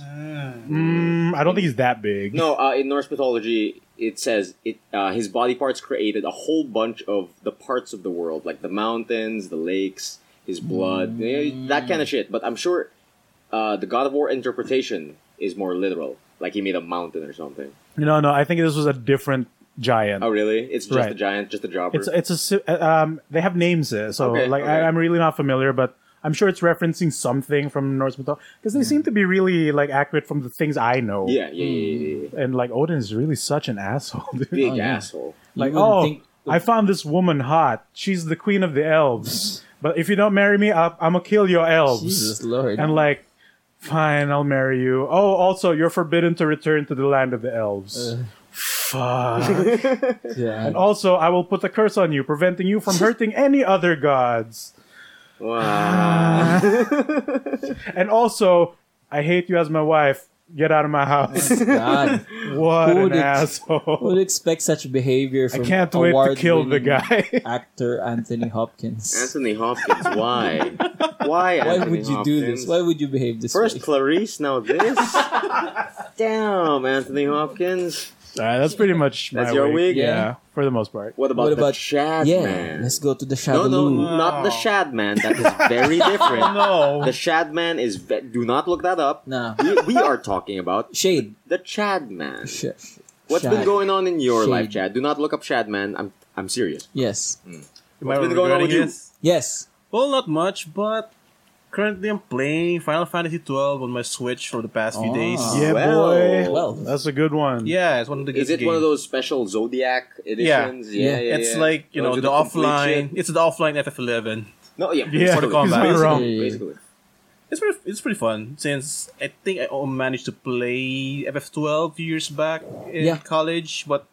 D: Mm, I don't think he's that big.
A: No, uh, in Norse mythology, it says it uh, his body parts created a whole bunch of the parts of the world, like the mountains, the lakes, his
B: Mm.
A: blood, eh, that kind of shit. But I'm sure uh, the God of War interpretation is more literal. Like he made a mountain or something.
D: no, no. I think this was a different giant.
A: Oh, really? It's just
D: Right.
A: a giant, just a jobber.
D: It's it's a si- uh, um. They have names there, so
A: Okay,
D: like
A: okay.
D: I, I'm really not familiar, but I'm sure it's referencing something from Norse mythology because they seem to be really like accurate from the things I know.
A: yeah, yeah, yeah, yeah, yeah.
D: And like Odin is really such an asshole, (laughs) dude.
A: Big
B: Oh, yeah.
A: asshole.
B: You
D: like,
B: wouldn't
D: oh,
B: think-
D: I found this woman hot. She's the queen of the elves. but if you don't marry me, I'll, I'm gonna kill your elves.
B: Jesus Lord.
D: And like, fine, I'll marry you. Oh, also, you're forbidden to return to the land of the elves. Fuck. (laughs)
B: yeah.
D: also, I will put a curse on you, preventing you from hurting any other gods.
B: Ah,
A: Wow.
D: And also, I hate you as my wife. Get out of my house.
B: (laughs) (laughs)
D: (laughs)
B: God,
D: what
B: Who
D: an
B: did- who
D: asshole.
B: would expect such behavior
D: I
B: from
D: can't wait to kill the
B: award-winning
D: guy. (laughs)
B: actor Anthony Hopkins?
A: Anthony
B: (laughs)
A: Hopkins, why? Why?
B: Why
A: Anthony
B: would you do this?
A: Hopkins?
B: Why would you behave this
A: First
B: way?
A: Clarice, now
B: (laughs)
A: this. Damn, Anthony Hopkins.
D: Alright, that's pretty much
A: That's
D: my
A: your
D: week.
A: wig?
D: Yeah.
B: Yeah.
D: for the most part.
A: What about
B: What
A: the
B: about-
A: Shad
B: yeah,
A: man?
B: let's go to the
A: no,
B: Shadaloo.
A: no, not the Shad man. That
B: (laughs)
A: is very different.
C: No.
A: The Shad man is. Ve- do not look that up.
B: Nah.
A: We, we are talking about
B: Shade.
A: the Chad man.
B: Sh- sh-
A: What's
B: Shad.
A: been going on in your
B: Shade.
A: life, Chad? Do not look up Shad man. I'm I'm serious.
B: Yes.
C: What's
A: been going on with you?
B: Yes.
C: Well, not much, but currently I'm playing Final Fantasy XII on my Switch for the past few
B: Ah.
C: days.
D: (laughs) Yeah,
A: Well.
D: boy.
B: Well.
D: That's a good one.
C: Yeah, it's one of the
A: Is
C: good
A: it one of
C: games.
A: those special Zodiac editions? Yeah,
B: Yeah.
A: yeah, yeah. Oh,
C: It's like you know
A: Those
C: the,
A: are complete
C: offline.
A: shit.
C: It's the offline FF11.
A: No, yeah,
D: Yeah,
A: basically.
C: For the combat.
D: he's not wrong.
A: Basically, basically.
C: It's pretty. It's pretty fun since I think I all managed to play FF12 years back in
B: Yeah.
C: college, but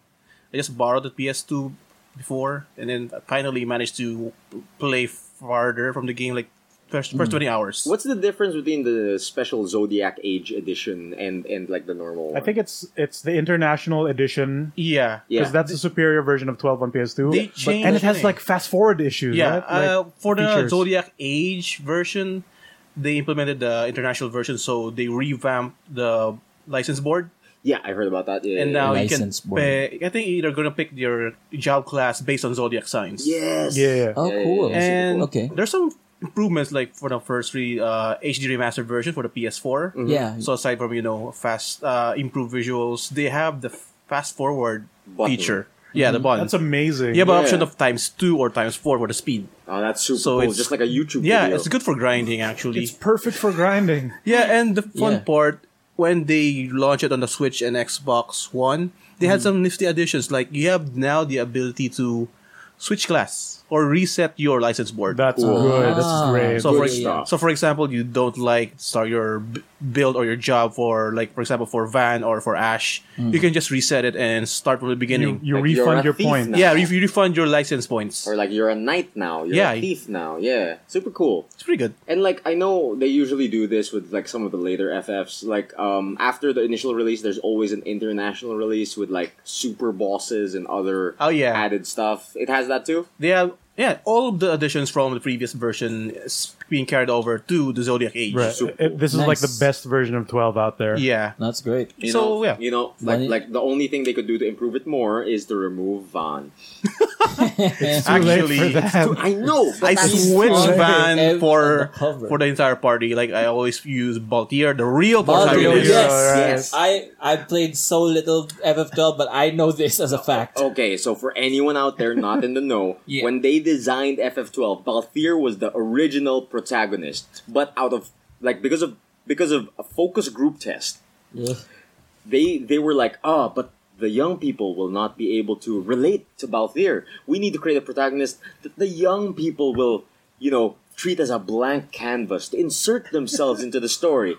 C: I just borrowed the PS2 before, and then I finally managed to play farther from the game, like first first
D: Hmm.
C: twenty hours.
A: What's the difference between the special Zodiac Age edition and and like the normal?
D: I think it's it's the international edition
C: Yeah.
A: Yeah.
D: because that's a superior version of 12 on PS2.
C: They
D: But-
C: changed
D: and it has
C: the
D: like fast forward issues.
C: Yeah,
D: right? Like,
C: uh, for the
D: features.
C: Zodiac Age version, they implemented the international version, so they revamped the license board,
A: yeah, I heard about that. Yeah,
C: and
A: yeah,
C: now
A: yeah.
C: you can.
B: License board.
C: Pay, I think you're gonna pick your job class based on zodiac signs.
A: yes,
D: Yeah, yeah.
B: Oh,
A: Yeah, yeah,
B: cool.
A: yeah.
C: and
B: Okay.
A: Mm-hmm.
C: there's some improvements like for the first three uh, HD remastered version for the PS4.
B: Yeah.
C: So aside from you know fast uh, improved visuals, they have the fast forward
A: Button.
C: feature. Yeah, the button.
D: Mm-hmm. That's amazing.
C: you have an
A: Yeah.
C: option of times two or times four for the speed.
A: Oh, that's super
C: So
A: cool.
C: it's-
A: Just like a YouTube.
C: Yeah,
A: video.
C: it's good for grinding actually.
D: It's perfect for grinding.
C: Yeah, and the fun
B: Yeah.
C: part when they launched it on the Switch and Xbox One, they
A: Mm.
C: had some nifty additions. Like you have now the ability to switch class or reset your license board.
D: That's
B: Ah.
D: good. That's great.
C: so for
A: good stuff.
C: so for example, you don't like start your b- build or your job for like for example for Van or for Ash,
A: Mm.
C: you can just reset it and start from the
D: you,
C: beginning.
D: you
A: Like, you're
D: refund
A: a
D: your
A: thief
D: points.
A: now.
C: yeah, if you refund your license points,
A: Or like you're a knight now. You're
C: Yeah.
A: a thief now. Yeah, super cool.
C: it's pretty good.
A: And like I know they usually do this with like some of the later FFs. Like um after the initial release, there's always an international release with like super bosses and other
C: Oh, yeah.
A: added stuff. It has that too.
C: They have yeah, all of the additions from the previous version is being carried over to the Zodiac Age.
D: Right.
A: Super
D: It- this is like the
B: Nice.
D: best version of 12 out there.
C: Yeah.
B: That's
A: (laughs)
B: great.
A: You
C: So,
A: know,
C: yeah.
A: you know, like
B: Money-
A: like the only thing they could do to improve it more is to remove Van.
B: (laughs)
D: Too
C: Actually,
D: late for
C: it's
D: that.
A: I know, but
C: I
A: that's
C: switch
D: fine.
C: van
B: Ev-
C: for
B: on the cover.
C: for the entire party. Like I always use Baltier, the real
B: Baltier,
C: protagonist.
B: yes,
D: Alright.
B: yes. I I played so little FF12, but I know this as a fact.
A: Okay, so for anyone out there not in the know,
B: (laughs) Yeah.
A: when they designed FF12, Balthier was the original protagonist, but out of like because of because of a focus group test,
B: Ugh.
A: they they were like, "Ah, but the young people will not be able to relate to Balthier. We need to create a protagonist that the young people will, you know,
C: (laughs)
A: treat as a blank canvas to insert themselves into the story."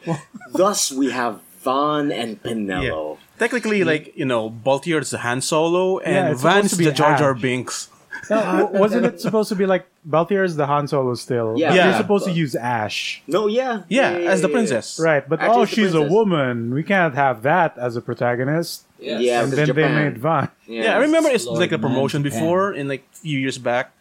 A: Thus we have Van and Pinello.
C: Technically, like you know, Baltier is the Han Solo,
D: Yeah,
C: and
D: it's
C: Vance is
D: supposed to
C: the
D: be
C: Jar Jar
D: Ash.
C: Binks.
D: (laughs) No,
A: (laughs)
D: w- wasn't it supposed to be like Baltier is the Han Solo still?
A: Yeah.
D: You're
C: Yeah.
D: supposed to use Ash.
A: No, yeah,
C: Yeah, as the princess.
D: Right, but
A: Actually,
D: oh,
A: it's the
D: she's a
A: princess.
D: woman. We can't have that as a protagonist.
E: Yes.
A: Yeah,
D: And
A: It's
D: then they
A: Japan.
D: made Van.
C: Yeah, I remember it's
B: Lord
C: like a promotion
B: Manpan.
C: before in like few years back.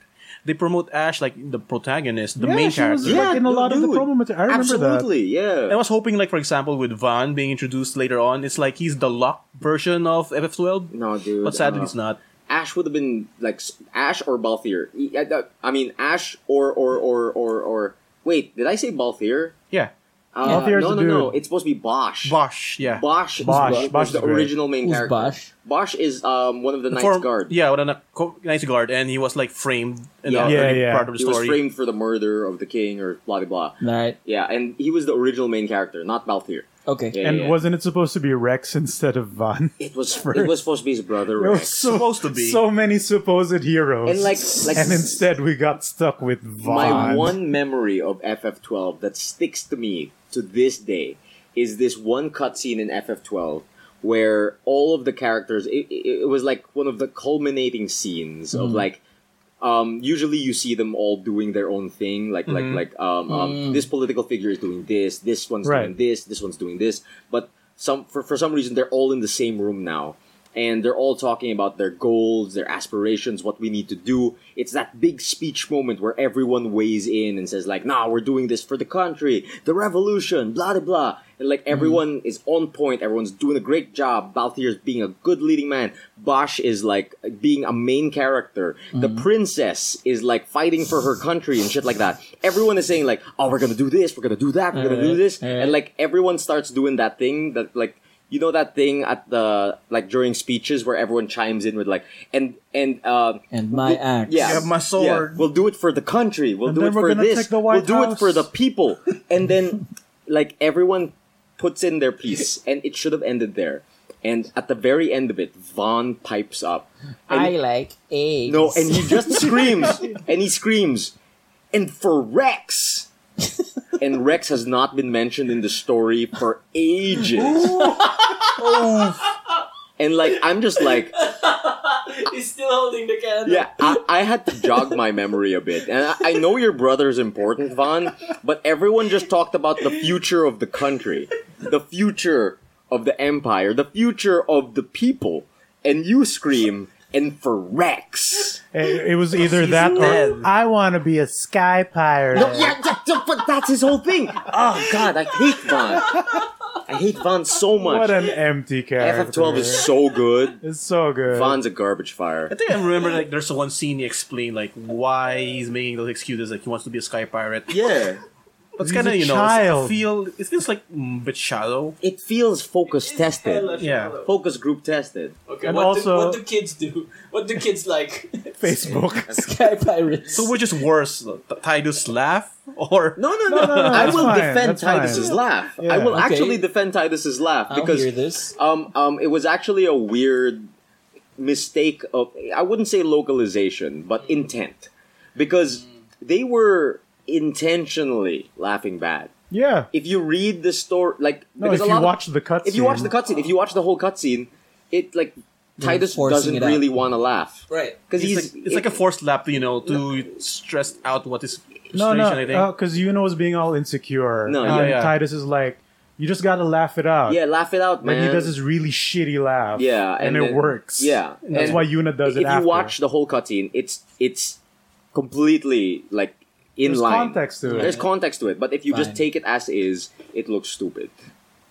C: They promote Ash like the protagonist, the
D: yeah,
C: main
D: she was
C: character.
A: Yeah,
D: like, in a lot of the
A: dude.
D: promo material. I remember
A: Absolutely,
C: I
A: yeah.
C: was hoping like for example with Van being introduced later on, it's like he's the lock version of FF12,
A: No, dude.
C: but sadly
A: uh,
C: it's not.
A: Ash would have been like s- Ash or Balthier. E- I I mean, Ash or or or or or. Wait, did I say Balthier?
C: Yeah,
A: Uh,
D: Balthier's
A: no,
D: the
A: no, no.
D: dude.
A: It's supposed to be Bosch.
C: Bosch. Yeah,
A: Bosch. is
D: Bosch.
A: the-
D: Bosch
A: is the
D: is great.
A: original main
B: Who's
A: character.
B: Bosch?
A: Bosch is um one of the Knights
C: For-
A: Guard.
C: Yeah, with a co- Knight's Guard, and he was like framed in
A: Yeah.
C: the
D: Yeah,
C: early
D: yeah.
C: part of
A: He
C: the
A: was
C: story.
A: framed for the murder of the king or blah blah blah.
B: Right.
A: Yeah, and he was the original main character, not Balthier.
B: Okay.
A: Yeah,
D: that. And
A: yeah, yeah.
D: wasn't it supposed to be Rex (laughs) instead of Van?
A: it was it was supposed to be his brother.
D: There were
A: Rex.
D: so,
C: supposed to be.
D: so many supposed heroes.
A: And like like
D: and instead we got stuck with Van.
A: my one memory of FF12 that sticks to me to this day is this one cutscene in FF12 where all of the characters it, it, it was like one of the culminating scenes of like um, usually you see them all doing their own thing like like like um, um, this political figure is doing this this one's doing
D: Right.
A: this this one's doing this but some for, for some reason they're all in the same room now and they're all talking about their goals, their aspirations, what we need to do. It's that big speech moment where everyone weighs in and says like, "Nah, we're doing this for the country, the revolution, blah blah blah." And like everyone is on point, everyone's doing a great job. Balthier's being a good leading man. Bosch is like being a main character. The princess is like fighting for her country and shit like that. Everyone is saying like, "Oh, we're gonna do this, we're gonna do that, we're gonna do
B: Alright,
A: this,"
B: alright.
A: and like everyone starts doing that thing that like you know that thing at the like during speeches where everyone chimes in with like and and uh
B: And my axe.
A: yeah,
C: You have my sword.
A: yeah, we'll do it for the country. We'll
D: And
A: do
D: then
A: it
D: we're
A: for
D: gonna
A: this.
D: take the White
A: we'll do it for
D: House.
A: the
D: (laughs)
A: people. And then like everyone puts in their piece and it should have ended there. And at the very end of it, Vaughn pipes up. And
B: I like eggs.
A: no, and
B: (laughs)
A: he just screams, and he screams, and for Rex. and Rex has not been mentioned in the story for ages. (laughs) and like, I'm just like,
E: He's still holding the candle.
A: yeah, I, I had to jog my memory a bit. And I, I know your brother's important, Van, but everyone just talked about the future of the country, the future of the empire, the future of the people, and you scream, and for Rex.
D: It, it was either that or I want to be a sky pirate.
A: No, yeah, that, that- but that's his whole thing. Oh God, I hate Vaughn. I hate Vaughn so much.
D: What an empty character.
A: FF12 is so good.
D: It's so good.
A: Vaughn's a garbage fire.
C: I think I remember like there's one scene he explained like why he's making those excuses like he wants to be a sky pirate.
A: Yeah,
C: But it's
D: He's
C: kind of
D: a
C: you know
D: child.
C: feel it feels like mm, a bit shallow.
A: it feels focus tested,
C: Yeah.
A: focus group tested.
E: Okay,
D: And
E: what,
D: also-
E: do, what do kids do? What do kids like?
D: (laughs) Facebook.
B: (laughs) Sky pirates.
C: So which is worse, T- Tidus uh, laugh (laughs) or
A: No, no, no.
D: no, no,
A: I
D: that's
A: will
D: fine,
A: defend
D: that's fine.
A: Titus's laugh. I
D: Yeah.
A: will
B: Okay.
A: actually defend Titus's laugh
B: I'll
A: because
B: hear this.
A: um um it was actually a weird mistake of I wouldn't say localization, but intent. Because they were intentionally laughing bad.
D: yeah.
A: If you read the story like
D: No,
A: because
D: if
A: a
D: you
A: lot of-
D: watch the cutscene.
A: if you watch the cutscene, if you watch the whole cutscene, it like Titus
B: forcing
A: doesn't
B: it out.
A: really want to laugh.
E: Right.
A: Because
C: it's,
A: he's
C: like, it's like a forced laugh, you know, to stress out what is
D: No, uh,
C: frustration, I think.
D: no, because Yuna was being all insecure.
A: No,
D: and
A: yeah.
D: then
C: Yeah.
D: Titus is like, you just gotta laugh it out.
A: yeah, laugh it out, man.
D: And he does his really shitty laugh.
A: Yeah, and
D: and, it
A: then-
D: works.
A: Yeah,
D: that's
A: and-
D: why Yuna does
A: if
D: it.
A: you
D: after.
A: watch the whole cutscene, it's it's completely like in
D: there's
A: line.
D: context to it.
A: There's context to it, but if you just
B: Fine.
A: take it as is, it looks stupid.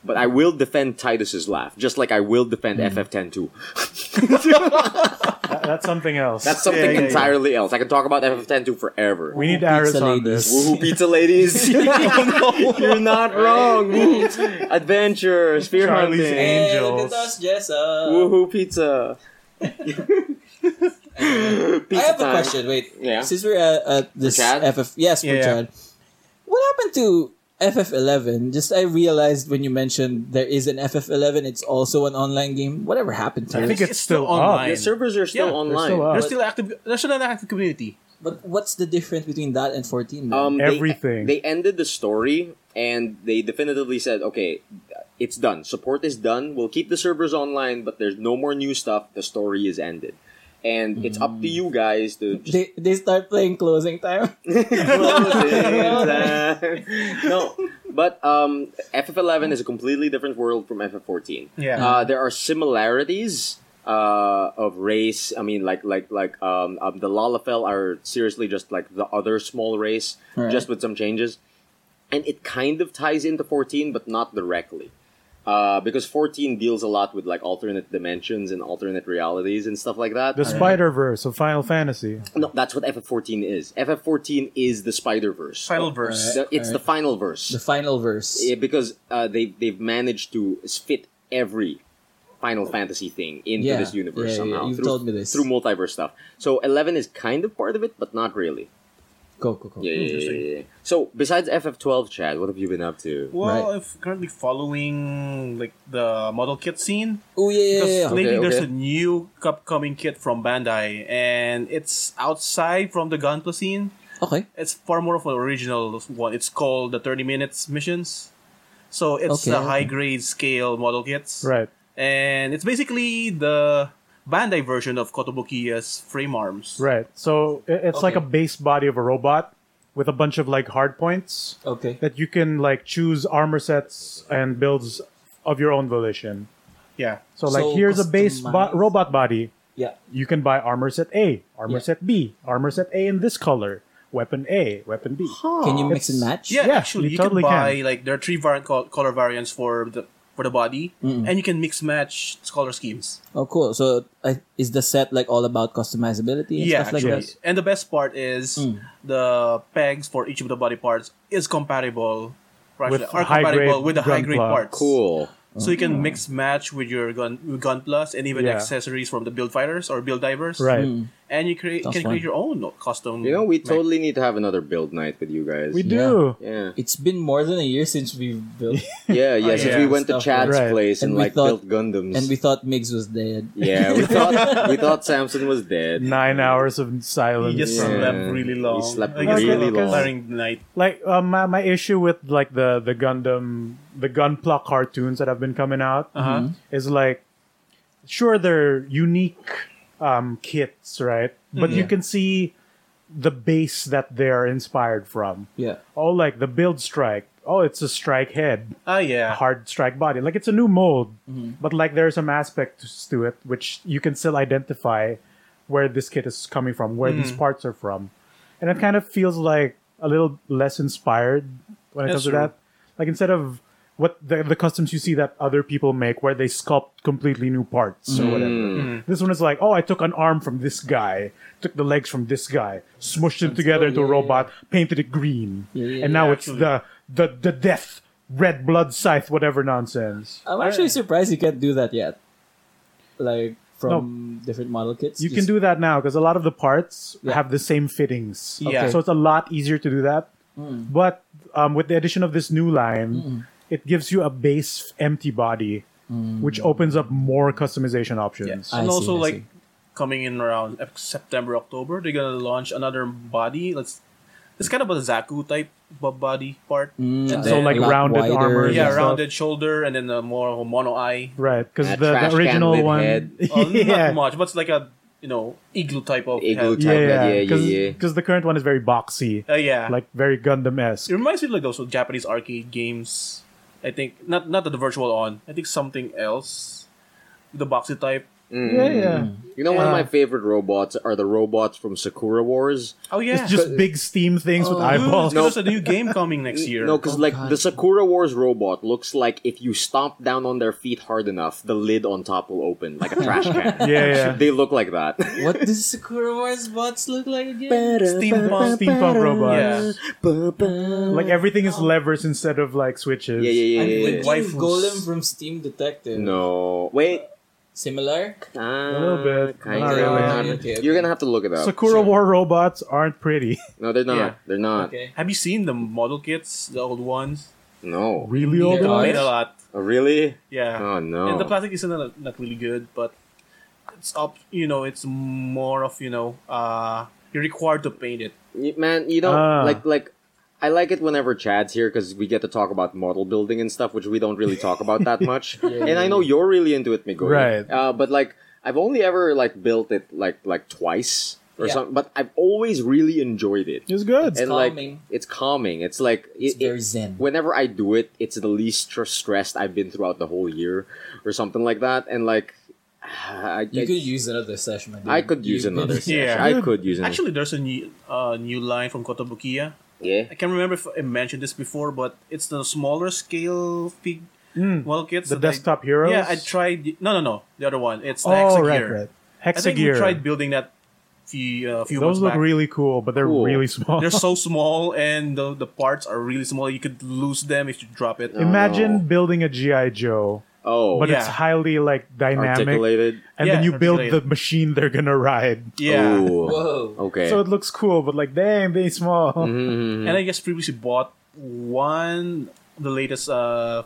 A: But I will defend Titus's laugh, just like I will defend
B: Hmm.
A: FF10
D: (laughs)
A: too.
D: That- that's something else.
A: That's something
C: Yeah, yeah, yeah.
A: entirely else. I can talk about FF10 too forever.
D: we need
B: Pizza
D: Aris on
B: ladies.
D: this.
A: Woohoo pizza (laughs) ladies! You're not wrong. Woohoo. Adventure, spear
D: Charlie's
A: hunting,
E: Hey,
D: Angels.
E: look at us,
B: uh,
E: Jessa.
A: woohoo pizza.
B: I
A: Pizza
B: have
A: time.
B: a question. Wait.
A: Yeah.
B: Since we're at, at this
A: Chad?
B: FF, yes, for
C: Yeah.
B: Chad. What happened to FF11? Just I realized when you mentioned there is an FF11, it's also an online game. Whatever happened to
D: I
B: it?
D: think it's,
C: It's
D: still,
C: still
D: online.
C: online.
A: The servers are still
C: Yeah, they're
A: online.
D: still up.
C: There's still active there's still an active community.
B: But what's the difference between that and 14?
A: Um,
D: Everything.
A: They, they ended the story and they definitively said, okay, it's done. Support is done. We'll keep the servers online, but there's no more new stuff. The story is ended. And it's up to you guys to just
B: They, they start playing closing time. (laughs)
A: Closing time. no, but um, FF11 is a completely different world from FF14.
C: Yeah.
A: uh, there are similarities uh, of race. I mean, like like like um, um, the Lalafell are seriously just like the other small race,
B: Right.
A: just with some changes, and it kind of ties into 14, but not directly. Uh, because 14 deals a lot with like alternate dimensions and alternate realities and stuff like that.
D: The Spider Verse of Final Fantasy.
A: No, that's what FF14 is. FF14 is the Spider Verse.
C: Final verse.
A: It's the final verse.
B: The final verse.
A: Yeah, because uh, they they've managed to fit every Final Fantasy thing into
B: Yeah,
A: this universe
B: yeah, yeah,
A: somehow
B: you've
A: through
B: told me this.
A: through multiverse stuff. So eleven is kind of part of it, but not really.
B: Go, go, go.
A: Yeah, yeah, yeah,
C: Interesting.
A: yeah, yeah. So besides FF twelve, Chad, what have you been up to?
C: Well,
B: Right.
C: if currently following like the model kit scene,
B: Oh, yeah, yeah,
C: because
B: yeah. yeah.
C: lately
A: Okay,
C: there's
A: okay.
C: a new upcoming kit from Bandai, and it's outside from the Gunpla scene.
B: Okay.
C: It's far more of an original one. It's called the 30 minutes missions. So it's
B: Okay,
C: the
B: okay.
C: high grade scale model kits,
D: Right.
C: and it's basically the Bandai version of Kotobukiya's frame arms.
D: Right. So i- it's like a
B: Okay.
D: base body of a robot with a bunch of like hard points
B: Okay.
D: that you can like choose armor sets and builds of your own volition.
C: Yeah.
D: So like
B: So
D: here's a base bo-
B: customize-
D: robot body.
B: Yeah.
D: You can buy armor set A, armor
B: Yeah.
D: set B, armor set A in this color, weapon A, weapon B.
B: Can you mix and match?
C: Yeah,
D: Oh, Yeah,
C: actually,
D: you
C: you,
D: totally
C: can buy
D: can.
C: like there are three variant col- color variants for the for the body, and you can mix match color schemes.
B: Oh, cool. So uh, is the set like all about customizability and
C: yeah,
B: stuff like
C: actually,
B: that?
C: and the best part is the pegs for each of the body parts is compatible. or
D: With
C: Actually, are
D: high-grade
C: compatible with the high grade
D: Gunpla.
C: parts.
A: Cool.
C: So you can mix match with your gun, with gun plus, and even
D: Yeah.
C: accessories from the build fighters or build divers.
D: Right.
B: Hmm.
C: And you create
B: That's
C: can create
B: fun.
C: your own custom.
A: You know, we
B: Mm,
C: mech.
A: totally need to have another build night with you guys.
D: We do.
A: yeah,
B: It's been more than a year since we've
D: (laughs)
B: built, (laughs)
A: yeah, yeah. Since
C: yeah.
A: we went to
B: Oh, Stuff,
A: Chad's
D: right.
A: place and,
B: And we
A: like
B: thought-
A: built Gundams.
B: and we thought Migs was dead.
A: yeah,
B: (laughs)
A: we thought we thought Samson was dead.
D: Nine hours of silence.
C: You just
A: Yeah.
C: slept really long.
A: slept
C: Like, it's
D: really
C: like a
D: long.
C: tiring night.
D: like uh, my, my issue with like the the Gundam the Gunpla cartoons that have been coming out
C: Uh-huh.
D: is like sure they're unique um, kits right but
B: Yeah.
D: you can see the base that they're inspired from
B: Yeah.
D: oh like the build strike oh it's a strike head
C: Ah, yeah. Mm-hmm.
D: hard strike body like it's a new mold but like there's some aspects to it which you can still identify where this kit is coming from where these
C: Mm-hmm.
D: parts are from and it kind of feels like a little less inspired when it
C: That's
D: comes to
C: true.
D: that like instead of what the, the customs you see that other people make where they sculpt completely new parts or whatever
C: Mm-hmm.
D: this one is like oh i took an arm from this guy took the legs from this guy smushed them together
B: oh,
D: into a
B: yeah, yeah,
D: robot painted it green
B: Yeah, yeah,
D: and now
C: yeah,
D: it's the the the death red blood scythe whatever nonsense
B: I'm actually surprised you can't do that yet. Like from different model kits.
D: you can do that now because a lot of the parts
B: Yeah.
D: have the same fittings
C: Yeah.
D: so it's a lot easier to do that
A: Mm.
D: but um, with the addition of this new line it gives you a base empty body
A: Mm.
D: which opens up more customization options
B: I
C: and
B: see,
C: also
B: I
C: like
B: see.
C: coming in around Ep- September October they're gonna launch another body let's it's kind of a Zaku type bo- body part
B: Mm,
C: And
D: so
C: then-
D: like
B: a lot
D: rounded
B: wider.
D: armor
C: yeah
D: and stuff.
C: rounded shoulder and then a more mono eye
D: right because
A: That
D: the,
A: trash
D: the
A: can
D: original
A: lid
D: one (laughs)
A: head. Oh,
C: well,
D: yeah
C: not much but it's like a you know igloo type of
A: Igloo
C: head.
A: type.
D: yeah
A: Yeah, yeah, yeah.
D: because the current one is very boxy
C: Uh, yeah
D: like very gundam-esque
C: it reminds me of, like those Japanese arcade games I think not not the virtual on I think something else the boxy type
A: Mm. Mm-hmm.
D: yeah yeah
A: You know, one of
B: Uh,
D: Yeah.
A: my favorite robots are the robots from Sakura Wars.
C: oh yeah
D: it's just big steam things with
C: Dude,
A: uh, oh,
D: eyeballs
A: No.
C: there's a new game coming
A: (laughs)
C: next year
A: No, because
B: Oh,
A: like
B: God.
A: the Sakura Wars robot looks like if you stomp down on their feet hard enough, the lid on top will open like a trash can.
D: (laughs) (laughs) yeah yeah
A: They look like
D: (laughs)
A: that.
B: What does Sakura Wars bots look like again?
C: steampunk
D: steampunk robots
C: yeah
D: Like everything is levers instead of like switches.
A: yeah, yeah, yeah.
B: And
A: yeah,
B: with
A: yeah.
C: what-
B: Team
C: Waifus.
B: Golem from Steam Detective.
A: No, wait.
B: Similar?
A: A
D: little bit.
A: Kinda,
D: Not really.
A: Kinda.
B: Okay, okay.
A: You're gonna have to look it up.
D: Sakura War robots
A: (laughs)
D: aren't pretty.
A: no, they're not.
C: Yeah.
A: They're not.
B: Okay.
C: Have you seen the model kits, the old ones?
A: No.
D: Really old
B: They're
D: ones?
C: Made
B: Nice.
C: a lot.
A: Oh, really?
C: Yeah.
A: Oh no.
C: And the plastic isn't uh, not really good, but it's up. You know, it's more of you know, uh, you're required to paint it.
A: Y- man, you don't
D: Ah.
A: like like. I like it whenever Chad's here because we get to talk about model building and stuff, which we don't really talk about
D: (laughs)
A: that much. and I know you're really into it, Migoy.
D: Right.
A: Uh, but like, I've only ever like built it like like twice or
B: Yeah.
A: something. But I've always really enjoyed it.
D: It's good.
A: and like,
B: calming.
A: it's calming. It's like
B: It's
A: it-
B: very
A: it-
B: zen.
A: whenever I do it, it's the least tr- stressed I've been throughout the whole year, or something like that. And like, (sighs) I,
E: You
A: I,
E: could use another session. my dude.
A: I could use
E: You could-
A: another. session.
C: Yeah.
A: I could use another.
C: Actually, there's a new, uh, new line from Kotobukiya.
A: yeah.
C: I can't remember if I mentioned this before, but it's the smaller scale fig
D: Mm.
C: model kits.
D: The
C: that I-
D: desktop heroes.
C: Hmm. Yeah, I tried. No, no, no. The other one. It's the
D: Oh,
C: Hexagear.
D: right, right.
C: I think we
D: Hexagear.
C: tried building that few uh, few
D: Those
C: months
D: look
C: back.
D: really cool, but they're
A: Cool.
D: really small.
C: They're so small, and the, the parts are really small. You could lose them if you drop it.
A: Yeah.
D: (laughs) Imagine
A: no.
D: building a GI Joe,
A: Oh,
D: but
C: Yeah.
D: it's highly like dynamic,
A: articulated.
D: and
C: Yeah,
D: then you build the
C: articulated.
D: machine they're gonna ride.
C: Yeah.
A: Ooh.
B: (laughs)
E: Whoa.
A: Okay.
D: So it looks cool, but like, damn, they small.
B: Mm-hmm,
A: Mhm.
C: And I just previously bought one the latest uh,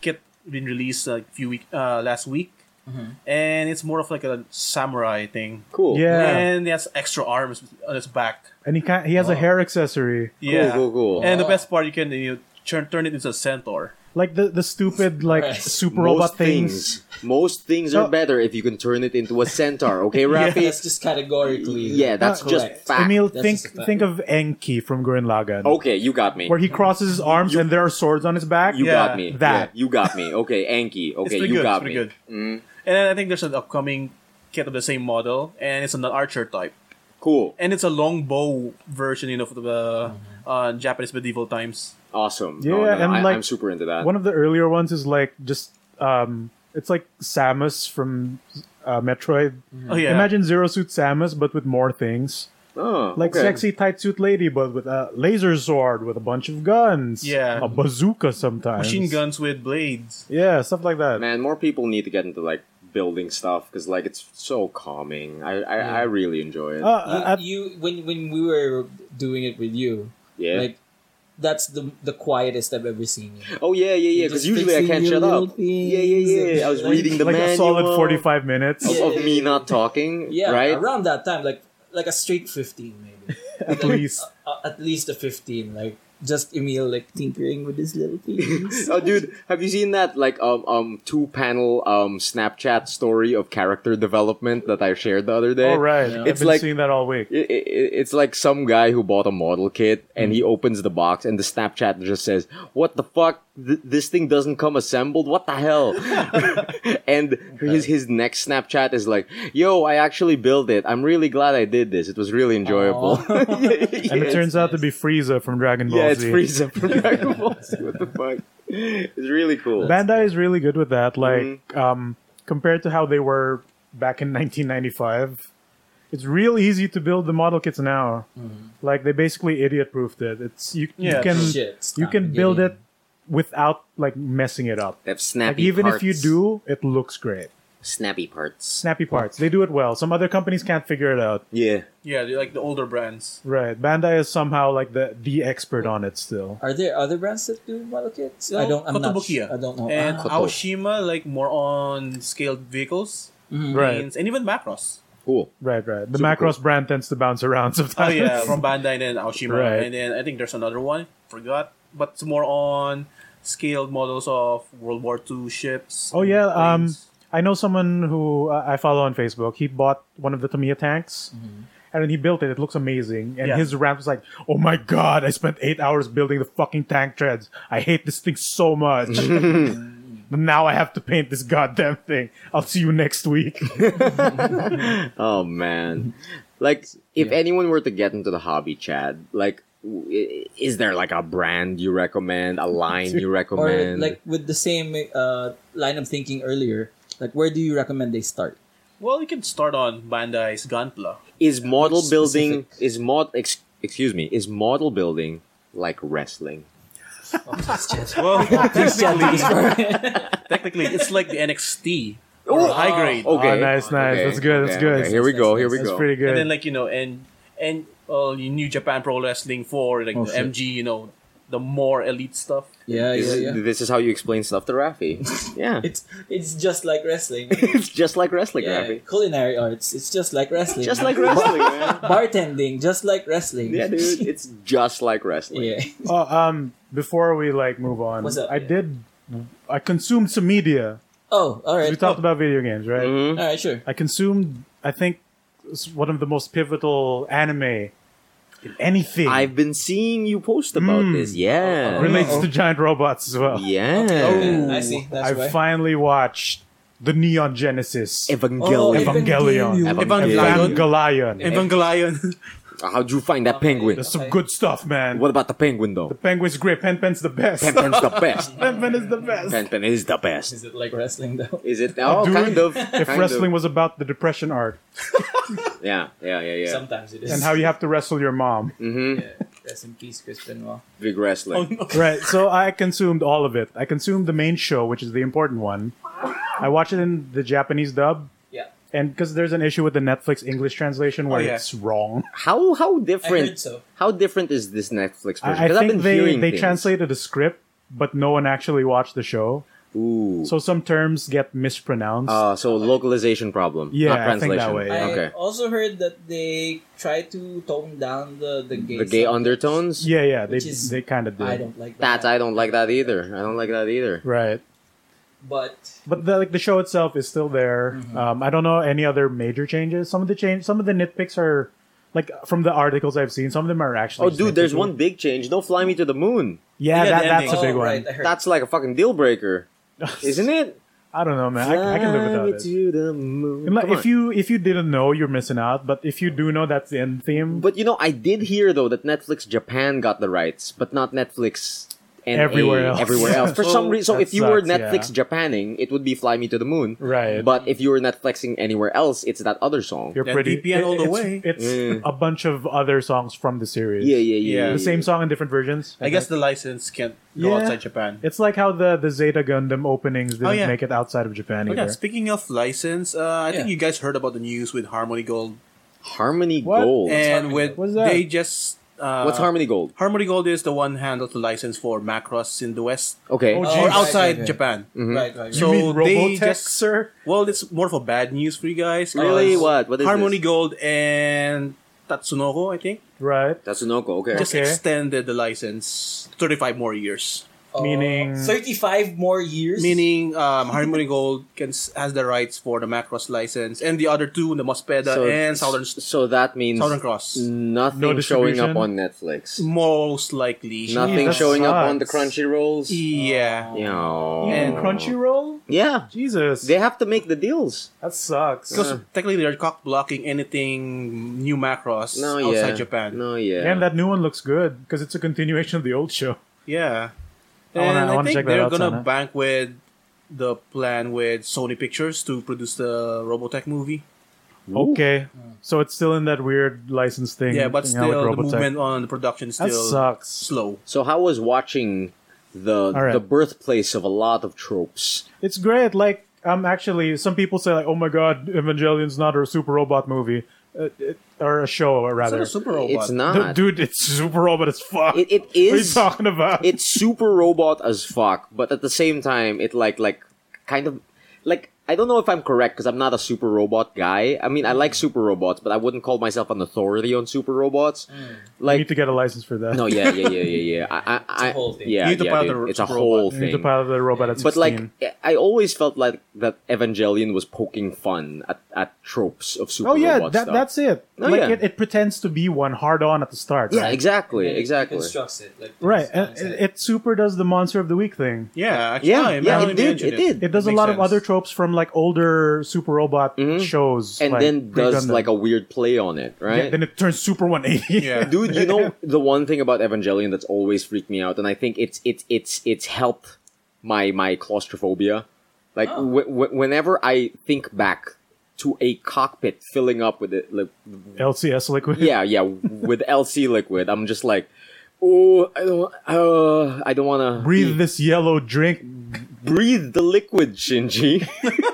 C: kit been released a few week uh, last week,
A: Mm-hmm.
C: and it's more of like a samurai thing.
A: cool.
D: Yeah.
C: And it has extra arms on its back.
D: And he can he has a hair accessory,
C: Yeah.
A: Cool, cool, cool.
C: And the
E: Oh.
C: best part, you can you know, turn turn it into a centaur.
D: like the the stupid like
E: Right.
D: super
A: Most
D: robot things.
A: things. Most things are
D: No.
A: better if you can turn it into a
D: (laughs)
A: centaur. Okay, Rafi.
E: That's just categorically.
A: Yeah, that's
E: Correct.
A: just fact.
D: Emil,
E: That's
D: think
E: just a fact.
D: think of Enki from Gurren Lagann,
A: okay, you got me.
D: where he crosses his arms
A: You-
D: and there are swords on his back.
A: You
C: Yeah,
A: got me.
D: that.
A: Yeah, you got me. Okay, Anki.
C: It's
A: Okay,
C: pretty
A: you
C: good.
A: got
C: it's pretty
A: me. Mm-hmm.
C: good. And then I think there's an upcoming kit of the same model, and it's an archer type,
A: Cool.
C: and it's a longbow version, you know, for the
A: Mm-hmm.
C: uh, Japanese medieval times.
A: Awesome.
D: Yeah,
A: No, no, no,
D: and
A: I,
D: like-
A: I'm super into that.
D: One of the earlier ones is like just um, it's like Samus from uh, Metroid.
A: Mm-hmm.
C: Oh yeah.
D: Imagine Zero Suit Samus, but with more things.
A: oh,
D: Like
A: okay.
D: sexy tight suit lady, but with a laser sword, with a bunch of guns.
C: Yeah.
D: A bazooka sometimes.
C: machine guns with blades.
D: Yeah, stuff like that.
A: Man, more people need to get into like building stuff because like it's so calming. I I, I really enjoy it.
D: Uh,
B: You,
D: at-
B: you when when we were doing it with you,
A: yeah.
B: like that's the the quietest I've ever seen you.
A: oh yeah, yeah, yeah.
B: Just
A: Because usually I
B: fixing
A: can't
B: your
A: shut
B: little
A: up. Yeah, yeah,
B: things
A: yeah. I was
B: and-
A: reading the
D: like
A: manual
D: a solid 45 minutes.
A: of,
B: Yeah.
A: of me not talking.
B: Yeah,
A: right.
B: around that time, like like a straight fifteen maybe.
D: (laughs) At least.
B: uh, at least a 15 like just Emil like tinkering with his
A: (laughs)
B: little things
A: Oh, dude, have you seen that like um um two panel um Snapchat story of character development that I shared the other day?
D: All right.
B: Yeah.
D: I've
A: It's
D: been
A: like-
D: seeing that all week.
A: It, it, it's like some guy who bought a model kit and
D: Mm-hmm.
A: he opens the box and the Snapchat just says, "What the fuck? Th- this thing doesn't come assembled. What the
D: (laughs)
A: hell?" and his his next Snapchat is like, "Yo, I actually built it. I'm really glad I did this. It was really enjoyable." (laughs)
B: Aw.
D: Oh. And it
A: Yes.
D: turns out to be Frieza from Dragon Ball
A: yeah, it's
D: Z.
A: Frieza
D: (laughs)
A: from Dragon Ball Z. What the fuck? It's really cool.
D: Bandai is really good with that. Like,
A: Mm-hmm.
D: um, compared to how they were back in (laughs) 1995, it's real easy to build the model kits now.
A: Mm-hmm.
D: Like, they basically idiot-proofed it. It's you,
C: Yeah,
D: you can
B: Shit, it's
D: you
B: not
D: can build it
B: getting-
D: without like messing it up.
A: They have
D: Like,
A: snappy
D: even if you
A: parts.
D: do, it looks great.
A: snappy parts.
D: Snappy parts. They do it well. Some other companies can't figure it out.
A: Yeah.
C: Yeah, they're like the older brands.
D: Right. Bandai is somehow like the the expert on it still.
B: are there other brands that do model kits I don't I'm not
C: Kotobukiya.
B: su- I don't know
C: And
B: Ah,
A: Koto.
C: Aoshima, like more on scaled vehicles,
D: Right.
C: planes, and even
D: (laughs)
C: macros.
A: (laughs) Cool.
D: Right, right. The
A: Super
D: Macross brand tends to bounce around (laughs)
C: Oh
D: sometimes.
C: yeah, from Bandai and then Aoshima,
D: Right.
C: and then I think there's another one. Forgot, but it's more on scaled models of World War II ships.
D: Oh, yeah, um,
C: planes.
D: I know someone who uh, I follow on Facebook. He bought one of the Tamiya tanks, and then he built it. It looks amazing. And
C: Yeah.
D: his rant was like, "Oh my god, I spent eight hours building the fucking tank treads. I hate this thing so much.
A: (laughs)
D: (laughs) now I have to paint this goddamn thing. I'll see you next week."
A: Oh man. Like if anyone were to get into the hobby, Chad, like w- i- is there like a brand you recommend, a line
D: (laughs)
A: you
B: or
A: recommend?
B: like with the same uh, line of thinking earlier like where do you recommend they
A: (laughs)
B: start
C: Well, you can start on Bandai's Gunpla.
A: is model
B: Which
A: building
B: specific?
A: is mod ex- excuse me, is model building like wrestling? Oh, (laughs)
B: (laughs)
C: (laughs)
D: (laughs)
C: Well,
B: Please
C: technically,
B: tell me this part.
C: technically, it's like the NXT or high grade.
A: Okay.
D: Ah, Oh, nice, nice.
A: Okay,
D: That's good, that's
A: okay,
D: good.
A: okay. Here we go. Here we
D: That's
A: go.
D: pretty good.
C: And then like you know, and and uh, New Japan Pro Wrestling for like
B: Oh,
C: the
B: shit.
C: MG, you know, the more elite stuff.
B: (laughs) Yeah,
A: This,
B: yeah,
A: is-
B: yeah.
A: this is how you explain stuff to
D: (laughs)
A: Rafi. Yeah.
B: It's it's just like wrestling.
A: it's just (laughs) like wrestling, (laughs)
B: yeah,
A: Rafi.
B: culinary arts. It's just like wrestling.
A: Just like wrestling, man.
B: (laughs) bartending, just like wrestling.
A: Yeah, dude. It's just like wrestling.
B: (laughs) Yeah.
D: Oh, um, before we like move on,
B: What's up?
D: I
B: Yeah.
D: did. I consumed some media.
B: Oh, all right.
D: We talked
B: Oh,
D: about video games, right?
A: Mhm.
B: all right, sure.
D: I consumed, I think, s- one of the most pivotal anime in anything
A: I've been seeing you post about
D: Mm.
A: this. Yeah.
D: relates
B: Uh-oh.
D: to giant robots as well.
A: Yeah.
B: Oh, I see. That's
D: I
B: why.
D: finally watched the Neon Genesis
B: Oh,
A: Evangelion.
D: Evan- Evangelion.
B: Evangelion.
C: Evangelion.
D: Evangelion.
C: Evangelion.
A: How'd you find that penguin?
D: There's some good stuff, man.
A: What about the penguin though?
D: Penguin's great. Penpen's the
A: (laughs)
D: best.
A: Penguin's the best.
D: (laughs) Penpen is the best.
A: Penguin is the best.
B: (laughs) Is it like wrestling though?
A: Is it? Oh,
D: dude,
A: kind of.
D: If wrestling was about the depression art
A: Yeah, yeah, yeah, yeah.
B: Sometimes it is.
D: and how you have to wrestle your mom.
A: Mm-hmm.
B: Yeah. Rest in peace, Chris Benoit.
A: Big wrestling.
D: (laughs) Right, so I consumed all of it. I consumed the main show, which is the important one. I watched it in the Japanese dub,
B: Yeah.
D: and because there's an issue with the Netflix English translation where
C: Oh, yeah.
D: it's wrong.
A: How how
B: I
A: different
B: heard so.
A: how different is this Netflix version?
D: I, I
A: 'Cause I've been
D: think they,
A: hearing
D: they
A: things.
D: translated a script, but no one actually watched the show.
A: Ooh. So,
D: So some terms get mispronounced.
A: uh, so localization problem.
D: Yeah,
A: not
D: I think that
A: translation.
D: way.
B: I
A: Okay.
B: also heard that they try to tone down the the gay,
A: The gay
B: stuff,
A: undertones.
D: yeah, yeah, they
B: which is-
D: they kind of
B: which I
D: did.
B: don't like that.
A: That I don't like that either. I don't like that either.
D: Right,
B: But
D: but the, like the show itself is still there.
B: Mm-hmm.
D: Um, I don't know any other major changes. Some of the change, some of the nitpicks are like from the articles I've seen. Some of them are actually.
A: Oh,
D: just
A: dude, there's
D: nitpicky.
A: one big change. Don't fly me to the moon.
C: Yeah,
D: Yeah, that,
C: the
D: that's a
C: ending.
D: big
B: oh,
D: one.
B: right, I heard.
A: That's like a fucking deal
D: (laughs)
A: breaker, isn't it?
D: I don't know, man. I, I can live
A: Fly
D: without
A: me
D: it.
A: to the moon.
D: And, like,
A: Come
D: if
A: on.
D: you if you didn't know, you're missing out. But if you do know, that's the end theme.
A: But you know, I did hear though that Netflix Japan got the rights, but not Netflix NA,
D: Everywhere else.
A: Everywhere else. For
D: (laughs)
A: some
D: Oh,
A: reason, so
D: that
A: if you were
D: sucks,
A: Netflix Japanning, it would be "Fly Me to the Moon."
D: Right.
A: But if you were Netflixing anywhere else, it's that other song.
D: you're
C: That
D: pretty.
C: VPN E all the
D: it's,
C: way.
D: It's
A: Mm.
D: a bunch of other songs from the series.
A: yeah, yeah, yeah,
C: Yeah.
A: yeah.
D: The same song in different versions.
A: Uh-huh.
C: I guess the license can't go
D: Yeah.
C: outside Japan.
D: it's like how the the Zeta Gundam openings
C: Oh,
D: didn't
C: yeah.
D: make it outside of Japan
C: Oh, yeah,
D: either.
C: speaking of license, uh, I
B: Yeah.
C: think you guys heard about the news with Harmony Gold
A: Harmony
D: What?
A: Gold.
C: and
B: Harmony
C: with
D: Gold? What is that?
C: they just uh,
A: What's Harmony Gold?
C: Harmony Gold is the one handled the license for Macross in the West
A: Okay.
D: Oh,
C: or
D: Right,
C: outside
B: right, right.
C: Japan.
A: Mhm.
B: Right, right, right.
C: So
D: you mean
C: they
D: Robotech,
C: just-
D: sir?
C: Well, it's more of a bad news for you guys. 'cause
A: Really? What? What is
C: Harmony
A: this?
C: Gold and Tatsunoko, I think,
D: Right.
A: Tatsunoko. Okay.
C: just
D: Okay.
C: extended the license 35 more years.
B: Oh,
D: meaning-
B: 35 more years.
C: Meaning,
A: (laughs)
C: um, Harmony Gold can, s- has the rights for the Macross license and the other two, the Mospeda uh, and Southern
A: So that means
C: Southern Cross. Mm,
A: nothing
D: No
A: showing
D: distribution?
A: up on Netflix.
C: Most likely,
A: Nothing Oh.
D: that
A: showing up on the
D: sucks.
A: Crunchyrolls.
C: yeah.
A: Yeah.
D: And
C: E- And
D: Crunchyroll?
A: Yeah.
D: Jesus,
A: They have to make the deals.
D: that sucks.
C: Because technically, they're cock blocking anything new Macross
A: No, yeah.
C: outside Japan.
A: No, yeah.
D: And that new one looks good because it's a continuation of the old show.
C: Yeah.
D: I wanna-
C: And
D: I
C: I,
D: wanna
C: think
D: check that
C: they're
D: out,
C: gonna
D: Sana.
C: bank with the plan with Sony Pictures to produce the Robotech movie.
D: Okay, so it's still in that weird license thing.
C: yeah, but
D: thing now with
C: still the
D: Robotech.
C: movement on the production is
D: That
C: still
D: sucks.
C: slow.
A: So how was watching the
D: All right.
A: the birthplace of a lot of tropes?
D: It's great. Like, um, actually, some people say like, "Oh my God, Evangelion's not a super robot movie, uh, it, or a show, or
C: It's
D: rather."
C: not a super robot.
A: It's not.
D: Dude, (laughs) dude, it's super robot as fuck.
A: It, it
D: (laughs) what are you
A: is.
D: talking about?
A: It's super robot as fuck, but at the same time, it like like kind of like I don't know if I'm correct because I'm not a super robot guy. I mean, I like super robots, but I wouldn't call myself an authority on super robots.
B: Mm.
D: you
A: Like
D: need to get a license for that.
A: no, yeah, yeah, yeah, yeah, yeah. I, I, I,
B: whole thing.
A: Yeah,
C: You need to
A: yeah,
C: pilot
A: dude.
C: the ro-
A: it's a
C: robot.
A: whole
D: you need to
A: thing.
D: pilot the robot at
A: But
D: 16.
A: like, I always felt like that Evangelion was poking fun at, at tropes of super
D: oh yeah,
A: robot
D: that,
A: stuff.
D: that's it.
A: Oh,
D: like
A: yeah.
D: it, it pretends to be one hard on at the start.
A: yeah,
D: right?
A: exactly,
B: And it
A: exactly.
B: Constructs it. Like
D: Right, and
B: this.
D: it, it super does the monster of the week thing.
C: yeah, actually,
A: Yeah,
C: no,
A: yeah,
C: now
A: it
C: that you
A: did,
C: mention
A: it did.
D: It does a
C: Makes
D: lot of
C: sense.
D: other tropes from like older super robot
A: Mhm.
D: shows,
A: and
D: like,
A: then does
D: pre-Gundam.
A: like a weird play on it, right?
D: Yeah, then it turns super 180.
C: Yeah.
D: (laughs)
A: Dude, you know (laughs) the one thing about Evangelion that's always freaked me out, and I think it's it's it's it's helped my my claustrophobia. Like wh- wh- whenever I think back to a cockpit filling up with it,
D: (laughs)
A: like
D: LCS liquid.
A: yeah, yeah, with LC liquid, I'm just like, oh, I don't, uh, I don't want to
D: Breathe this yellow drink.
A: breathe the liquid, Shinji.
D: (laughs) breathe,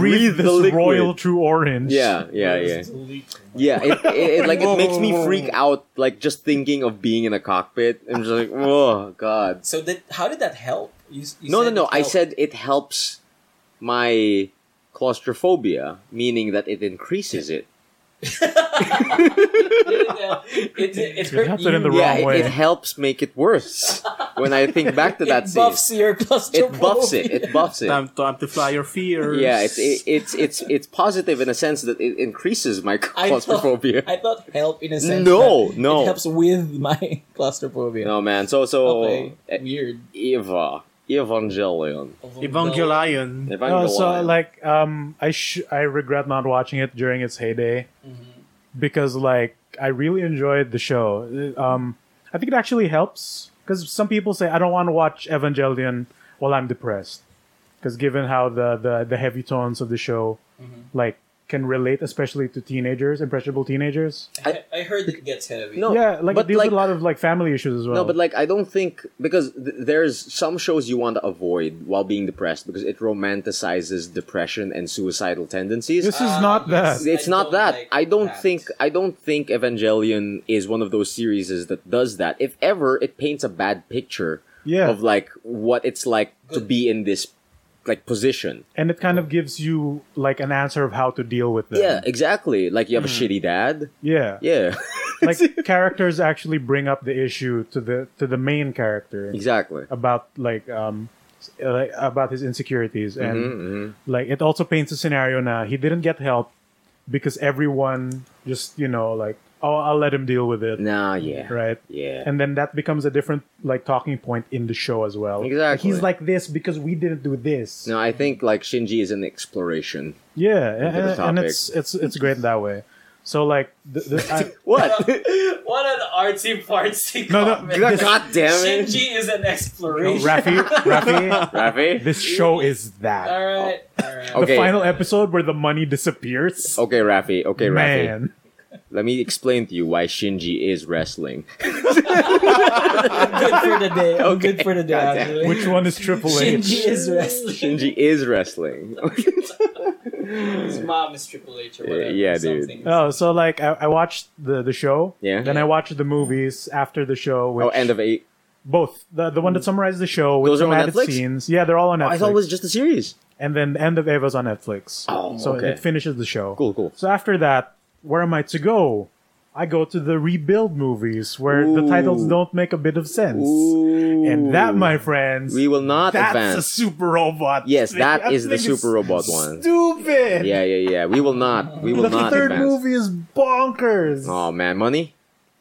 A: Breathe the
D: this
A: liquid.
D: royal true orange.
A: Yeah, yeah, yeah.
E: It's leak.
A: Yeah, it, it, it- like it makes me freak out like just thinking of being in a cockpit. I'm just like, oh god.
B: So that how did that help? You, s- you
A: No, no,
B: said
A: no.
B: it
A: I
B: helped. (laughs)
A: said it helps my claustrophobia, meaning that it increases
B: (laughs)
A: it.
B: it, it, it
D: You
B: hurt
D: have it in the
B: you.
A: yeah,
D: wrong
A: it,
D: way.
A: it helps make it worse. when I think back to that
B: (laughs) it
A: scene,
B: buffs your claustrophobia.
A: it buffs it. It buffs it.
C: Time to amplify your fears.
A: Yeah, it's it, it's it's it's positive in a sense that it increases my
B: I thought-
A: claustrophobia.
B: I thought help in a sense.
A: No,
B: that
A: no.
B: It helps with my (laughs) claustrophobia.
A: No man, so so
B: Okay.
A: eh,
B: Weird.
A: Eva Evangelion.
C: Evangelion.
D: No, Oh, so
A: Evangelion.
D: like um, I sh- I regret not watching it during its heyday
A: Mm-hmm.
D: because like I really enjoyed the show. Uh, Um, I think it actually helps because some people say I don't want to watch Evangelion while I'm depressed because given how the, the the heavy tones of the show
A: Mm-hmm.
D: like can relate especially to teenagers, impressionable teenagers.
B: I, I heard it gets heavy.
A: No,
D: yeah, like
A: but
D: it deals
A: like
D: with a lot of like family issues as well.
A: No, but like I don't think because th- there's some shows you want to avoid while being depressed because it romanticizes depression and suicidal tendencies.
D: this is not
B: yes.
D: that.
A: it's
B: Ah, I
A: not
B: don't
A: that.
B: like
A: I don't
B: that.
A: think I don't think Evangelion is one of those series that does that. If ever, it paints a bad picture
D: Yeah.
A: of like what it's like to be in this like position.
D: and it kind of gives you like an answer of how to deal with them.
A: Yeah, exactly. Like you have
D: Mm-hmm.
A: a shitty dad. (laughs)
D: yeah.
A: Yeah.
D: like characters actually bring up the issue to the to the main character
A: exactly.
D: about like um s- like about his insecurities and
A: Mhm, mhm.
D: like it also paints a scenario now he didn't get help because everyone just you know like oh I'll let him deal with it
A: Nah, yeah.
D: right
A: Yeah.
D: and then that becomes a different like talking point in the show as well Like,
A: Exactly.
D: he's like this because we didn't do this
A: No, I think like Shinji is an exploration.
D: yeah and,
A: the
D: and
A: topic.
D: it's it's it's great that way so like the, the, I,
A: (laughs) What?
E: what an artsy fartsy
D: No, no,
E: comment.
D: this-
A: God damn it,
E: Shinji is an exploration.
D: Rafi Rafi
A: Rafi.
D: this show is that
E: all right, all right.
D: the
B: (laughs)
A: Okay,
D: final episode where the money disappears.
A: okay, Rafi. Okay, Rafi.
D: man,
A: Let me explain to you why Shinji is wrestling.
B: Good for the day. I'm Good for the day.
A: Goddamn.
B: actually.
D: which one is Triple H?
B: Shinji is wrestling.
A: Shinji is wrestling. (laughs)
E: His mom is Triple H or
A: Yeah,
E: whatever.
A: yeah, dude.
E: something.
D: Oh, so like I, I watched the the show,
A: Yeah.
D: Then I watched the movies after the show. Which,
A: oh, end of eight.
D: both the the one that summarizes the show with
A: Those are
D: some
A: on
D: added
A: Netflix? Oh,
D: scenes. Yeah, they're all on Netflix.
A: I thought it was just a series.
D: and then the end of Eva's on Netflix.
A: Oh,
D: so
A: okay.
D: it finishes the show.
A: Cool, cool.
D: So after that, where am I to go? I go to the rebuild movies where the
A: Ooh.
D: titles don't make a bit of sense.
A: Ooh.
D: And that, my friends,
A: we will not
D: that's a
A: advance.
D: super robot.
A: Yes,
D: thing.
A: that is the
D: thing
A: super robot one.
D: Stupid.
A: Yeah, yeah, yeah. We will not. We will
D: the
A: not
D: third
A: advance.
D: movie is bonkers.
A: Oh man, money.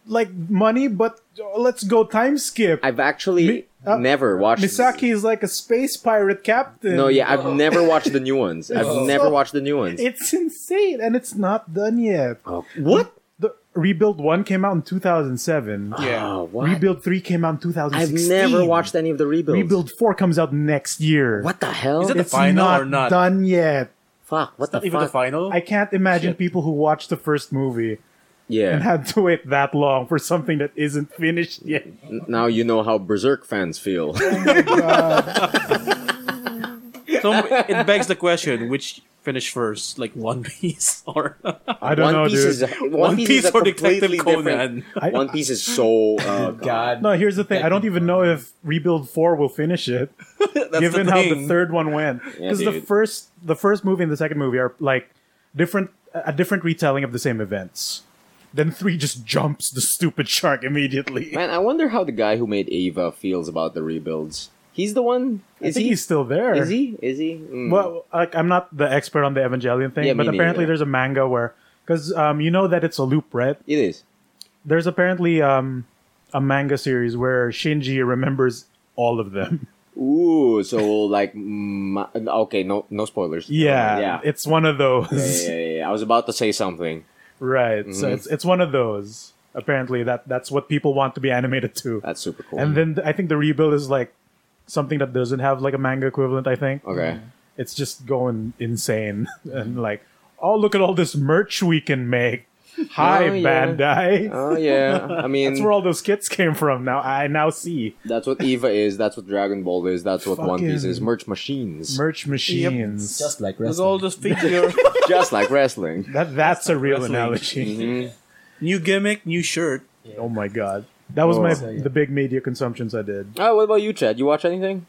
D: Like money, but uh, let's go time skip.
A: I've actually
D: Mi- uh,
A: never watched.
D: Misaki is like a space pirate captain.
A: No, yeah, I've never watched the new ones. I've
D: Oh.
A: never watched the new ones.
D: It's insane, and it's not done yet.
A: Oh, what?
D: The Rebuild One came out in 2007.
C: Yeah.
A: Oh, what?
D: Rebuild Three came out in
A: I've
D: 2016.
A: never watched any of the rebuilds.
D: Rebuild Four comes out next year.
A: What the hell?
C: Is it the
D: It's
C: final
D: not
C: or not?
D: done yet.
A: fuck? What the
C: Even the
A: fuck?
C: final.
D: I can't imagine
A: Shit.
D: people who watched the first movie and
A: yeah.
D: had to wait that long for something that isn't finished yet.
A: N- Now you know how Berserk fans feel.
C: (laughs) so
A: (laughs)
C: it begs the question: Which finished first, like One Piece (laughs) or
D: (laughs) I don't
A: One
D: know,
A: Piece
D: dude.
A: is a- One,
C: One
A: Piece,
C: Piece
A: is a
C: or Detective
A: completely (laughs) different.
C: Conan?
D: I-
A: One Piece is so.
D: (laughs)
A: Uh,
B: God.
D: No, here's the thing. I don't even know if Rebuild Four will finish it,
C: That's
D: given
C: the
D: how
C: thing.
D: the third one went.
A: Yeah,
D: Because the
A: dude.
D: first, the first movie and the second movie are like different, a different retelling of the same events. Then three just jumps the stupid shark immediately.
A: man, I wonder how the guy who made Ava feels about the rebuilds. He's the one.
D: I
A: Is
D: think
A: he?
D: he's still there.
A: Is he? Is he? Mm.
D: Well, like, I'm not the expert on the Evangelion thing,
A: Yeah,
D: but
A: me
D: apparently
A: neither.
D: there's a manga where, because um, you know that it's a loop, right?
A: it is.
D: There's apparently um, a manga series where Shinji remembers all
A: (laughs)
D: of them.
A: Ooh, so like, mm, okay, no, no spoilers.
D: Yeah,
A: yeah.
D: it's one of those.
A: Yeah, yeah, yeah, yeah. I was about to say something.
D: (laughs) Right. So
A: Mhm.
D: it's it's one of those. Apparently that that's what people want to be animated to.
A: That's super cool.
D: And then th- I think the rebuild is like something that doesn't have like a manga equivalent, I think.
A: okay,
D: (laughs)
A: (laughs)
D: It's just going insane and like, oh look at all this merch we can make. Hi,
G: Oh, yeah.
D: Bandai.
A: Oh yeah, I mean
D: That's where all those kits came from. Now I now see
A: that's what Eva is. That's what Dragon Ball is. That's what One Piece
D: Fucking-
A: is. Merch machines,
D: merch machines.
B: Just like
C: With
B: wrestling.
C: all the figure,
A: (laughs) just like wrestling.
D: that that's a real
C: Wrestling.
D: analogy.
A: Mhm.
C: (laughs) new gimmick, new shirt.
D: Oh my god, that was
A: Oh.
D: my
B: So, yeah.
D: the big media consumptions I did.
A: Oh, what about you, Chad? You watch anything?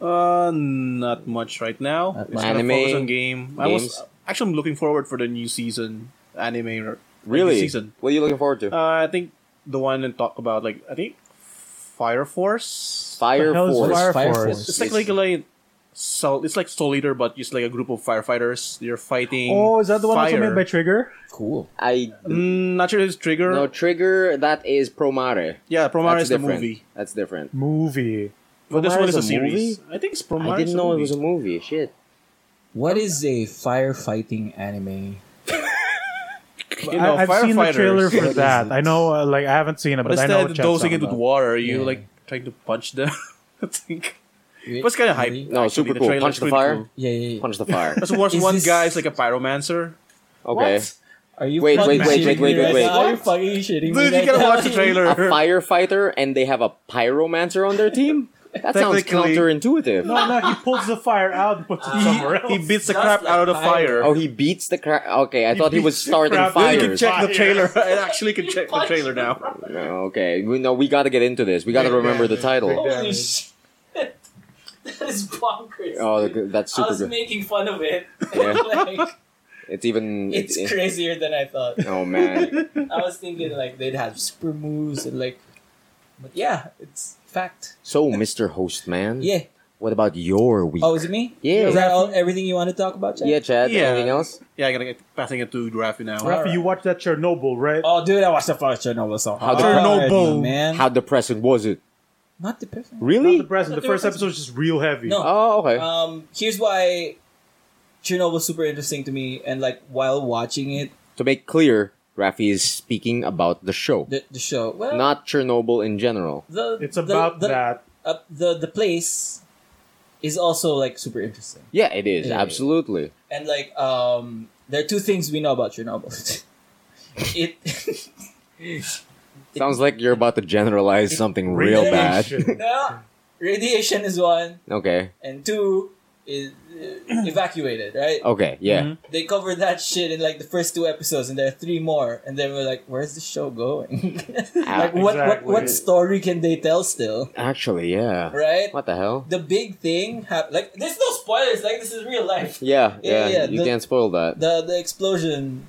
C: Uh, not much right now.
B: Not
C: It's
B: much.
C: gonna
A: Anime,
C: focus on game. I was
A: games?
C: actually I'm looking forward for the new season anime. like,
A: Really?
C: new season.
A: What are you looking forward to?
C: Uh, I think the one that talked about like I think Fire Force.
A: Fire
D: The hell is
A: Force.
D: Fire
B: Fire
D: Force.
C: It's like
A: It's-
C: like like so it's like Soul Eater, but just like a group of firefighters. They're fighting.
D: Oh, is that the one also
C: fire.
D: made by Trigger?
B: Cool.
A: I
C: Mm, not sure if it's Trigger.
A: no trigger. That is Promare.
C: yeah, Promare
A: That's
C: is the
A: different.
C: movie.
A: That's different.
D: Movie.
C: But this
A: Promare
C: one
A: is
C: is a,
A: a
C: series. I think it's Promare.
A: I
C: is
A: didn't
C: a
A: know it
C: movie.
A: was a movie. Shit.
B: What is a firefighting anime?
C: You know,
D: I, have seen the
C: firefighters.
D: trailer
B: What
D: for
B: is
D: that.
B: it?
D: I know, uh, like I haven't seen it,
C: But
D: but, I know
C: instead
D: what
C: of
D: Chad's
C: dosing
D: talking
C: it with
D: about.
C: water, you
B: Yeah.
C: like trying to punch them. (laughs) I think. But it's kind of hype.
B: Really?
A: No,
C: actually.
A: super
C: The
A: cool.
C: trailer's
A: Punch the
C: pretty
A: fire?
C: cool.
B: Yeah, yeah, yeah.
A: Punch the
C: (laughs)
A: fire.
C: Let's watch
B: Is
C: one
B: this-
C: guy is like a pyromancer.
A: Okay.
B: What? Are you
A: Wait,
B: fucking
A: wait, wait,
B: shitting
A: wait,
B: me
A: wait,
B: right
A: wait,
B: now?
A: wait.
B: Are you fucking shitting me
C: Dude,
B: right
C: (laughs) you gotta
B: now?
C: watch the
B: (laughs)
C: trailer. (laughs)
A: A firefighter and they have a pyromancer on their team? That sounds
C: Technically-
A: counterintuitive.
D: No, no, he pulls the fire out and puts it somewhere
B: (laughs)
D: else.
C: He beats the
E: Just
C: crap
E: like
C: out of the
E: fire.
C: fire.
A: Oh, he beats the crap. Okay, I thought he was
D: beats the
A: starting
D: crap out
C: You
D: of
C: can
A: fires.
C: check the (laughs)
D: Fire.
C: trailer. I actually can check the trailer now.
A: No, okay, we, no, we got to get into this. We got to
D: Yeah,
A: remember the
D: yeah,
A: title.
D: yeah.
E: Holy shit.
D: damage.
E: that is bonkers.
A: Oh, th- that's
E: I
A: super
E: was
A: good.
E: making fun of
B: (laughs)
E: it.
A: Yeah. (laughs)
E: like,
A: It's even.
E: it's
A: it-
E: crazier than I thought.
A: oh
B: (laughs)
A: man,
E: I was thinking like they'd have super moves and like, but yeah, it's fact.
A: so Mr. Hostman,
B: Yeah.
A: what about your week?
B: Oh, is it me?
A: Yeah.
B: Is that all, everything you want to talk about, Chad?
A: yeah, Chad.
C: Yeah.
A: Anything else?
C: Yeah, I gotta get passing it to Rafi now.
D: Rafi, you watched that Chernobyl, right?
B: Oh, dude, I watched the first Chernobyl so hard.
C: Chernobyl.
B: man.
A: How depressing was it?
B: Not depressing.
D: Not
A: Really?
D: the present. The
B: Um, Not the
D: first episode is just real heavy.
B: No.
A: oh, okay.
B: Um, here's why Chernobyl was super interesting to me, and like while watching it,
A: to make clear, Rafi is speaking about the show,
B: the, the show. Well,
A: not Chernobyl in general.
B: the
D: It's
B: the-
D: about
B: the,
D: that.
B: Uh, the the place is also like super interesting,
A: Yeah, it is
B: Yeah.
A: absolutely.
B: and like um, there are two things we know about Chernobyl. (laughs) it
A: (laughs)
B: (laughs)
A: Sounds like you're about to generalize something real bad.
D: Radiation.
B: no, radiation is one,
A: (laughs) okay.
B: and two is uh, evacuated, right?
A: Okay. Yeah.
C: Mhm.
B: They covered that shit in like the first two episodes, and there are three more, and then we're like, "Where's the show going? (laughs)
A: Ah,
B: like, what, what
D: Exactly.
B: what story can they tell still,
A: Actually, yeah.
B: right?"
A: What the hell?
B: The big thing hap- like there's no spoilers. Like this is real life.
A: Yeah. Yeah.
B: Yeah, yeah,
A: you
B: the-
A: can't spoil that.
B: The the explosion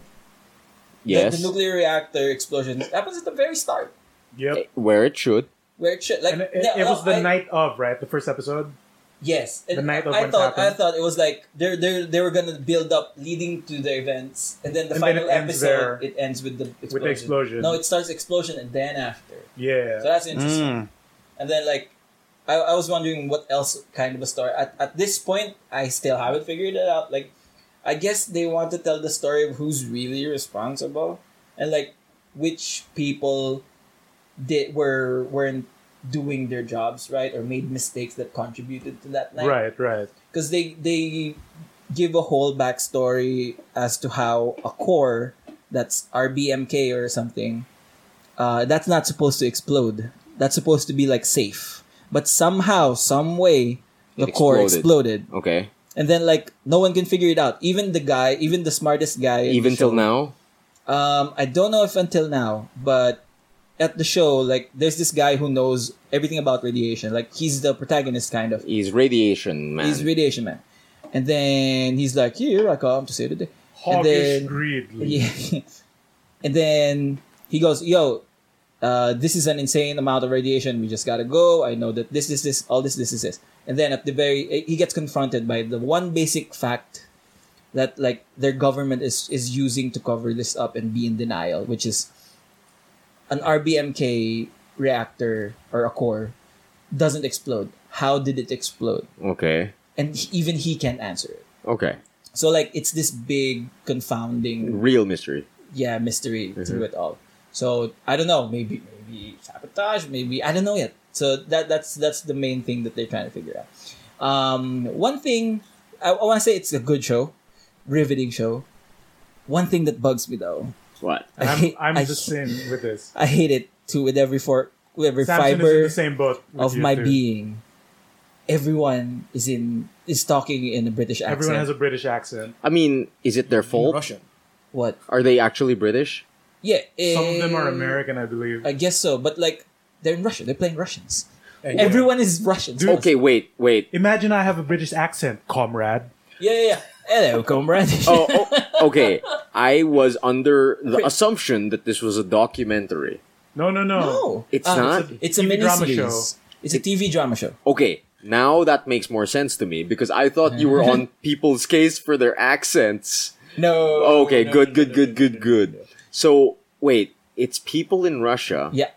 B: The-
A: yes.
B: The, nuclear reactor explosion happens at the very start.
D: Yep.
A: Eh, Where it should.
B: Where it should, like,
D: And it,
B: no,
D: it was
B: no,
D: the
B: I-
D: night of, right? The first episode.
B: Yes,
D: the
B: And
D: night of
B: I
D: when it
B: thought I
D: happened.
B: thought it was like they they they were gonna build up leading to the events, and then the
D: And then
B: final
D: it ends
B: episode
D: there
B: it ends with the explosion.
D: with the explosion.
B: No, it starts explosion and then after.
D: Yeah.
B: So that's interesting.
C: Mm.
B: And then like, I, I was wondering what else kind of a story. At at this point, I still haven't figured it out. Like, I guess they want to tell the story of who's really responsible and like which people did were weren't doing their jobs right or made mistakes that contributed to that night
D: right, right.
B: because they they give a whole backstory as to how a core that's RBMK or something uh, that's not supposed to explode. That's supposed to be like safe, but somehow, some way, the
A: It
B: core
A: exploded.
B: exploded,
A: Okay.
B: and then like no one can figure it out. Even the guy, even the smartest guy, in the
A: Even till
B: show.
A: now.
B: Um, I don't know if until now, but at the show, like there's this guy who knows everything about radiation. Like he's the protagonist, kind of.
A: He's radiation man.
B: He's radiation man. And then he's like, here I come to save the day.
D: Hawkish
B: then-
D: greed. Lee.
B: (laughs) Yeah. and then he goes, yo, uh, this is an insane amount of radiation. We just gotta go. I know that this, this, this, all this, this, this, this. And then at the very, eh, he gets confronted by the one basic fact that like their government is is using to cover this up and be in denial, which is an RBMK reactor or a core doesn't explode. How did it explode?
A: Okay.
B: and he- even he can answer it.
A: Okay.
B: So like it's this big confounding
A: Real mystery.
B: yeah mystery through it all. So I don't know, maybe maybe sabotage, maybe I don't know yet. So that that's that's the main thing that they're trying to figure out. Um, one thing I, I want to say it's a good show, riveting show. One thing that bugs me though
A: What?
D: And
B: (laughs) I hate-
D: I'm,
B: I
D: I'm just
B: hate-
D: in with this.
B: I hate it too with every for with every
D: Samson is in
B: fiber
D: the same boat with
B: of
D: you
B: my
D: too.
B: being. Everyone is in is talking in a British accent.
D: Everyone has a British accent.
A: I mean, is it their fault?
E: Russian.
B: what?
A: Are they actually British?
B: Yeah,
D: Some of them are
B: eh,
D: American, I believe.
B: I guess so, but like they're in Russia. They're playing Russians.
E: And
B: Everyone is Russians.
D: Uh, Dude.
A: Okay, wait, wait.
D: Imagine I have a British accent, comrade.
B: Yeah, yeah, yeah. Hello, comrade.
A: (laughs) Oh, oh, okay. I was under the assumption that this was a documentary.
D: No, no, no.
B: (laughs) no,
A: It's
B: Ah,
A: not.
B: It's a
D: TV
B: mini
D: drama
B: series. It's a TV drama show.
A: Okay, now that makes more sense to me because I thought you were
B: (laughs)
A: on people's case for their accents.
B: No.
A: Okay,
E: Oh, no,
A: good,
E: no,
A: good,
E: no,
A: good,
E: no, no,
A: good, good. So, wait, it's people in Russia,
B: Yeah.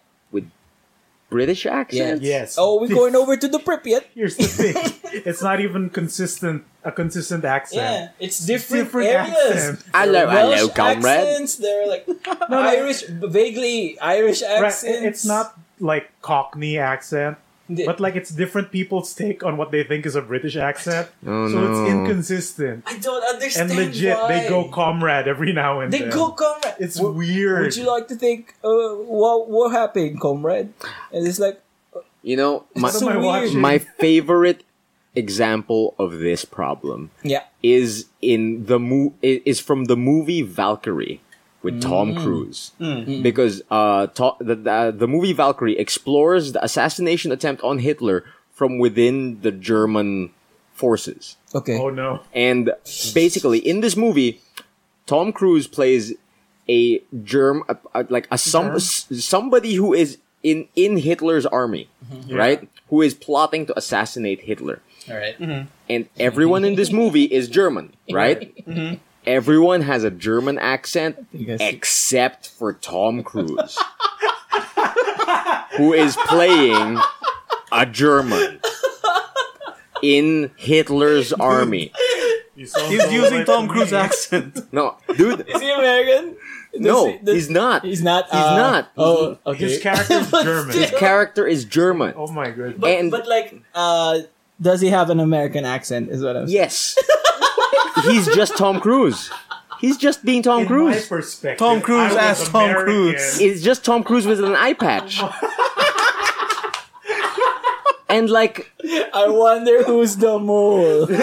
A: British
B: Yeah.
A: accents?
D: Yes.
B: Oh, we're going over to the Pripyat.
D: Here's
B: (laughs)
D: the thing. it's not even consistent. A consistent accent.
B: Yeah, it's different,
D: Different
B: areas.
D: accent.
A: Hello,
B: Welsh
A: hello, comrade.
B: accents. They're like
D: (laughs) no.
B: Irish, vaguely Irish
D: Right,
B: accents.
D: it- It's not like Cockney accent.
B: The-
D: But like it's different people's take on what they think is a British accent.
A: (laughs) Oh,
D: so
A: no.
D: it's inconsistent.
B: I don't understand.
D: And legit, they
B: why.
D: go comrade every now and
B: They
D: then.
B: go comrade.
D: It's
B: Would-
D: weird.
B: Would you like to think uh, what what happened, comrade? And it's like
A: You know, my,
D: so
B: so
D: am I
B: weird.
D: watching?
A: my favorite example of this problem
B: yeah.
A: is in the mo- i- is from the movie Valkyrie with Tom Cruise because uh, to- the, the the movie Valkyrie explores the assassination attempt on Hitler from within the German forces.
B: Okay.
D: oh no.
A: And basically, in this movie, Tom Cruise plays a germ, a, a- like a some s- somebody who is in in Hitler's army, right? Who is plotting to assassinate Hitler,
E: All right.
A: and everyone in this movie is German, right? Everyone has a German accent except for Tom Cruise, who is playing a German in Hitler's army.
D: You sound
C: He's
D: so
C: using
D: like
C: Tom
D: me.
C: Cruise accent.
B: (laughs)
A: No, dude.
B: Is he American? Does
A: No,
B: he- does-
A: he's not.
B: He's not.
A: He's
B: uh,
A: not.
B: Oh, okay.
D: His character
B: (laughs)
D: is
B: But
D: German.
B: still-
A: Character is German.
D: Oh my goodness.
B: But,
A: and-
B: but like, uh, does he have an American accent? Is what I'm saying. (laughs)
A: Yes, he's just Tom Cruise. He's just being Tom
D: In my
A: Cruise.
D: perspective,
C: Tom Cruise
D: I was
C: as Tom
D: American.
C: Cruise.
A: It's just Tom Cruise with an eye
B: (laughs)
A: patch. and like,
B: I wonder who's the mole.
A: (laughs) and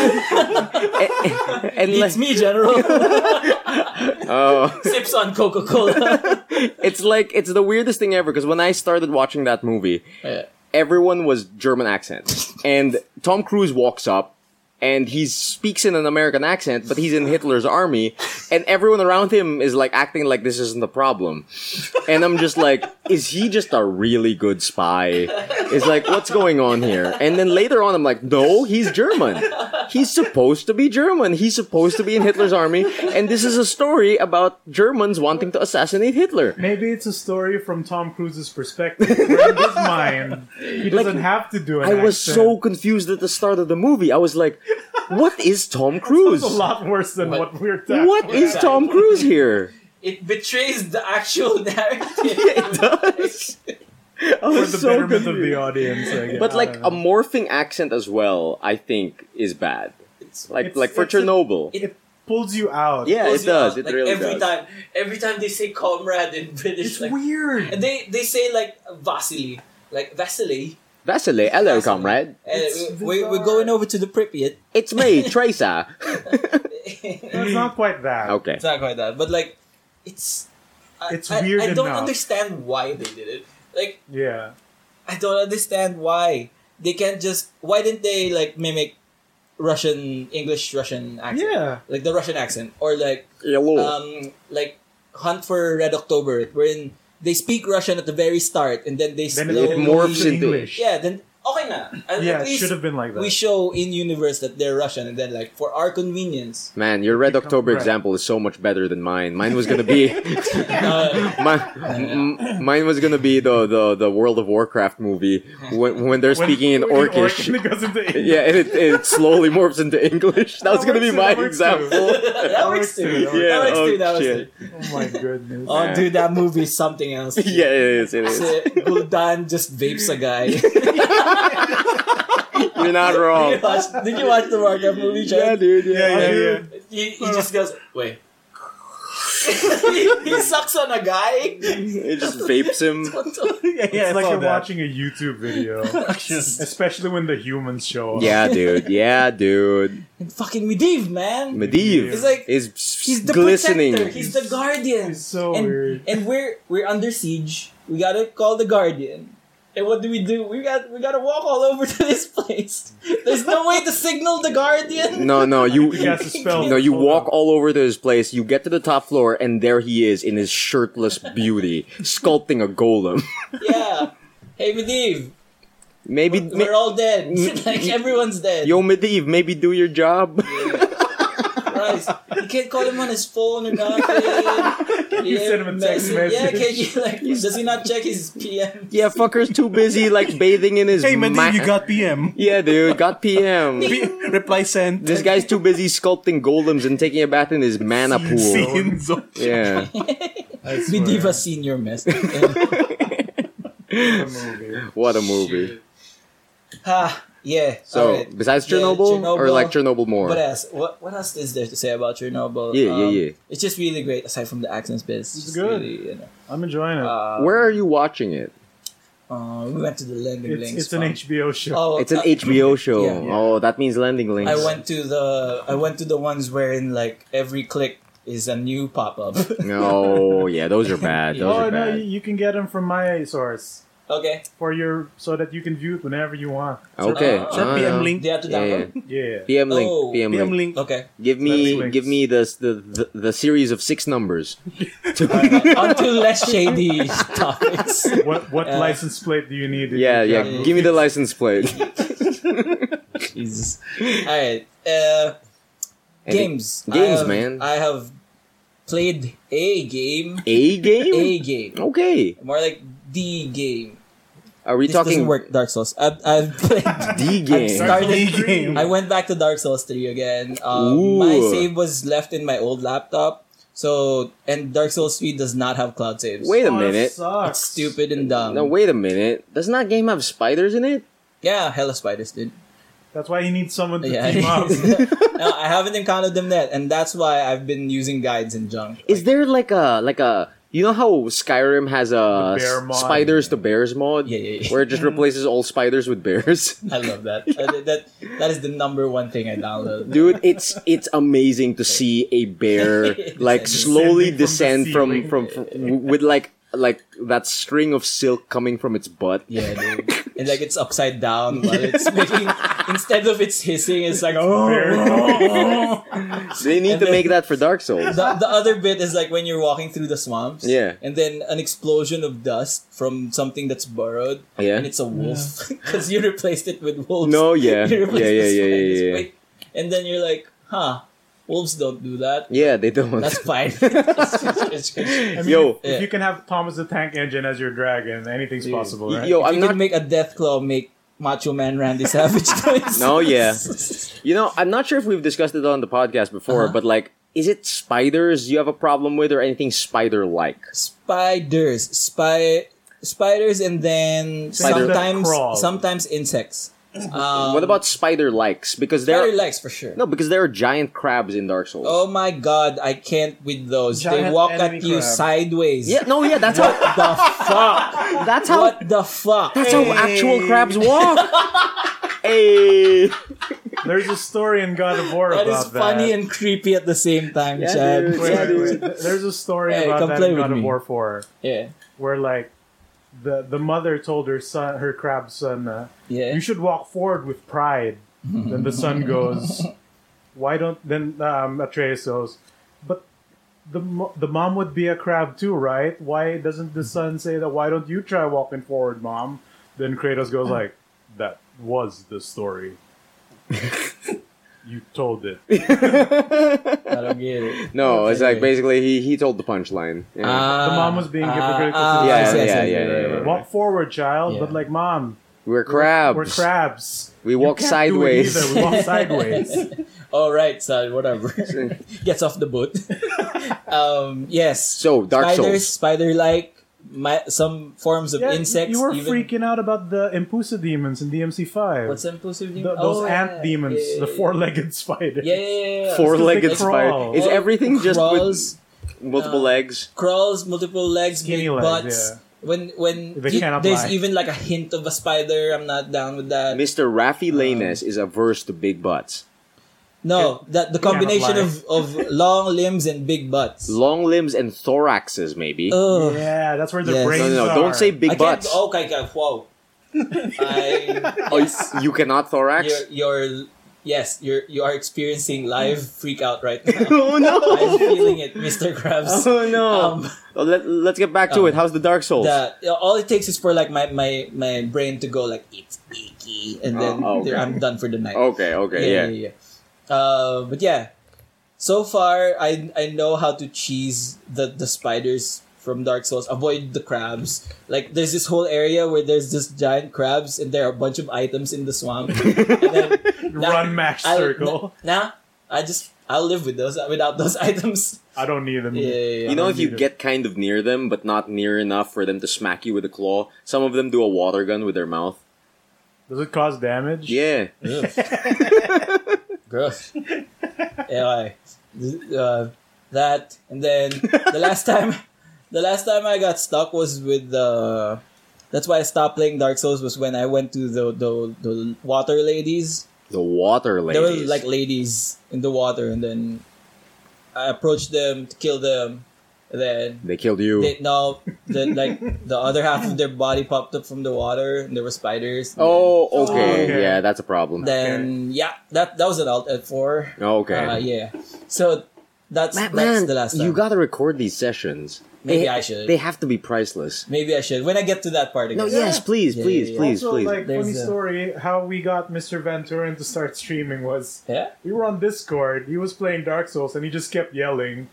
A: like,
B: it's me, General.
A: (laughs) oh,
B: Sips on Coca Cola.
A: it's like it's the weirdest thing ever. Because when I started watching that movie, everyone was German accent, and Tom Cruise walks up. And he speaks in an American accent, but he's in Hitler's army, and everyone around him is like acting like this isn't a problem. And I'm just like, is he just a really good spy? It's like, what's going on here? And then later on, I'm like, no, he's German. He's supposed to be German. He's supposed to be in Hitler's army. And this is a story about Germans wanting to assassinate Hitler.
D: Maybe it's a story from Tom Cruise's perspective. where
A: (laughs)
D: in his mind, he doesn't have to do an
A: I was
D: accent.
A: so confused at the start of the movie. I was like, what is
D: (laughs)
A: Tom
D: It's
A: Cruise?
D: a lot worse than what, we're talking
A: What is Tom Cruise here?
B: (laughs)
D: (laughs)
B: it betrays the actual narrative.
A: (laughs) It does. I
D: For
A: was
D: the
A: so
D: betterment of the
A: confused.
D: audience, I guess.
A: But
D: I
A: like
D: don't
A: a
D: know.
A: morphing accent as well, I think is bad. Like
D: It's-
A: like for
D: it's a-
A: Chernobyl.
D: it pulls you out.
A: um, yeah, it
B: pulls you
A: does.
B: out,
A: It
B: like,
A: really
B: every
A: does.
B: time, every time they say comrade in British,
D: it's
B: like,
D: weird.
B: and they they say like Vasily, like Vasily.
A: Vasily, hello,
B: Vasily.
A: comrade.
B: Uh,
D: It's
B: we, we're
D: bizarre.
B: going over to the Pripyat.
A: It's me,
D: (laughs)
A: Tracer. (laughs)
D: No,
B: (laughs)
D: it's not quite that.
A: Mm. okay.
B: It's not quite that, but like, it's I-
D: It's
B: I,
D: weird
B: I don't
D: enough.
B: understand why they did it. Like,
D: Yeah.
B: I don't understand why they can't just. Why didn't they like mimic Russian English Russian accent?
D: Yeah.
B: like the Russian accent, or like
A: Hello.
D: Uh,
B: um like Hunt for Red October, wherein they speak Russian at the very start and then they
D: Then
B: slow.
A: it morphs
D: to
A: into-
D: English.
B: yeah, then okay na. At,
D: Yeah,
B: at
D: it
B: least
D: should have been like that.
B: we show in universe that they're Russian, and then like for our
A: (laughs)
B: convenience,
A: Man, your Red
D: Become
A: October
D: red.
A: example is so much better than mine. Mine was gonna
D: (laughs)
A: be,
B: uh,
A: my, m- mine was gonna be the, the, the World of Warcraft movie when, when they're
D: When-
A: speaking in
D: when
A: Orcish.
D: Orcish (laughs) goes into English.
A: Yeah, and it, it slowly morphs into English. That was
D: That
A: gonna be my
D: works too, that works
A: example. (laughs)
B: that works too. that works too.
A: oh,
B: That works
A: shit.
B: too.
D: Oh my goodness.
B: Oh, dude, that movie is
A: (laughs)
B: something else.
A: Yeah, it is. It is.
B: Kasi Guldan just vapes a guy.
A: (laughs)
B: (laughs)
A: You're not
B: Did you (laughs)
A: wrong.
B: watch, did you watch the Warcraft movie?
A: Yeah,
B: Chad?
A: dude. Yeah,
D: yeah,
A: yeah.
D: yeah.
B: (laughs) He, he just goes, wait.
E: he sucks on a guy.
A: (laughs) It just vapes him.
C: yeah, yeah, I
D: It's like
C: saw
D: you're
C: that.
D: watching a YouTube video,
B: (laughs)
D: especially when the humans show up.
A: Yeah, dude. Yeah, dude.
B: And fucking Medivh, man.
A: Medivh
D: It's
B: like-
A: is
B: He's the
A: glistening.
B: protector. He's the guardian.
D: It's so
B: and,
D: weird.
B: and we're we're under siege. We gotta call the guardian. And what do we do? We got we gotta walk all over (laughs) to this place. There's no way to signal the guardian.
A: No, no,
D: (laughs)
A: you. (laughs)
D: You cast a spell.
A: no, you
D: Hold
A: walk
D: on.
A: all over to his place. You get to the top floor, and there he is in his shirtless beauty, sculpting a golem. (laughs)
B: Yeah. Hey, Medivh,
A: Maybe,
B: we're all dead. (laughs) like everyone's dead.
A: yo, Medivh, maybe do your job.
B: Christ. You can't call him on his phone or nothing.
D: (laughs) You
B: Yeah,
D: send him a text
B: Yeah,
D: message.
B: can you like? Does he not check his PM?
A: (laughs) yeah, fucker's too busy like bathing in his.
C: Hey, man,
A: ma-
C: you got PM.
A: Yeah, dude, got PM.
C: P- reply sent.
A: this guy's too busy sculpting golems and taking a bath in his mana pool.
C: Scene zone.
A: Yeah.
B: Medivh has seen your
D: (laughs)
B: message.
D: the movie.
A: What a movie.
B: ah, yeah.
A: So
B: alright.
A: besides
B: Yeah,
A: Chernobyl, or
B: Chernobyl.
A: like Chernobyl more?
B: What else? What what else is there to say about Chernobyl?
A: Yeah, yeah, yeah.
B: It's just really great. Aside from the accents, but it's, just
D: good.
B: Really, you know,
D: I'm enjoying it.
B: uh,
A: Where are you watching it?
B: uh, we went to the Lending
D: it's
B: Links.
D: it's an
B: farm.
D: HBO show.
B: Oh,
A: It's an
B: uh,
A: HBO show.
B: yeah,
D: yeah.
A: Oh, that means landing links.
B: I went to the I went to the ones wherein like every click is a new pop up.
A: No, Oh, yeah, those are bad. Those
D: oh
A: are
D: no,
A: bad.
D: you, you can get them from my source
B: (laughs) okay.
D: for your so that you can view it whenever you want.
A: Okay.
B: Is
C: that
A: ah,
C: PM
A: yeah.
C: link?
B: They have to
A: Yeah,
B: download.
A: yeah.
D: Yeah.
A: PM link.
B: Oh.
A: PM,
C: PM
A: link.
C: link.
B: Okay.
A: Give me,
D: Landing links.
A: give me the the, the the series of six numbers.
B: Onto less shady (laughs) topics.
D: What what
B: Uh,
D: license plate do you need? if
A: (laughs) yeah,
D: you
A: yeah.
D: travel?
A: Give me the license plate.
B: Jesus. All right. Uh,
A: And
B: games. I
A: games,
B: have-
A: man.
B: I have played a game.
A: A game.
B: A game.
A: Okay.
B: More like the game.
A: Are we
B: This
A: talking
B: doesn't work. Dark Souls. I've, I've (laughs)
D: (laughs)
B: played.
A: D game?
B: sorry. Started-
C: Play game.
B: I went back to Dark Souls three again. Um,
A: Ooh.
B: my save was left in my old laptop. So and Dark Souls three does not have cloud saves.
A: Wait a
D: Oh, that
A: minute.
D: sucks.
B: It's stupid and dumb.
A: No, wait a minute. Does not game have spiders in
B: (laughs)
A: it?
B: Yeah, hella spiders, dude.
D: That's why you need someone to
B: Yeah.
D: team up.
B: (laughs) no, I haven't encountered them yet, and that's why I've been using guides and junk.
A: Is there like a like a you know how Skyrim has a
D: The bear
A: s-
D: mod.
A: spiders to bears mod,
B: Yeah, yeah, yeah.
A: where it just replaces all spiders with bears?
B: (laughs)
A: (laughs)
B: I love that. Uh, that- that that is the number one thing I download.
A: Dude, it's it's amazing to see a
B: (laughs)
A: bear like slowly descend
D: Descending from the
A: from from, from, with like like that string of silk coming from its butt.
B: Yeah, dude. And like it's upside down while it's making instead of it's hissing, it's like oh.
A: They need
B: And
A: to
B: then-
A: make that for Dark Souls.
B: (laughs) The, the other bit is like when you're walking through the swamps.
A: Yeah.
B: And then an explosion of dust from something that's burrowed.
A: Yeah.
B: And it's a wolf. (laughs) Because you replaced it with wolves.
A: No, yeah.
B: (laughs) You
A: Yeah,
B: replaced
A: yeah,
B: the
A: yeah, yeah,
B: spiders
A: yeah.
B: with- And then you're like, huh, wolves don't do
A: (laughs)
B: that.
A: Yeah, they don't.
B: That's
A: (laughs)
B: fine. (laughs) It's- it's- it's-
D: I mean,
A: Yo.
D: if, if you can have Thomas the Tank Engine as your dragon, anything's possible, right?
A: Yo,
B: if
A: I'm
B: you
A: not
B: can make a death claw make Macho Man Randy
A: (laughs)
B: Savage (laughs) noise.
A: No,
B: (laughs)
A: yeah. You know, I'm not sure if we've discussed it on the podcast before,
B: Uh-huh.
A: but like, is it spiders you have a problem with or anything spider like?
B: Spiders. Spy spiders and then
D: Spider-
B: sometimes
D: Crawl.
B: sometimes
A: (laughs)
B: insects. Um,
A: what about spider likes? Because there are,
B: spider legs for sure?
A: no, because there are giant crabs in Dark Souls.
B: Oh my god, I can't with those. they
D: Giant
B: walk at
D: enemy
B: you
D: crab.
B: sideways.
A: Yeah, no, yeah, that's
B: (laughs) What
A: how
B: the fuck?
A: that's how
B: What the fuck?
A: that's how actual crabs
B: (laughs)
A: walk. hey,
D: There's a story in God of War
B: that
D: about
B: is funny
D: that.
B: and creepy at the same time,
A: Yeah,
B: Chad.
A: dude.
D: Wait,
B: Yeah,
D: wait,
B: dude.
D: wait. There's a story
B: Hey, come
D: about that
B: play
D: in
B: with
D: God
B: me.
D: of War 4
B: yeah,
D: where like the the mother told her son her crab son uh,
B: yeah.
D: you should walk forward with pride. then the son goes, why don't then um, Atreus goes, but the mo- the mom would be a crab too, right? Why doesn't the son say that? Why don't you try walking forward, mom? Then Kratos goes like, that was the story. you
B: (laughs)
D: told it. The
B: I don't get
D: (laughs)
B: it.
A: no, it's like
B: Okay.
A: basically he he told the punchline. Yeah.
B: Ah,
D: mom was being
B: ah,
D: hypocritical.
B: ah,
D: to the
A: Yeah,
B: I
D: son.
B: see, I see,
A: yeah,
B: I see.
A: yeah, yeah, yeah.
D: Walk forward, child.
B: Yeah.
D: But like, mom,
A: we're crabs.
D: we're crabs.
A: We
D: You
A: walk
D: can't do it
A: sideways.
D: either. We walk sideways.
B: (laughs) All right, son, whatever. Gets off the boat. (laughs) um, yes.
A: (laughs) So Dark Souls.
B: Spiders, spider-like, my, some forms of
D: Yeah,
B: insects.
D: You were
B: even.
D: freaking out about the Impusa demons in DMC5.
B: What's inclusive?
D: The- those ant demons, the four legged spider.
B: Oh, Yeah, yeah, yeah, yeah.
A: Four-legged
D: It's 'cause they
A: spider.
D: crawl.
A: Is everything just with,
B: Crawls.
A: multiple
B: Uh,
A: legs.
B: crawls, multiple legs,
D: Skinny
B: big
D: legs,
B: butts.
D: yeah.
B: When when
D: They
B: you-
D: cannot
B: there's
D: lie.
B: even like a hint of a spider, I'm not down with that.
A: Mr. Rafi
B: uh,
A: Lanes is averse to big butts.
B: No, that the
D: cannot
B: combination
D: lie.
B: of of
D: (laughs)
B: long limbs and big butts.
A: Long limbs and thoraxes, maybe.
B: Ugh.
D: Yeah, that's where their
B: Yes.
D: brains
A: no, no, no.
D: are.
A: Don't say big
B: Uh, I
A: butts.
B: can't. Okay, okay.
A: (laughs)
B: Whoa. I,
A: Oh, you- you cannot thorax?
B: you're, you're yes, you're you are experiencing live freak out right now.
A: (laughs) oh,
B: (laughs)
A: no.
B: I'm feeling it, Mr.
A: (laughs)
B: Krabs.
A: Oh, no.
B: Um,
A: Oh, let, let's get back to
B: um,
A: it. How's the Dark Souls?
B: the, all it takes is for like my, my, my brain to go like it's icky, and then
A: Oh, okay.
B: there- I'm done for the night.
A: okay, okay, yeah.
B: yeah, yeah. Uh, but yeah, so far I I know how to cheese the the spiders from Dark Souls. Avoid the crabs. Like there's this whole area where there's just giant crabs and there are a bunch of items in the
A: (laughs)
B: swamp. and then, nah,
D: Run mash
B: I-
D: circle.
B: Nah, I just I'll live with those without those (laughs) items.
D: I don't need them.
B: Yeah, yeah, yeah.
A: Mm-hmm. You know, if you
D: Neither.
A: get kind of near them, but not near enough for them to smack you with a claw, some of them do a water gun with their mouth.
D: Does it cause damage?
A: Yeah. (laughs)
B: Gross. anyway, th- uh, that and then
A: (laughs)
B: the last time, the last time I got stuck was with the. That's why I stopped playing Dark Souls was when I went to the the, the water ladies.
A: The water
B: There
A: ladies.
B: were like ladies in the water, and then I approached them to kill them. And then
A: they killed you.
B: they no, the like the other half of their body popped up from the water, and there were spiders. and
A: oh, okay.
D: okay.
A: Yeah, that's a problem. Oh,
B: then yeah, that that was an alt at four.
A: okay.
B: Uh, yeah. So that's
A: Man,
B: that's
A: man,
B: the last time.
A: you gotta record these sessions.
B: Maybe
A: They-
B: I should.
A: They have to be priceless.
B: Maybe I should. When I get to that part
A: No,
B: again.
A: yes, please,
B: Yeah,
A: please,
B: yeah, yeah.
A: please,
D: also,
A: please.
D: like
B: There's
D: funny
B: a-
D: story, how we got Mr. Venturin to start streaming was
B: Yeah.
D: we were on Discord. He was playing Dark Souls, and he just kept yelling.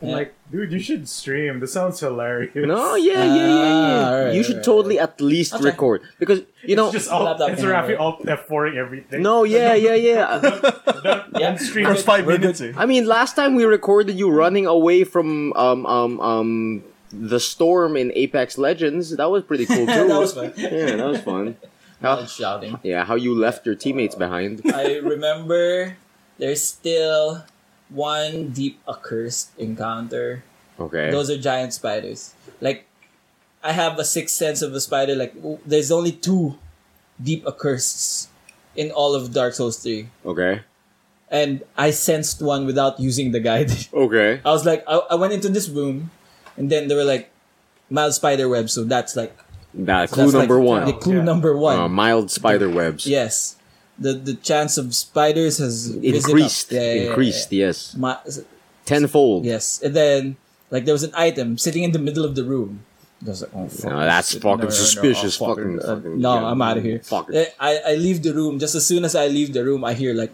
D: I'm
B: Yeah.
D: like, dude, you should stream. This sounds hilarious.
A: no, yeah, yeah, yeah, yeah.
B: Ah, alright,
A: you should
B: alright,
A: totally at least
B: Okay.
A: record because you know.
D: it's just all
B: Laptop
D: it's
B: can
D: Rafi
B: handle
D: alt F4ing everything. (laughs)
A: no, yeah, yeah, yeah.
B: Yeah.
D: stream
C: (laughs) First five
B: We're
C: minutes.
B: good.
C: eh.
A: I mean, last time we recorded you running away from um um um the storm in Apex Legends. That was pretty
B: (laughs)
A: cool too.
B: that was fun.
A: Yeah, that was fun. How,
B: Loud shouting.
A: yeah, how you left your teammates behind.
B: I remember there's still one deep accursed encounter.
A: Okay.
B: Those are giant spiders. Like I have a sixth sense of a spider. Like w- there's only two deep accurses in all of Dark Souls three,
A: Okay.
B: and I sensed one without using the guide. (laughs)
A: Okay.
B: I was like, I, I went into this room, and then they were like, mild spider web. So that's like
A: Nah, clue
B: that's like
A: number
B: The
A: one.
B: clue
D: Yeah.
B: number one.
A: Uh, mild spider webs.
B: yes, the the chance of spiders has risen up.
A: increased.
B: Yeah, yeah, yeah, yeah.
A: increased. Yes.
B: Ma-
A: Tenfold.
B: yes, and then like there was an item sitting in the middle of the room. I was like, oh, fuck
A: No,
B: this
A: that's
B: shit.
A: fucking
B: No, no, no,
A: suspicious.
B: I'll
A: fucking,
B: uh,
A: fucking.
B: no,
A: yeah,
B: I'm out of here.
A: Fuck.
B: Uh, I I leave the room. Just as soon as I leave the room, I hear like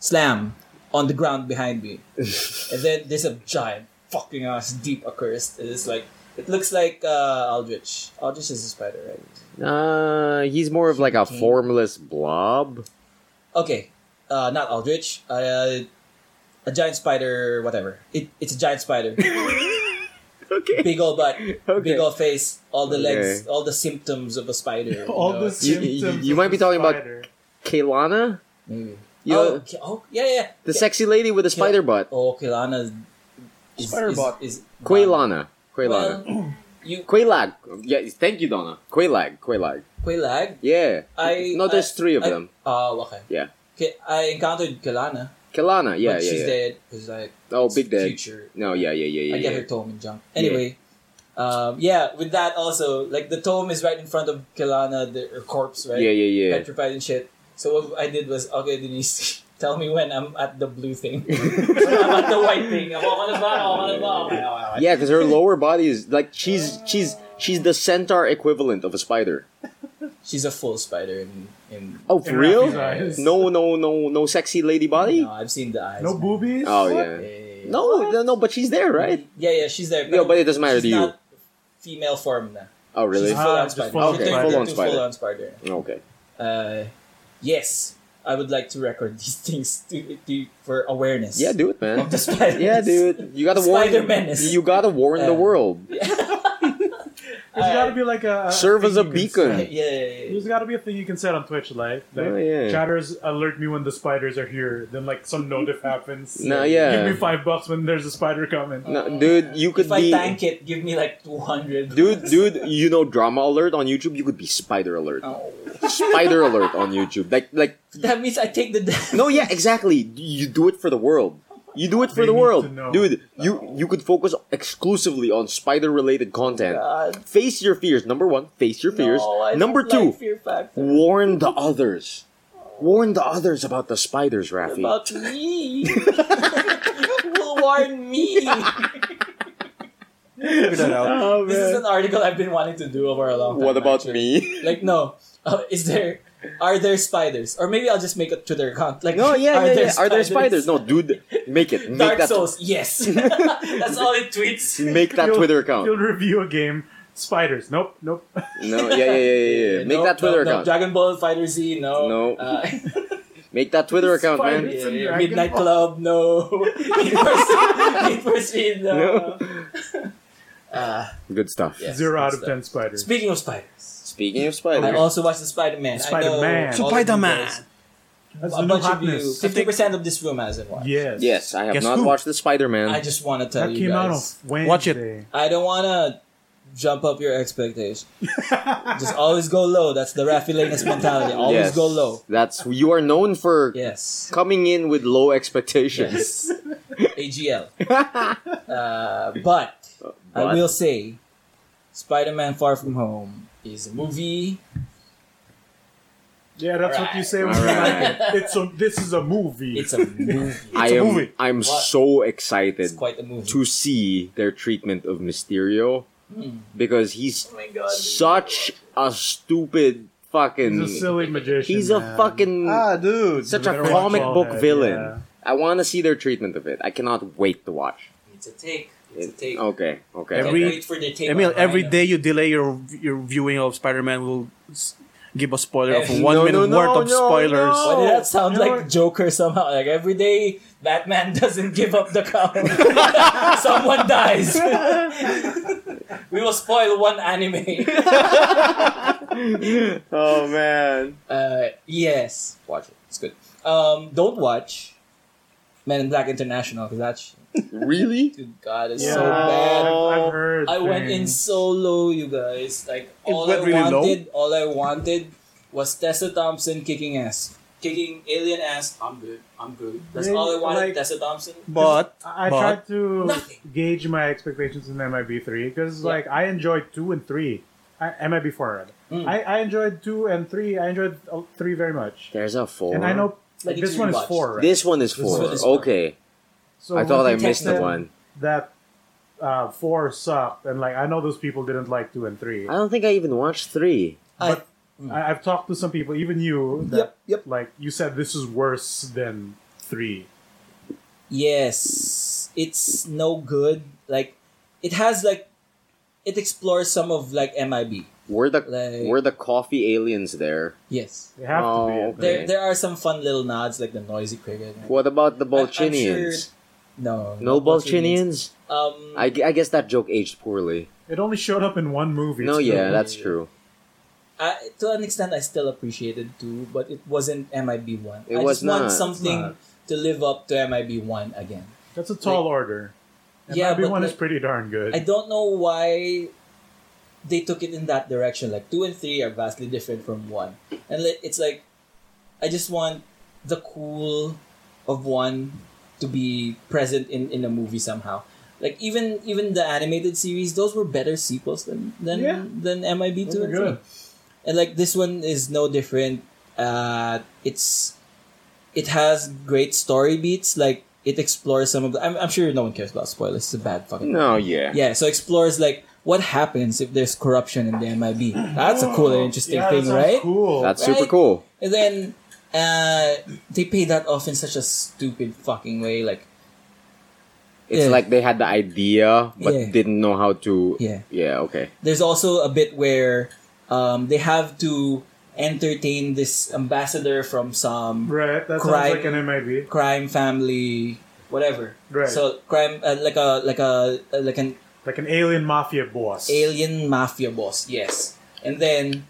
B: slam on the ground behind
A: (laughs)
B: me, and then there's a giant fucking ass deep accursed. It is like it looks like uh, Aldrich. Aldrich is a spider, right?
A: Uh, he's more of like a formless
B: (laughs)
A: blob.
B: Okay, uh, not Aldrich. Uh, a giant spider, whatever. It, it's a giant
A: (laughs)
B: spider.
A: Okay.
B: Big old (laughs) butt,
A: Okay.
B: big old face, all the legs,
A: Okay.
B: all the symptoms of a spider. you
D: (laughs) All
B: know,
D: the
B: it's-
A: You- you-
D: symptoms.
A: you
D: of
A: might be
D: the
A: talking about-
D: spider.
A: Kaylana,
B: maybe.
A: Mm. you
B: oh, Ki- oh, yeah, yeah.
A: the sexy lady with the spider butt.
B: Oh, Kailana. Is,
D: Spider
B: is,
D: bot.
B: is
A: Quaylana. Quaylana.
B: Well, (clears throat) you
A: Quaylag. Yeah, thank you, Donna. Quaylag. Quaylag.
B: Quailag.
A: Yeah.
B: I
A: no, there's
B: I-
A: three of
B: I-
A: them.
B: Oh, okay.
A: Yeah.
B: Okay, I encountered Kalana.
A: Kaylana. Yeah,
B: but
A: yeah,
B: she's
A: yeah.
B: dead because like
A: Oh,
B: it's
A: big dead.
B: Future.
A: No, yeah, yeah, yeah,
B: I
A: yeah.
B: get
A: yeah.
B: her tome and junk. Anyway, um, yeah, with that also, like the tome is right in front of Kalana, the, her corpse, right?
A: Yeah, yeah, yeah.
B: Petrified and shit. So what I did was, okay, Denise, (laughs) tell me when I'm at the blue thing. I'm (laughs) at the white thing. I'm on the bottom, I'm "Oh, on the bottom. Okay, okay, okay.
A: Yeah, because her lower body is like she's she's she's the centaur equivalent of a spider.
B: She's a full spider in, in
A: Oh, for
D: In
A: real?
D: Rafi's eyes.
A: No, no, no, no, sexy lady body.
B: uh, No, I've seen the eyes.
D: No
B: man.
D: boobies.
A: Oh
D: What?
A: yeah.
B: Eh,
A: No, no, no, but she's there, right?
B: Yeah, yeah, she's there.
A: Yeah, but it doesn't matter
B: she's
A: to you.
B: not female form na.
A: Oh, really?
B: She's full
D: Ah,
B: on
D: just
B: spider.
D: full-on
B: She
A: Okay,
B: turned
A: full-on
B: into
A: spider.
B: full-on spider.
A: Okay.
B: Uh, yes, I would like to record these (laughs) things to, to for awareness.
A: Yeah, do it, man.
B: (laughs) Of the spiders.
A: Yeah, dude. You gotta warn
B: Spider menace.
A: You gotta warn
B: Uh,
A: the world.
D: There's got to be like a a
A: Serve
D: thing
A: as a
D: you can
A: beacon.
D: set.
B: yeah, yeah, yeah.
D: There's got to be a thing you can set on Twitch, like, like
A: Oh, yeah.
D: chatters alert me when the spiders are here. Then like some
A: (laughs)
D: notif happens.
A: Nah, yeah.
D: Give me five bucks when there's a spider coming.
A: No, dude, you could
B: If I
A: be
B: tank it, give me like 200.
A: dude,
B: (laughs)
A: dude. You know, drama alert on YouTube. You could be spider alert,
B: Oh.
A: spider alert on YouTube. Like, like,
B: That means I take the damage.
A: no, yeah, exactly. You do it for the world. You do it for
D: They
A: the
D: need
A: world,
D: to know.
A: dude. You you could focus exclusively on spider-related content.
B: (laughs) God.
A: Face your fears. Number one, face your fears.
B: No, I
A: Number
B: don't like
A: two,
B: fear factor.
A: warn the others. Warn the others about the spiders, Rafi.
B: About me. Will
A: (laughs)
B: warn me.
C: Figure that out.
D: Oh
B: This is an article I've been wanting to do over a long time.
A: What about me?
B: actually. (laughs) Like, no. Uh, is there. Are there spiders? Or maybe I'll just make a Twitter account. Like,
A: No, yeah, yeah,
B: are there
A: yeah. Are there spiders? No, dude, make it. Make that
B: Dark
A: (laughs)
B: Souls, yes. That's all it tweets.
A: make that
D: You'll-
A: Twitter account.
D: You'll review a game. Spiders. Nope. Nope. (laughs)
A: No, yeah, yeah, yeah, yeah. yeah. Make
B: No,
A: that Twitter
B: no, no.
A: account.
B: Dragon Ball Fighter Z, no.
A: No. (laughs)
B: Uh, (laughs)
A: Make that Twitter account, man.
D: Spider- It's
B: yeah, yeah,
D: a Dragon
B: Midnight
D: Ball.
B: Club, no. (laughs) Need for Speed, Need for Speed, no. Uh,
A: (laughs) Good stuff.
B: Yeah. Yes,
D: Zero out
B: that's
D: of ten spiders.
B: speaking of spiders,
A: Speaking of
B: I
A: spiders,
B: also watched the Spider-Man.
D: Spider-Man.
C: Spider-Man.
D: That's
B: A
D: the new
B: bunch of you,
D: hotness.
B: fifty percent of this room hasn't watched.
D: Yes.
A: yes, I have
C: Guess
A: not
C: who?
A: watched the Spider
B: I
A: Man.
B: just want to tell
D: That
B: you
D: came out
B: guys.
D: on Wednesday.
C: Watch it.
D: (laughs)
B: I don't want to jump up your expectations. just always go low. That's the Rafi Lanus mentality.
A: yes,
B: Always go low.
A: That's you are known for
B: Yes.
A: coming in with low expectations.
B: Yes. AGL. Uh, but, I will say, Spider-Man: Far From Home is a movie.
D: Yeah, that's what you say when you
A: Alright.
D: like it. It's a, this is a movie. (laughs)
B: It's a movie.
A: I
D: a
A: am
D: movie.
A: I'm
B: What?
A: so excited
B: It's quite a movie.
A: to see their treatment of Mysterio
B: Hmm.
A: because he's
B: Oh my god.
A: such a stupid fucking.
D: He's a silly magician.
A: he's a
D: man.
A: fucking
C: Ah, dude.
A: such
C: We
A: a
C: better watch
A: comic
C: all
A: book
D: that,
A: villain.
D: yeah.
A: I want to see their treatment of it. I cannot wait to watch.
B: It's a take.
A: It-
B: It's a take.
A: okay, okay.
B: Can't
C: Every-
A: okay.
B: wait for the take.
C: (laughs) Emil,
B: on
C: every
B: Rhino.
C: day you delay your your viewing of Spider-Man will s- give a spoiler of
B: Eh,
C: one
A: no,
C: minute
A: no, no,
C: worth of
A: no,
C: spoilers.
B: Why did that
D: Oh,
B: sound
D: you know
B: like
D: what?
B: Joker somehow? Like every day, Batman (laughs) doesn't give up the count. (laughs) Someone dies. (laughs) we will spoil one anime.
A: (laughs)
B: (laughs)
A: Oh man.
B: Uh, yes, watch it. It's good. Um, don't watch Men in Black International because that sh- (laughs)
A: Really?
B: good God is
D: Yeah.
B: so bad.
C: Oh.
D: I've, I've heard.
B: I went in
D: things.
B: so low, you guys. Like all I
C: went really low?
B: wanted, all I wanted was Tessa Thompson kicking ass, kicking alien ass. I'm good. I'm good. That's
D: Really?
B: all I wanted.
D: Like-
B: Tessa Thompson.
C: But
D: I I
C: but-
D: tried to
B: Nothing.
D: gauge my expectations in MIB three because
B: Yeah.
D: like I enjoyed two and three, I, MIB four. rather.
B: Mm.
D: I, I enjoyed two and three. I enjoyed uh, three very much,
A: There's a four.
D: and I know
B: I
D: like,
B: need
D: this
B: to
D: one is
B: rewatch.
D: four. Right?
A: This one is
D: This
A: four.
B: one is four.
A: Okay.
D: so
A: I thought I
D: once you
A: missed the
D: said
A: one.
D: that uh, four sucked, and like I know those people didn't like two and three.
A: I don't think I even watched three.
B: I,
D: I, I've talked to some people, even you, that
B: yep. Yep.
D: like you said this is worse than three.
B: Yes, it's no good. Like, it has like, it explores some of like MIB.
A: Were the
B: Like-
A: were the coffee aliens there?
B: Yes,
D: They have
A: Oh,
D: to be.
A: okay.
D: I think.
B: there there are some fun little nods like the noisy cricket.
A: What about the
B: I'm
A: Bolchinians?
B: No,
A: No
B: not Bolchinians.
A: Bolchinians?
B: Um,
A: I, gu- I guess that joke aged poorly.
D: It only showed up in one movie.
A: No,
D: it's
A: yeah,
D: good.
A: that's true.
B: I, to an extent, I still appreciated two, but it wasn't MIB one.
A: It
B: I
A: was
B: just want
A: not.
B: something
D: It's
B: to live up to MIB one again.
D: that's a tall order. And yeah,
B: but
D: one is
B: like-
D: pretty darn good.
B: I don't know why they took it in that direction. Like two and three are vastly different from one, and li- it's like I just want the cool of one to be present in in a movie somehow. Like even even the animated series, those were better sequels than than
D: Yeah.
B: than MIB
D: Those
B: two
D: are
B: and
D: good.
B: three. And like this one is no different. Uh, it's it has great story beats. Like it explores some of the. I'm, I'm sure no one cares about spoilers. It's a bad fucking.
A: No, yeah.
B: Yeah, so explores like what happens if there's corruption in the MIB. That's a cool and interesting
D: Oh, yeah, that
B: thing,
D: sounds
B: right?
D: Cool.
A: That's
B: Right?
A: super cool.
B: And then uh, they pay that off in such a stupid fucking way. Like,
A: It's
B: Yeah.
A: like they had the idea but
B: Yeah.
A: didn't know how to.
B: Yeah.
A: okay.
B: there's also a bit where um, they have to entertain this ambassador from some
D: right. That
B: Crime.
D: sounds like an MIB.
B: crime family, whatever.
D: Right.
B: So crime, uh, like a like a uh, like an
D: Like an alien mafia boss.
B: alien mafia boss. Yes, and then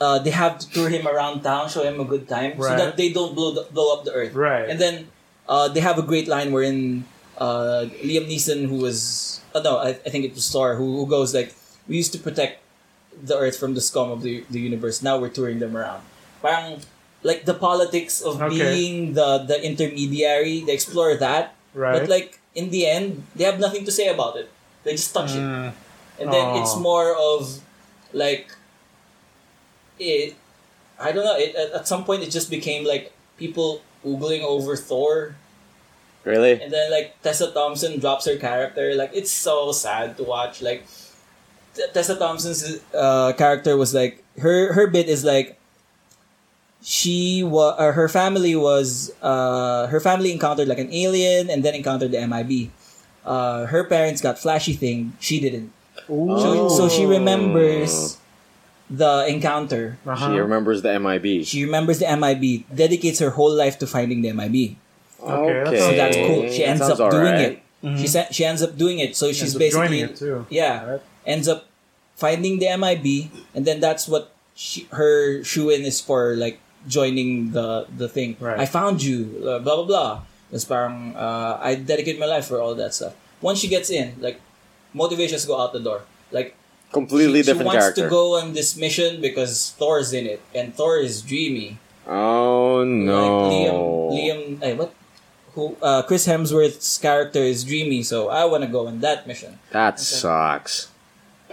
B: uh, they have to tour him around town, show him a good time, so
D: Right.
B: that they don't blow the, blow up the earth.
D: Right.
B: And then uh, they have a great line wherein uh, Liam Neeson, who was uh, no, I, I think it was Thor, who, who goes like, "We used to protect the earth from the scum of the, the universe. Now we're touring them around." Parang like the politics of
D: Okay.
B: being the the intermediary. They explore that,
D: right.
B: but like in the end, they have nothing to say about it. They just touch it
D: Mm,
B: and then
D: Aw.
B: it's more of like it i don't know it, at, at some point it just became like people oogling over thor
G: Really?
B: and then like tessa thompson drops her character like it's so sad to watch like T- tessa thompson's uh, character was like her her bit is like she was uh, her family was uh, her family encountered like an alien and then encountered the mib uh, her parents got flashy thing she didn't so, so she remembers the encounter.
D: uh-huh.
A: She remembers the MIB.
B: She remembers the MIB, dedicates her whole life to finding the MIB.
D: Okay, that's-
B: So that's cool.
A: Okay,
B: She
A: that
B: ends up
A: sounds
B: doing
A: alright.
B: it. She sa- she ends up doing it. So she's
D: Hmm. Ends up
B: basically
D: joining it too.
B: yeah,
D: Right.
B: ends up finding the MIB and then that's what she, her shoe in is for like joining the the thing.
D: Right.
B: I found you, uh, blah blah blah. It's parang uh, I dedicate my life for all that stuff. Once she gets in, like motivations go out the door. Like
A: Completely
B: she, she
A: different
B: wants
A: character.
B: to go on this mission because Thor's in it, and Thor is dreamy.
A: Oh no.
B: Like Liam, Liam, ay, what? Who? Uh, Chris Hemsworth's character is dreamy, so I want to go on that mission.
A: That sucks.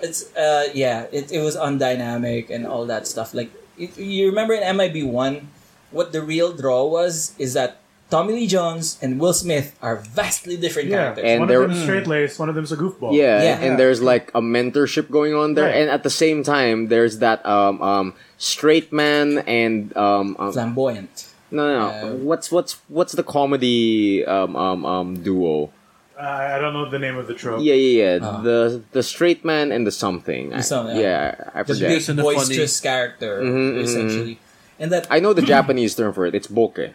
B: It's uh, yeah, it, it was undynamic and all that stuff. Like it, you remember in MIB one, what the real draw was is that Tommy Lee Jones and Will Smith are vastly different
D: Yeah.
B: characters.
A: And
D: one
A: there-
D: of them's straight laced, one of them's a goofball.
A: Yeah,
B: Yeah.
A: and there's like a mentorship going on there,
D: Right.
A: and at the same time, there's that um um straight man and um, um
B: Flamboyant.
A: no no, no.
B: Uh,
A: what's what's what's the comedy um um um duo?
D: Uh, I don't know the name of the trope.
A: Yeah yeah yeah
B: Ah.
A: the the straight man and the something. I,
B: some- yeah.
A: yeah, I
B: Just
A: forget.
B: big
C: Yes, and the funny-
B: boisterous character,
A: Mhm, mhm.
B: essentially. And that
A: I know the Japanese term for it. It's bokeh.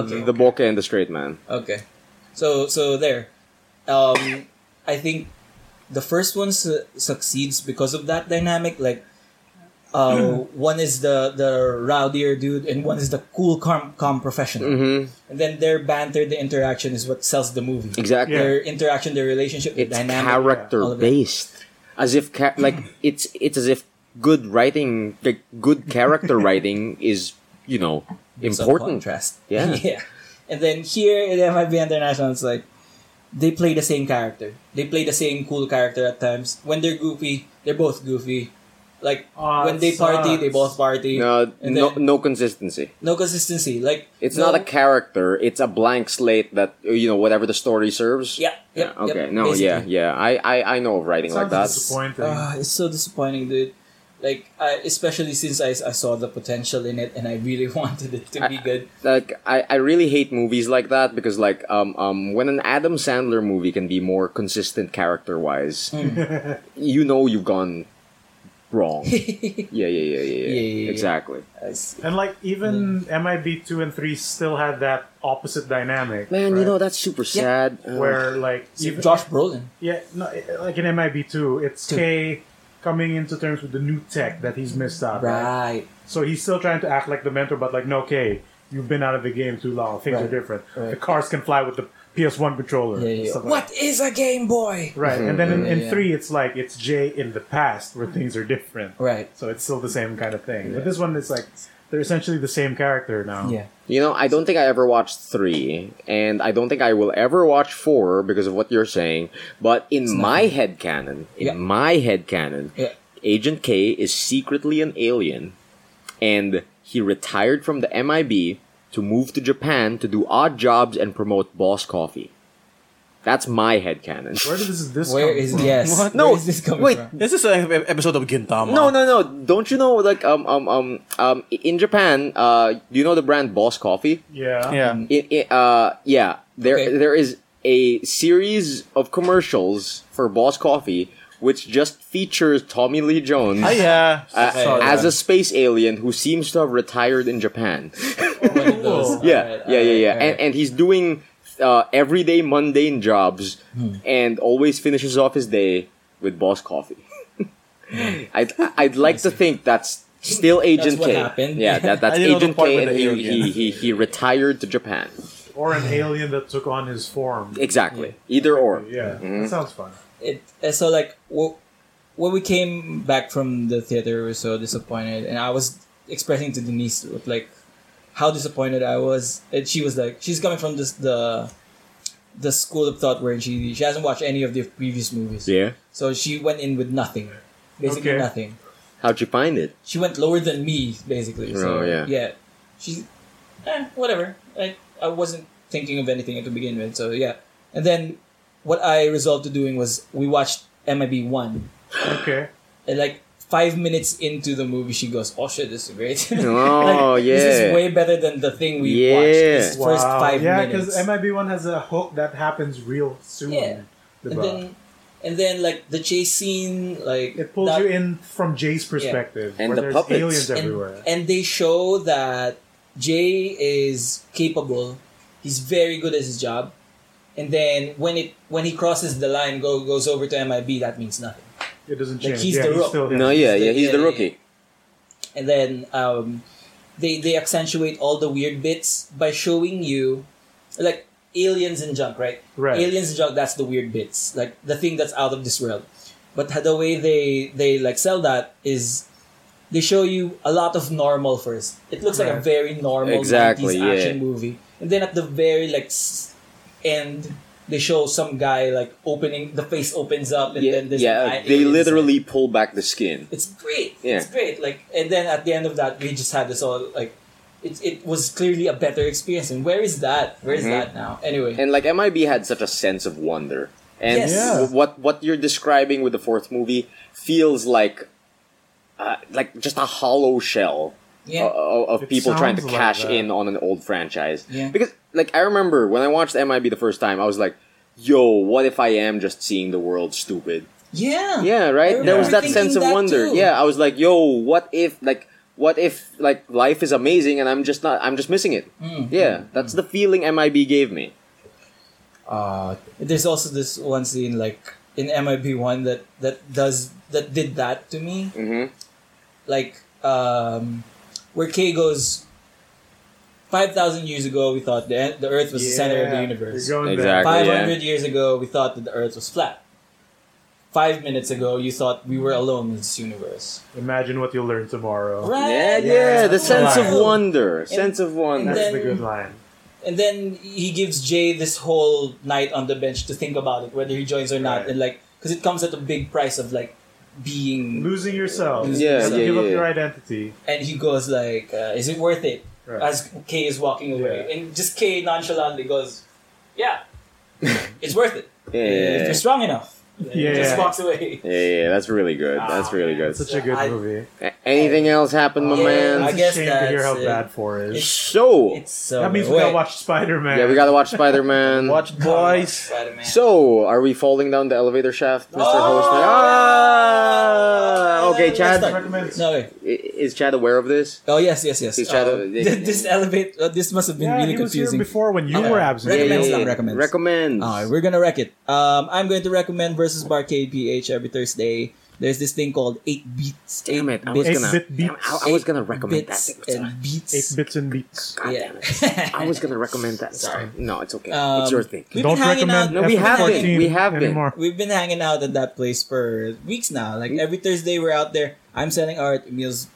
B: okay.
A: The bokeh and the straight man.
B: Okay. So so there. Um I think the first one su- succeeds because of that dynamic like uh,
A: Mm-hmm.
B: one is the the rowdier dude and one is the cool calm, calm professional
A: hmm
B: and then their banter the interaction is what sells the movie
A: Exactly.
B: their interaction their relationship the
A: it's
B: dynamic
A: character
B: all of it.
A: based as if ca- like it's it's as if good writing like good
B: (laughs)
A: character writing is you know
B: It's a
A: important
B: contrast
A: Yeah.
B: (laughs) yeah and then here in MIB International it's like they play the same character they play the same cool character at times when they're goofy they're both goofy like
D: Aw,
B: when
D: it
B: they party they
D: sucks. (laughs)
B: both party
A: no
B: And
A: no,
B: then-
A: no consistency
B: no consistency like
A: it's not
B: no-
A: a character it's a blank slate that uh, you know whatever the story serves
B: yeah yep,
A: Yeah, okay
B: yep,
A: no yeah
B: basically.
A: yeah I, I i know of writing like
D: Sounds
A: that
D: disappointing.
B: Ah, it's so disappointing dude like I, especially since I, I saw the potential in it and I really (laughs) wanted it to be good (laughs)
A: like I, I really hate movies like that because like um um when an Adam Sandler movie can be more consistent character wise,
B: Hmm.
A: you know you've gone
B: (laughs)
A: wrong. yeah, yeah, yeah, yeah, yeah,
B: Yeah, yeah, yeah.
A: exactly.
B: I see.
D: and like even MIB two and three still had that opposite dynamic.
A: Man, you
D: right?
A: know that's super sad. Uh, Ugh.
D: where like even,
B: Josh Brolin
D: yeah, no, it- like in MIB two, it's
B: Two.
D: K coming into terms with the new tech that he's missed out. right?
B: right
D: So he's still trying to act like the mentor, but like no, K, you've been out of the game too long. Things
B: Right.
D: are different.
B: Right.
D: The cars can fly with the PS one controller.
B: yeah, yeah.
D: stuff like
B: what is a Game Boy
D: that. Right, and then in, in
B: Yeah.
D: three, it's like it's J in the past where things are different.
B: right
D: So it's still the same kind of thing. But this one is like they're essentially the same character now.
B: yeah
A: You know, I don't think I ever watched three, and I don't think I will ever watch four because of what you're saying. But in my head canon, in
B: Yeah.
A: my head canon,
B: Yeah.
A: Agent K is secretly an alien, and he retired from the MIB to move to Japan to do odd jobs and promote Boss Coffee. That's my head canon.
D: Where does this, this
B: Where
D: come
B: is
D: from?
B: yes?
C: What?
B: Where
A: No,
B: is this coming
A: wait.
B: from?
C: This is an ep- episode of Gintama.
A: No, no, no! Don't you know? Like, um, um, um, um, in Japan, uh, do you know the brand Boss Coffee?
D: Yeah.
C: Yeah.
A: It, it, uh, yeah, there
B: Okay.
A: there is a series of commercials for Boss Coffee, which just features Tommy Lee Jones
C: Ah, yeah.
A: uh,
B: saw
A: as
B: that.
A: a space alien who seems to have retired in Japan. (laughs)
B: One of those.
A: yeah,
B: Alright,
A: yeah, yeah, yeah,
B: alright,
A: and and he's doing. uh, everyday mundane jobs and always finishes off his day with boss coffee. (laughs) I'd, I'd like to think that's still Agent
B: what
A: K.
B: happened.
A: Yeah, that, that's
C: I didn't know the
A: Agent
C: part
A: K,
C: with
A: and
C: the
A: he,
C: alien.
A: he, he, he retired to Japan.
D: or an alien that took on his form.
A: Exactly. Either or.
D: Yeah,
A: Mhm.
B: Mm-hmm.
D: that sounds fun.
B: it uh, so like w- when we came back from the theater we were so disappointed and i was expressing to denise like how disappointed i was and she was like she's coming from this the the school of thought where she she hasn't watched any of the previous movies
A: Yeah.
B: so she went in with nothing basically
D: Okay.
B: nothing
A: How'd you find it?
B: she went lower than me basically so
A: Oh, yeah.
B: yeah she's eh, whatever I, I wasn't thinking of anything to begin with so yeah and then what i resolved to doing was we watched mib 1
D: Okay.
B: and like five minutes into the movie, she goes, "Oh shit, this is great! (laughs)
A: Oh,
B: Like, this is
A: yeah.
B: way better than the thing we
A: Yeah.
B: watched." This first
D: Wow.
B: five
D: yeah,
B: minutes,
D: MIB one has a hook that happens real soon.
B: Yeah. and
D: diba?
B: then and then like the chase scene, like
D: it pulls
B: that-
D: you in from Jay's perspective,
A: And
D: where
A: the
D: there's
A: puppets.
D: aliens
B: and,
D: everywhere.
B: and they show that Jay is capable. He's very good at his job, and then when it when he crosses the line, go goes over to MIB, that means nothing.
D: it doesn't
B: like,
D: change.
B: he's
D: yeah,
B: the
D: he's
B: rook.
D: still him.
A: No, yeah, yeah, he's the
B: Yeah,
A: rookie.
B: and then um, they they accentuate all the weird bits by showing you like aliens and junk right
D: Right.
B: aliens and junk that's the weird bits like the thing that's out of this world but the way they they like sell that is they show you a lot of normal first it looks like a
D: Right.
B: very normal
A: Exactly,
B: 90s
A: yeah.
B: action movie and then at the very like s- end they show some guy like opening the face opens up and
A: Yeah,
B: then there's an
A: yeah,
B: eye-
A: they
B: alien inside.
A: literally pull back the skin.
B: It's great.
A: Yeah.
B: It's great. Like, and then at the end of that, we just had this all like, it, it was clearly a better experience. And where is that? Where is that now? Anyway,
A: Mm-hmm. And like MIB had such a sense of wonder. And
B: Yes.
D: Yeah.
A: w- what what you're describing with the fourth movie feels like uh, like just a hollow shell
B: yeah,
A: o- o- of
D: It
A: people trying to
D: sounds like
A: cash
D: that.
A: in on an old franchise.
B: Yeah.
A: Because like I remember when I watched MIB the first time, I was like, "Yo, what if I am just seeing the world stupid?"
B: yeah,
A: Yeah,
B: I
A: right. There was
B: remember
A: that sense
B: thinking
A: of
B: that
A: wonder.
B: too.
A: Yeah, I was like, "Yo, what if like what if like life is amazing and I'm just not I'm just missing it?"
D: Hmm.
A: Yeah, that's the feeling MIB gave me.
B: Uh, there's also this one scene like in MIB one that that does that did that to me.
A: Mhm.
B: Like, um, where K goes. Five thousand years ago, we thought the the Earth was the center of the
D: Yeah,
B: universe.
D: you're going
A: Exactly.
D: back.
B: Five
A: yeah.
B: hundred years ago, we thought that the Earth was flat. Five minutes ago, you thought we were alone in this universe.
D: Imagine what you'll learn tomorrow.
B: Right?
A: Yeah, yeah, the
D: that's
A: sense
D: right.
A: of wonder, sense of wonder.
B: then-
D: That's the good line.
B: And then he gives Jay this whole night on the bench to think about it, whether he joins or not,
D: Right.
B: and like, because it comes at a big price of like being.
D: Losing yourself.
B: Yeah,
D: You have to
B: yeah,
D: give up
A: yeah.
D: your identity.
B: And he goes like, uh, "Is it worth it?"
D: Right.
B: As Kay is walking away,
D: Yeah.
B: and just Kay nonchalantly goes,
D: (laughs)
B: "Yeah, it's worth it
A: Yeah,
B: if
A: yeah,
B: you're
A: yeah.
B: strong enough." And he
D: Yeah.
B: just walks away.
A: Yeah, yeah, that's really good. That's really good.
D: Such a good
B: I-
D: movie.
A: A- Anything else happened, my
B: Yeah,
A: man?
B: I
D: It's
B: guess
D: a shame to hear how
B: that's it.
D: bad four is.
A: so
B: It's so.
D: that means we
B: wait.
D: gotta watch Spider Man.
A: yeah, we gotta watch Spider
B: (laughs)
A: Man.
C: Watch boys.
B: Spider-Man.
A: So, are we falling down the elevator shaft, Mr.
B: Oh!
A: Hostman? Ah! Okay,
B: Let's
A: Chad.
B: start.
D: Recommends-
B: No, wait.
A: i- Is Chad aware of this?
B: Oh yes, yes, yes.
A: His shadow-
B: this elevate. Uh, this must have been
D: Yeah,
B: really
D: he was
B: confusing.
D: here before when you
B: Yeah.
D: were absent.
B: Recommends,
A: yeah,
B: not
A: yeah.
B: recommends. Ah,
A: Recommends.
B: All right, we're gonna wreck it. Um, I'm going to recommend versus Barcade PH every Thursday. There's this thing called eight beats.
A: Damn it, I was
B: Bits,
D: Eight
A: gonna.
D: bit beats.
A: I, I was gonna recommend that.
B: bits
A: thing.
B: and
D: Eight
B: beats.
D: bits and beats.
A: God
B: Yeah.
A: damn it.
B: (laughs)
A: I was gonna recommend that. Sorry. No, it's okay.
B: Um,
A: it's your thing.
B: We've
D: Don't
B: been hanging
D: recommend
B: out.
A: No, we
B: we've been
A: have
B: hanging-
A: been. We have been.
D: anymore.
B: We've been hanging out at that place for weeks now. Like
A: Mm.
B: every Thursday, we're out there. I'm selling art. Emil's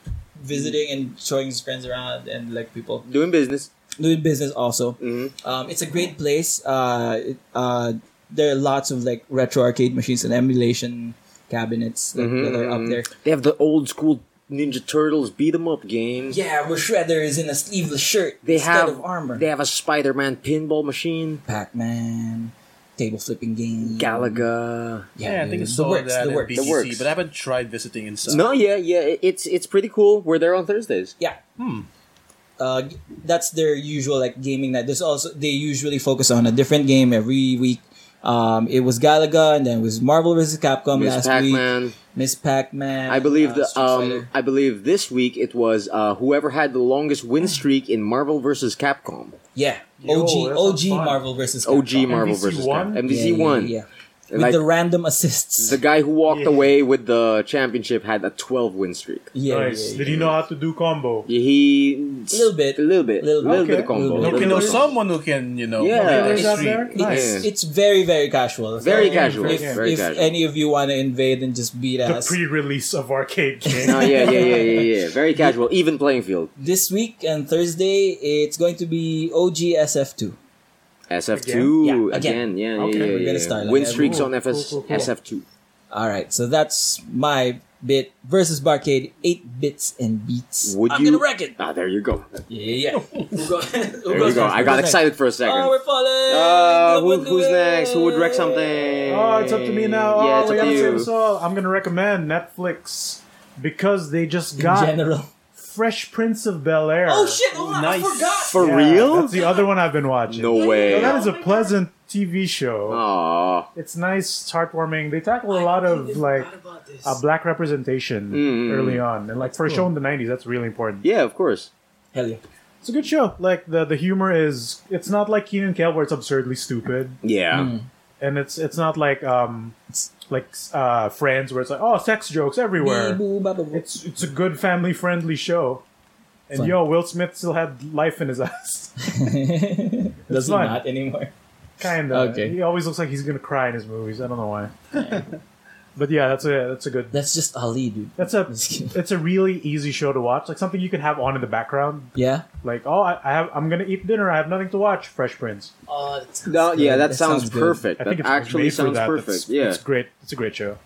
B: visiting and showing his friends around, and like people
A: Doing business.
B: doing business also.
A: Mhm.
B: Um, it's a great place. Uh, it, uh, there are lots of like retro arcade machines and emulation cabinets that,
A: Mhm,
B: that are up
A: mhm.
B: there.
A: They have the old school Ninja Turtles beat 'em up games.
B: Yeah, where Shredder is in a sleeveless shirt
A: They
B: instead
A: have
B: of armor.
A: They have a Spider-Man pinball machine.
B: Pac-Man, table flipping game,
A: Galaga.
C: Yeah, I think
B: the-
C: it's
B: the
C: saw
B: works.
C: that
B: The
C: at
B: works.
C: BGC,
A: works.
C: but I haven't tried visiting inside.
A: No, yeah, yeah. it- It's it's pretty cool. We're there on Thursdays.
B: Yeah. Uh, g- that's their usual like gaming night. There's also they usually focus on a different game every week. Um, it was Galaga, and then it was Marvel vs. Capcom
A: Miss
B: Um, last week.
A: Pac-Man.
B: Miss Pac-Man.
A: I believe
B: uh,
A: the
B: Street
A: um,
B: Fighter.
A: I believe this week it was uh, whoever had the longest win streak in Marvel versus Capcom.
B: yeah, OG
D: Yo, that sounds
B: OG
D: fun.
B: Marvel versus Capcom.
A: OG Marvel
D: MVC
A: versus
D: won?
A: Capcom.
B: Yeah,
A: MVC
B: yeah,
A: won.
B: Yeah, with
A: Like
B: the random assists.
A: the guy who walked
D: Yeah.
A: away with the championship had a 12 win streak.
B: yeah,
D: nice.
B: yeah,
D: Did you know how to do combo?
A: Yeah, He
B: Little bit.
A: a little bit,
B: Little
A: little, bit of
B: bit.
D: Okay.
A: combo.
B: Little
C: You
B: bit.
C: can know
A: Little bit.
C: someone who can,
B: Oh,
C: you know.
A: Yeah.
C: play the
A: Players
D: out
C: street.
D: there?
B: yeah.
D: Nice.
B: It's, it's very very casual.
A: Very
B: So
A: casual.
B: If,
A: Very
B: if
A: casual.
B: any of you want to invade and just beat
D: The
B: us
D: pre-release
A: (laughs)
D: of arcade game.
A: No, yeah, yeah, yeah, yeah, yeah. Very casual, even playing field.
B: this week and Thursday, it's going to be OG SF2.
A: SF2
B: Yeah, again.
A: again, yeah, yeah,
D: Okay.
A: yeah,
D: We're
A: yeah,
B: gonna
A: yeah.
B: start like
A: Win
B: that.
A: streaks on
D: Cool,
A: FS
D: cool, cool, cool.
A: SF2.
B: All right, so that's my bit versus Barcade, eight bits and beats.
A: Would
B: I'm
A: you-
B: gonna wreck it.
A: Ah, there you go.
B: Yeah, yeah. (laughs) Who go- who
A: There
B: goes
A: you go.
B: first?
A: I got
B: Who goes
A: excited for a
B: Next?
A: second.
B: Oh, we're falling.
A: Uh, who,
B: Nobody
A: who's
B: will.
A: next? Who would wreck something?
D: Oh, it's up to me now.
A: Yeah,
D: oh,
A: it's
D: we
A: up
D: gotta
A: to
D: save
A: you.
D: us all. I'm gonna recommend Netflix because they just
B: In
D: got
B: general.
D: Fresh Prince of Bel Air.
B: Oh shit! Oh,
C: Nice.
B: I forgot.
A: For
D: Yeah,
A: real?
D: That's the other one I've been watching.
A: No
D: So
A: way. Oh,
D: that is a
B: Oh my
D: pleasant TV show.
A: Aw.
D: It's nice, it's heartwarming. They tackle a lot of like uh, black representation
A: Mm.
D: early on, and like for a show in the '90s, that's really important.
A: Yeah, of course.
B: Hell yeah!
D: It's a good show. Like the the humor is, it's not like Keenan Kel where it's absurdly stupid,
A: Yeah.
D: Hmm. and it's it's not like um like uh Friends where it's like oh sex jokes everywhere.
B: Bee, boo, ba, ba, boo. (laughs)
D: It's it's a good family friendly show. And
B: Fun.
D: yo, Will Smith still had life in his (laughs) eyes.
B: Does it
D: fine.
B: not anymore?
D: Kinda.
B: Okay.
D: He always looks like he's gonna cry in his movies. I don't know why. (laughs) but yeah, that's a that's a good
B: That's just Ali, dude.
A: (laughs)
D: that's a
B: Just kidding.
D: it's a really easy show to watch. Like something you can have on in the background.
B: Yeah.
D: Like, oh I, I have I'm gonna eat dinner, I have nothing to watch, Fresh Prince.
B: Oh, that's
A: No, yeah, that, sounds,
B: sounds good.
A: perfect.
D: I
A: That
D: think it's
A: actually
D: made for
A: sounds
D: that.
A: perfect.
D: It's-
A: yeah.
D: It's great it's a great show.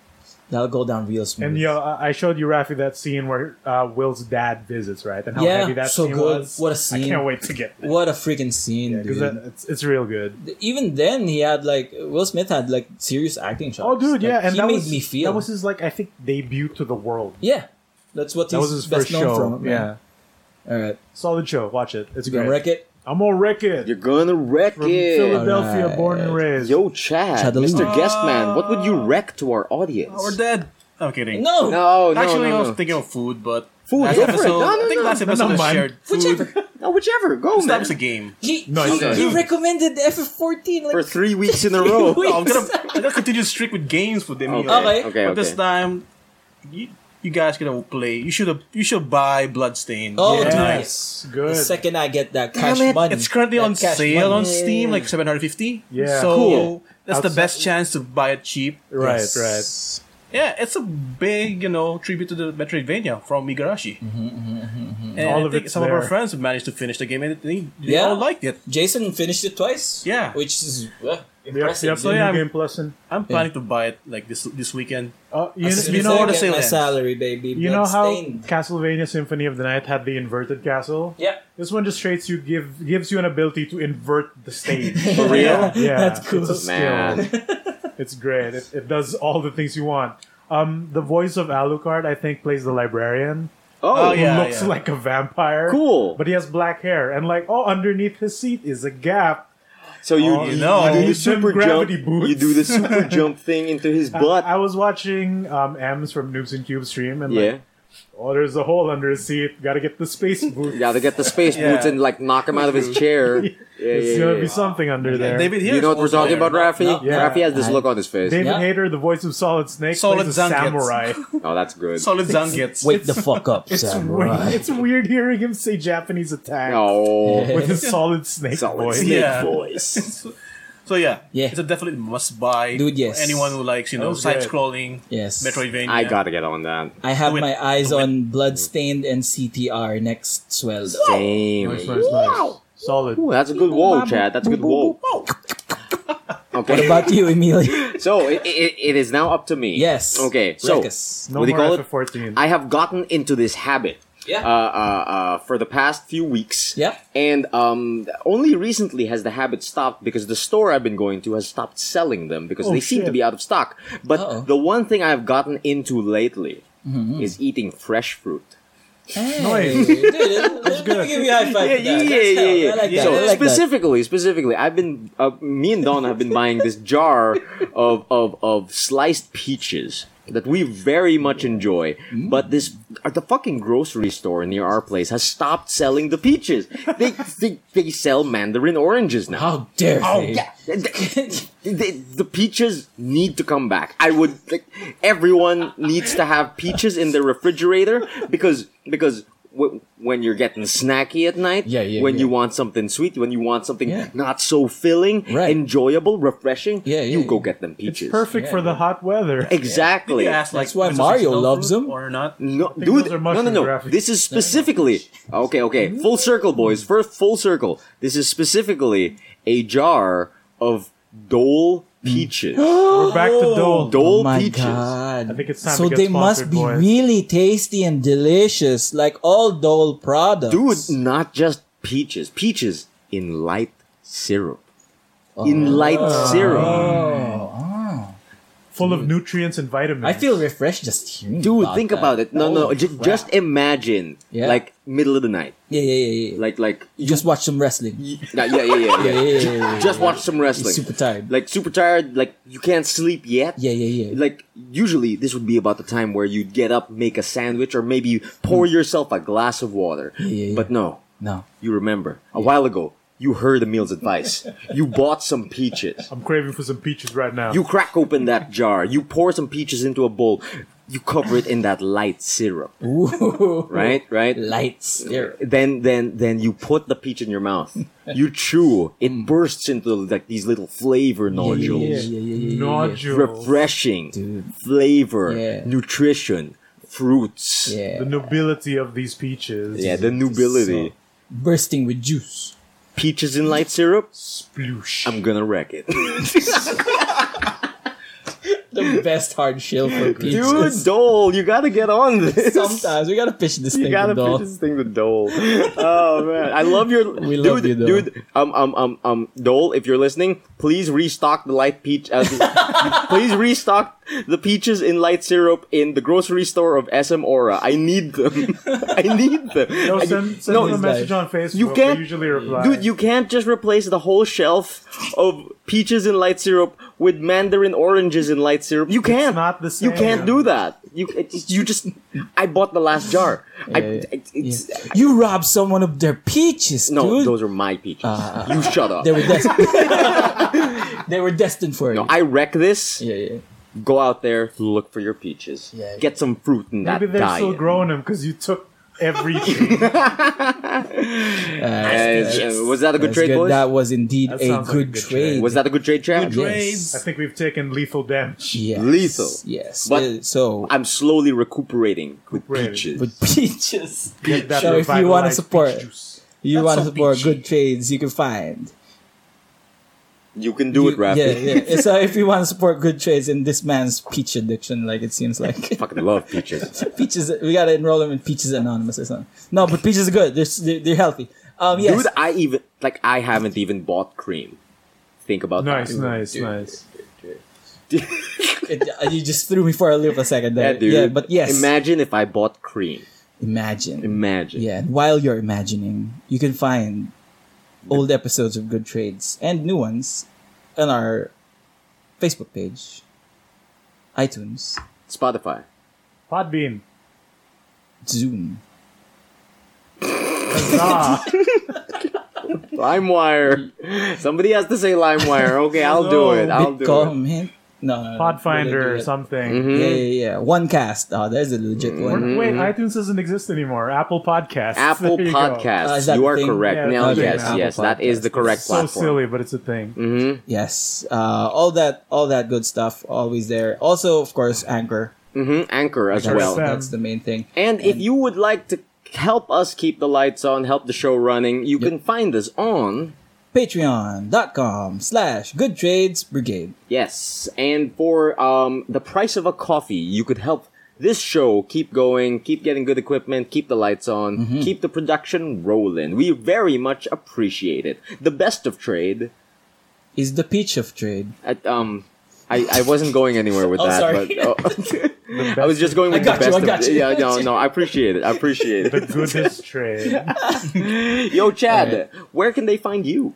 B: That'll go down real smooth.
D: And yo, I I showed you Rafi that scene where uh, Will's dad visits, right? And how
B: Yeah,
D: heavy that
B: so
D: scene
B: good.
D: was.
B: What a
D: I
B: scene.
D: can't wait to get that.
B: what a freaking scene,
D: Yeah, 'cause
B: dude.
D: that, it's, it's real good.
B: even then he had like Will Smith had like serious acting chops.
D: Oh, dude,
B: Like,
D: yeah, and
B: he
D: that
B: made
D: was
B: me feel.
D: that was his like I think debut to the world.
B: yeah, that's what
D: That
B: he's
D: was his
B: best
D: first
B: known
D: show.
B: from. man. all right,
D: solid show. Watch it. It's
B: you gonna wreck
D: great.
B: it.
D: I'm gonna wreck it.
A: You're gonna wreck
D: From
A: it.
D: Philadelphia,
B: Alright.
D: born and raised.
A: Yo, Chad,
B: Chadaloo.
A: Mr. Guestman, what would you wreck to our audience?
C: Oh, We're dead. I'm kidding.
D: Oh,
B: No,
A: No, no,
C: Actually,
A: no,
C: I was
A: no.
C: thinking of food, but
A: Food,
C: last
A: go for it.
C: episode,
A: No, no,
C: I think
A: no.
C: last episode
D: No,
C: was
D: mine.
C: shared food.
B: Whichever.
A: No, whichever. Go,
C: This
A: man.
C: time it's a game.
B: he
D: No,
B: he,
D: it's-
B: he
C: dude.
B: recommended FF14 like
A: For three weeks
B: (laughs)
A: in a row.
B: Wait.
C: Oh, I'm gonna I'm gonna continue streak with games with them. here.
B: Okay.
A: Oh, Okay,
C: But this
A: okay.
C: time, you, you guys gonna play. You should have. You should buy Bloodstain.
B: Oh,
C: it's
B: dude.
D: Yes,
B: the
D: good.
B: second I get that cash
A: it,
B: money.
C: It's currently
B: that
C: on
B: cash
C: sale
B: money.
C: on Steam, like 750.
D: Yeah.
C: So
A: Cool.
C: that's the
D: Outside-
C: best chance to buy it cheap.
D: right,
B: Yes.
C: Yeah, it's a big, you know, tribute to the Metroidvania from Igarashi.
B: Mm-hmm,
C: And
D: All
C: I
D: of
C: think
D: it's
C: some of our
D: there.
C: friends have managed to finish the game and they, they
B: Yeah.
C: all liked it.
B: Jason finished it twice.
C: Yeah.
B: which is uh,
D: right. Yep,
B: impressive.
D: yep,
C: So,
D: new
C: yeah, I'm-
D: game plus. and-
C: I'm planning to buy it like this this weekend.
D: Oh, you,
B: This is
D: kn- you
B: before I
C: before
D: know,
C: the
B: get
C: sale
B: my
C: ends.
B: salary, baby.
D: you know how
B: Bloodstained.
D: Castlevania Symphony of the Night had the inverted castle.
B: Yeah.
D: This one just straight you give gives you an ability to invert the stage.
A: For
B: (laughs)
A: real?
D: (laughs) yeah,
B: That's cool.
D: It's a
A: Man.
D: skill. (laughs) It's great. It, it does all the things you want. Um, the voice of Alucard, I think, plays the librarian.
A: Oh,
C: Oh,
D: who
C: yeah.
D: looks like a vampire.
A: Cool.
D: But he has black hair, and like, oh, underneath his seat is a gap.
A: So you,
C: Oh,
A: you
C: no.
A: do the
D: Them
A: super jump.
D: gravity boots.
A: You do the super jump thing into his butt.
D: I, I was watching um, M's from Noobs and Cube stream, and
A: yeah.
D: like, oh, there's a hole under his seat. Gotta get the
A: (laughs)
D: space boot.
A: You gotta get the space
C: Yeah.
A: boots and like knock him out of his chair. Yeah, yeah,
D: There's
A: yeah,
D: gonna
A: yeah.
D: be something under there.
C: David here.
A: You know what we're talking about, Rafi?
B: No,
D: no.
A: Rafi has this
B: I-
A: look on his face.
D: David
B: Yeah.
D: Hayter, the voice of Solid Snake,
C: Solid
D: plays a
C: Zangetsu.
D: samurai. (laughs)
A: Oh, that's good.
C: Solid Zangets.
B: Wake the fuck up,
A: (laughs)
D: it's,
B: Sam.
D: weird, it's weird hearing him say Japanese attack (laughs)
A: Oh,
D: with his Solid Snake
A: solid
D: voice.
A: snake
C: Yeah.
A: voice.
C: So yeah,
B: Yeah.
C: it's a definitely must buy.
B: Dude, yes.
C: For anyone who likes you know
D: That was
C: side
D: good.
C: scrolling
B: Yes.
C: Metroidvania.
A: I gotta get on that.
B: I have
C: Do it.
B: my eyes
C: Do it.
B: on Bloodstained and CTR next sweldo.
A: Damn.
D: Nice, nice, nice. Solid.
A: Ooh, that's a good wall, Chad. That's a good wall.
B: What
A: Okay.
B: about you, Emilio? (laughs)
A: So it, it, it is now up to me.
B: Yes.
A: Okay. So
B: Rekus.
D: No
A: what do you
D: more
A: call it?
D: FF14.
A: I have gotten into this habit.
B: Yeah.
A: Uh, uh, uh, for the past few weeks.
B: Yeah.
A: And um, only recently has the habit stopped because the store I've been going to has stopped selling them because
D: Oh,
A: they seem to
D: shit.
A: be out of stock. But
B: Uh-oh.
A: the one thing I've gotten into lately is eating fresh fruit.
B: Hey,
D: No, hey.
B: dude, let
D: good.
B: me give you a high five. for
A: yeah, yeah,
B: that. That's
A: yeah,
B: how-
A: yeah,
B: I like
A: yeah.
B: that.
A: So
B: I like that.
A: specifically, specifically, I've been uh, me and Don have been buying this jar of of of sliced peaches that we very much enjoy.
B: Hmm?
A: But this uh, the fucking grocery store near our place has stopped selling the peaches. They they, they sell mandarin oranges now.
B: How dare
A: Oh,
B: they?
A: The, the, the peaches need to come back. I would. Like, everyone needs to have peaches in their refrigerator because because w- when you're getting snacky at night,
B: Yeah, yeah,
A: when
B: yeah.
A: you want something sweet, when you want something
B: Yeah.
A: not so filling,
B: Right.
A: enjoyable, refreshing,
B: Yeah, yeah,
A: you go
B: yeah.
A: get them peaches.
D: Perfect for the hot weather.
A: Exactly.
C: You ask, like,
B: That's why
C: if it's a
B: Mario
C: seasonal
B: loves
C: fruit
B: them.
C: or not.
A: No,
D: think
A: dude,
D: those are
A: no, no,
D: mushroom
A: no.
D: graphics. Mm-hmm.
A: This is specifically okay, okay. Full circle, boys. First, full circle. This is specifically a jar of
B: (gasps)
A: Dole peaches.
D: We're back to Dole.
A: Dole
B: Oh my
A: peaches.
B: god!
D: I think it's time
B: so
D: to get
B: they
D: sponsored,
B: must be
D: boys.
B: really tasty and delicious, like all Dole products.
A: Dude, not just peaches. Peaches in light syrup.
B: Oh.
A: In light
B: Ah.
A: syrup.
D: Full of nutrients and vitamins.
B: I feel refreshed just hearing.
A: Dude, think about it. No, no.
B: Oh,
A: ju-
B: crap.
A: just imagine,
B: Yeah.
A: like middle of the night,
B: Yeah, yeah, yeah, yeah.
A: like like.
B: you just watch some wrestling.
A: y- Yeah, yeah, yeah, yeah.
B: Yeah,
A: yeah.
B: yeah, yeah, (laughs) yeah,
A: Just watch some
B: You're
A: wrestling.
B: super tired.
A: Like super tired. Like you can't sleep yet.
B: yeah, yeah, yeah.
A: Like usually, this would be about the time where you'd get up, make a sandwich, or maybe pour yourself a glass of water.
B: Hmm. yeah, yeah.
A: But no,
B: no.
A: you remember a while ago you heard Emil's advice. you bought some peaches.
D: I'm craving for some peaches right now.
A: You crack open that jar. You pour some peaches into a bowl. You cover it in that light syrup. Right, right.
B: (laughs) Lights. There.
A: Then, then, then you put the peach in your
B: (laughs)
A: mouth. You chew. It bursts into like these little flavor nodules.
B: Yeah, yeah, yeah, yeah, yeah, yeah.
D: Nodules.
A: Refreshing
B: Dude.
A: flavor,
B: Yeah.
A: nutrition, fruits.
B: Yeah.
D: The nobility of these peaches.
A: Yeah, the nobility.
B: Bursting with juice.
A: Peaches in light syrup.
D: Sploosh.
A: I'm gonna wreck it,
B: The best hard shell for
A: dude.
B: peaches.
A: Dole, you gotta get on this.
B: Sometimes we gotta pitch this
A: You
B: thing,
A: gotta
B: Dole.
A: pitch this thing to Dole. Oh man, I love your
B: (laughs) We
A: dude,
B: love you, Dole.
A: dude. Um, um, um, um, Dole, if you're listening, please restock the light peach.
B: (laughs)
A: Uh, please restock the peaches in light syrup in the grocery store of SM Aura. I need them. (laughs) I need them.
D: No,
A: I-
D: send, send
A: no,
D: them a message on Facebook.
A: You
D: They
A: can't-
D: usually reply.
A: Dude, you can't just replace the whole shelf of peaches in light syrup with mandarin oranges in light syrup. You can't.
D: not the
A: You can't
D: same.
A: do that. You it's- you just. I bought the last jar. I, it- it's,
B: You robbed someone of their peaches,
A: no,
B: dude. Uh,
A: those are my peaches. (laughs) you shut up.
B: They were
A: (laughs)
B: destined. (laughs) they were destined for
A: No,
B: it.
A: I wreck this.
B: yeah, yeah.
A: Go out there, look for your peaches.
B: Yeah, yeah.
A: Get some fruit in that
D: Maybe they're
A: diet.
D: still growing them because you took everything.
A: Uh, was that a good
B: That's
A: trade, boys?
B: That was indeed
D: That
B: a
D: sounds
B: good,
D: like a good
B: trade.
D: trade.
A: was that a good trade, Chad?
B: Yes.
D: I think we've taken lethal damage.
B: Yes.
A: Lethal.
B: Yes.
A: But-
B: Uh, so
A: I'm slowly recuperating with
D: Recuperating.
A: peaches.
B: with peaches,
D: Get that
B: So if you wanna
D: revitalized
B: support-
D: peach juice.
B: you
C: That's
B: want to
C: so
B: support
C: peachy.
B: good trades you can find.
A: you can do
B: You-
A: it, Raph.
B: Yeah, yeah. (laughs) so if you want to support good trades in this man's peach addiction, like it
A: (laughs)
B: seems like
A: (laughs) Fucking love peaches.
B: (laughs) peaches, we gotta enroll him in Peaches Anonymous or something. No, but peaches are good. They're s- they're, they're healthy. Um, yes.
A: Dude, I even like I haven't even bought cream. Think about
D: Nice,
A: that.
D: nice, nice.
B: It- uh, you just threw me for a loop a second
A: Yeah,
B: there.
A: dude.
B: Yeah, but yes,
A: Imagine if I bought cream.
B: imagine.
A: Imagine.
B: Yeah, and while you're imagining, you can find old episodes of Good Trades and new ones on our Facebook page, iTunes,
A: Spotify.
D: Podbean.
B: Zoom.
D: Huzzah.
A: LimeWire. Somebody has to say LimeWire. Okay, I'll do it. I'll do
B: Bitcom,
A: it.
B: man. No, no, no.
D: Podfinder
B: We're
D: or
B: gonna
D: something.
B: do that. Yeah, yeah, yeah. One cast. Oh, there's a legit one.
D: We're- Wait, iTunes doesn't exist anymore. Apple Podcasts. (laughs)
A: Apple
D: There you go.
B: Uh,
A: Podcasts.
B: is that
A: you
B: the
A: are
B: thing?
A: correct.
D: Yeah,
A: now,
D: okay,
A: yes,
D: Apple
A: yes, that is the correct
D: So
A: platform.
D: silly, but it's a thing.
A: Mm-hmm.
B: Yes. Uh, all that, all that good stuff. Always there. Also, of course, Anchor.
A: Mm-hmm. Anchor as
B: That's,
A: well.
D: Perfect.
B: that's the main thing.
A: And if you would like to help us keep the lights on, help the show running, you can find us on
B: Patreon.com slash Good Trades Brigade.
A: Yes, and for um, the price of a coffee, you could help this show keep going, keep getting good equipment, keep the lights on,
B: Mm-hmm.
A: keep the production rolling. We very much appreciate it. The best of trade,
B: Is the peach of trade.
A: at, um, I, I wasn't going anywhere with
E: Oh,
A: that.
E: sorry. (laughs)
A: But, oh, (laughs) I was just going with
E: got
A: the
E: you,
A: best.
E: I got
A: of,
E: you.
A: Yeah, no, no. I appreciate it. I
E: (laughs)
A: appreciate
D: The
A: it.
D: goodest trade.
A: Yo, Chad, where can they find you?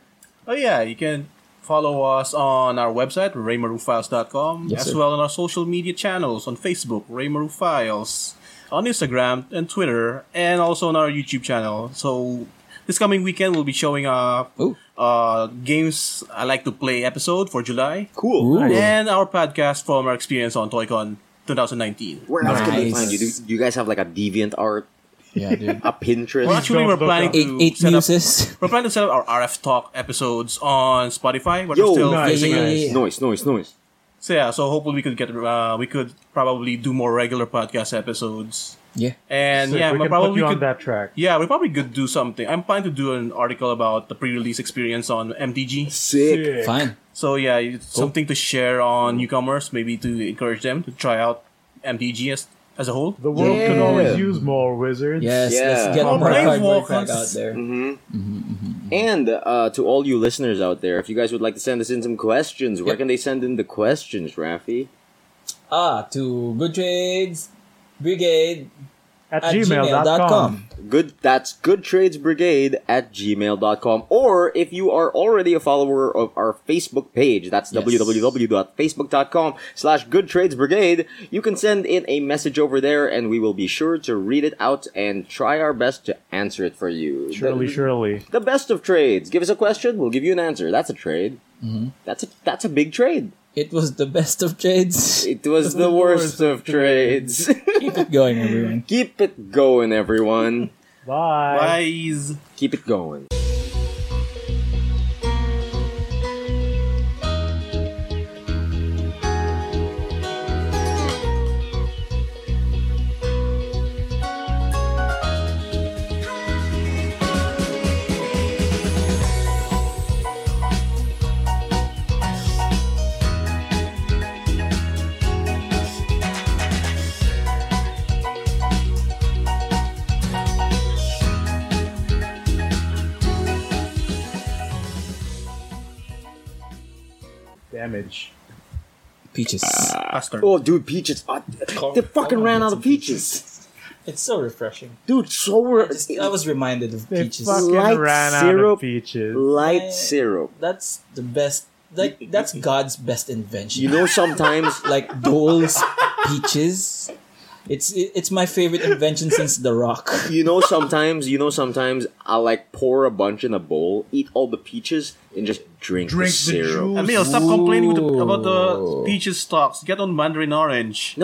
C: Oh yeah, you can follow us on our website raymarufiles.com
B: Yes,
C: as
B: sir.
C: well on our social media channels on Facebook Raymaru Files, on Instagram and Twitter, and also on our YouTube channel. So this coming weekend we'll be showing up
B: Ooh.
C: uh, games I like to play episode for July
A: Cool.
B: Ooh.
C: and our podcast from our experience on ToyCon 2019.
A: Where else can they
B: Nice.
A: find you? Do, do you guys have like a deviant art,
B: Yeah,
A: (laughs)
B: dude.
A: a Pinterest?
C: Well, actually,
D: don't
C: we're
D: look
C: planning
D: up.
B: Eight,
C: to
B: eight
C: set up,
B: muses. (laughs)
C: we're planning to set up our RF Talk episodes on Spotify, but
A: Yo,
C: we're still
D: nice.
C: fixing
B: Yeah,
C: it.
B: yeah, yeah, yeah.
A: Noise, noise, noise.
C: So yeah, so hopefully we could get uh, we could probably do more regular podcast episodes,
B: Yeah.
C: and
D: Sick,
C: yeah,
D: we
C: we
D: can put
C: probably
D: you
C: could.
D: on that track.
C: Yeah, we probably could do something. I'm planning to do an article about the pre-release experience on MTG.
A: Sick.
D: Sick.
B: Fine.
C: So yeah, it's something to share on newcomers, maybe to encourage them to try out MTG as, as a whole.
D: The world can
A: Yeah.
D: always use more wizards.
B: Yes,
A: Yeah. Mm-hmm.
B: let's get
C: Oh,
B: more
C: Brave
B: cardboard
C: Walkers.
B: crack out there.
A: And uh, to all you listeners out there, if you guys would like to send us in some questions, where can they send in the questions, Rafi?
B: Ah, to Good Trades Brigade
D: At,
B: at
D: gmail.com.
B: gmail.com.
A: Good that's goodtradesbrigade at gmail.com. Or if you are already a follower of our Facebook page, that's
B: Yes.
A: www.facebook.com slash goodtradesbrigade, you can send in a message over there and we will be sure to read it out and try our best to answer it for you.
D: Surely,
A: The-
D: surely.
A: The best of trades. Give us a question, we'll give you an answer. That's a trade. That's a that's a big trade.
B: It was the best of trades. (laughs)
A: It was the worst of trades. (laughs)
B: Keep it going, everyone.
A: Keep it going, everyone.
D: Bye.
C: Guys.
A: Keep it going.
D: Damage.
B: Peaches.
C: Bastard.
A: Oh, dude, peaches. Uh, they fucking ran out of peaches.
E: It's so refreshing.
A: Dude, so we're
B: Just- I was reminded of
D: They
B: peaches.
D: fucking
A: Light
D: ran out
A: syrup.
D: of peaches.
A: light syrup.
B: That's the best. Like that's God's best invention.
A: You know, sometimes
B: like Dole's peaches. It's it- it's my favorite invention since The Rock.
A: you know sometimes you know sometimes I like pour a bunch in a bowl, eat all the peaches, and just drink,
D: Drink
A: the
D: the
A: syrup.
D: juice.
C: Emil, stop complaining with the, about the peaches stocks. Get on Mandarin Orange.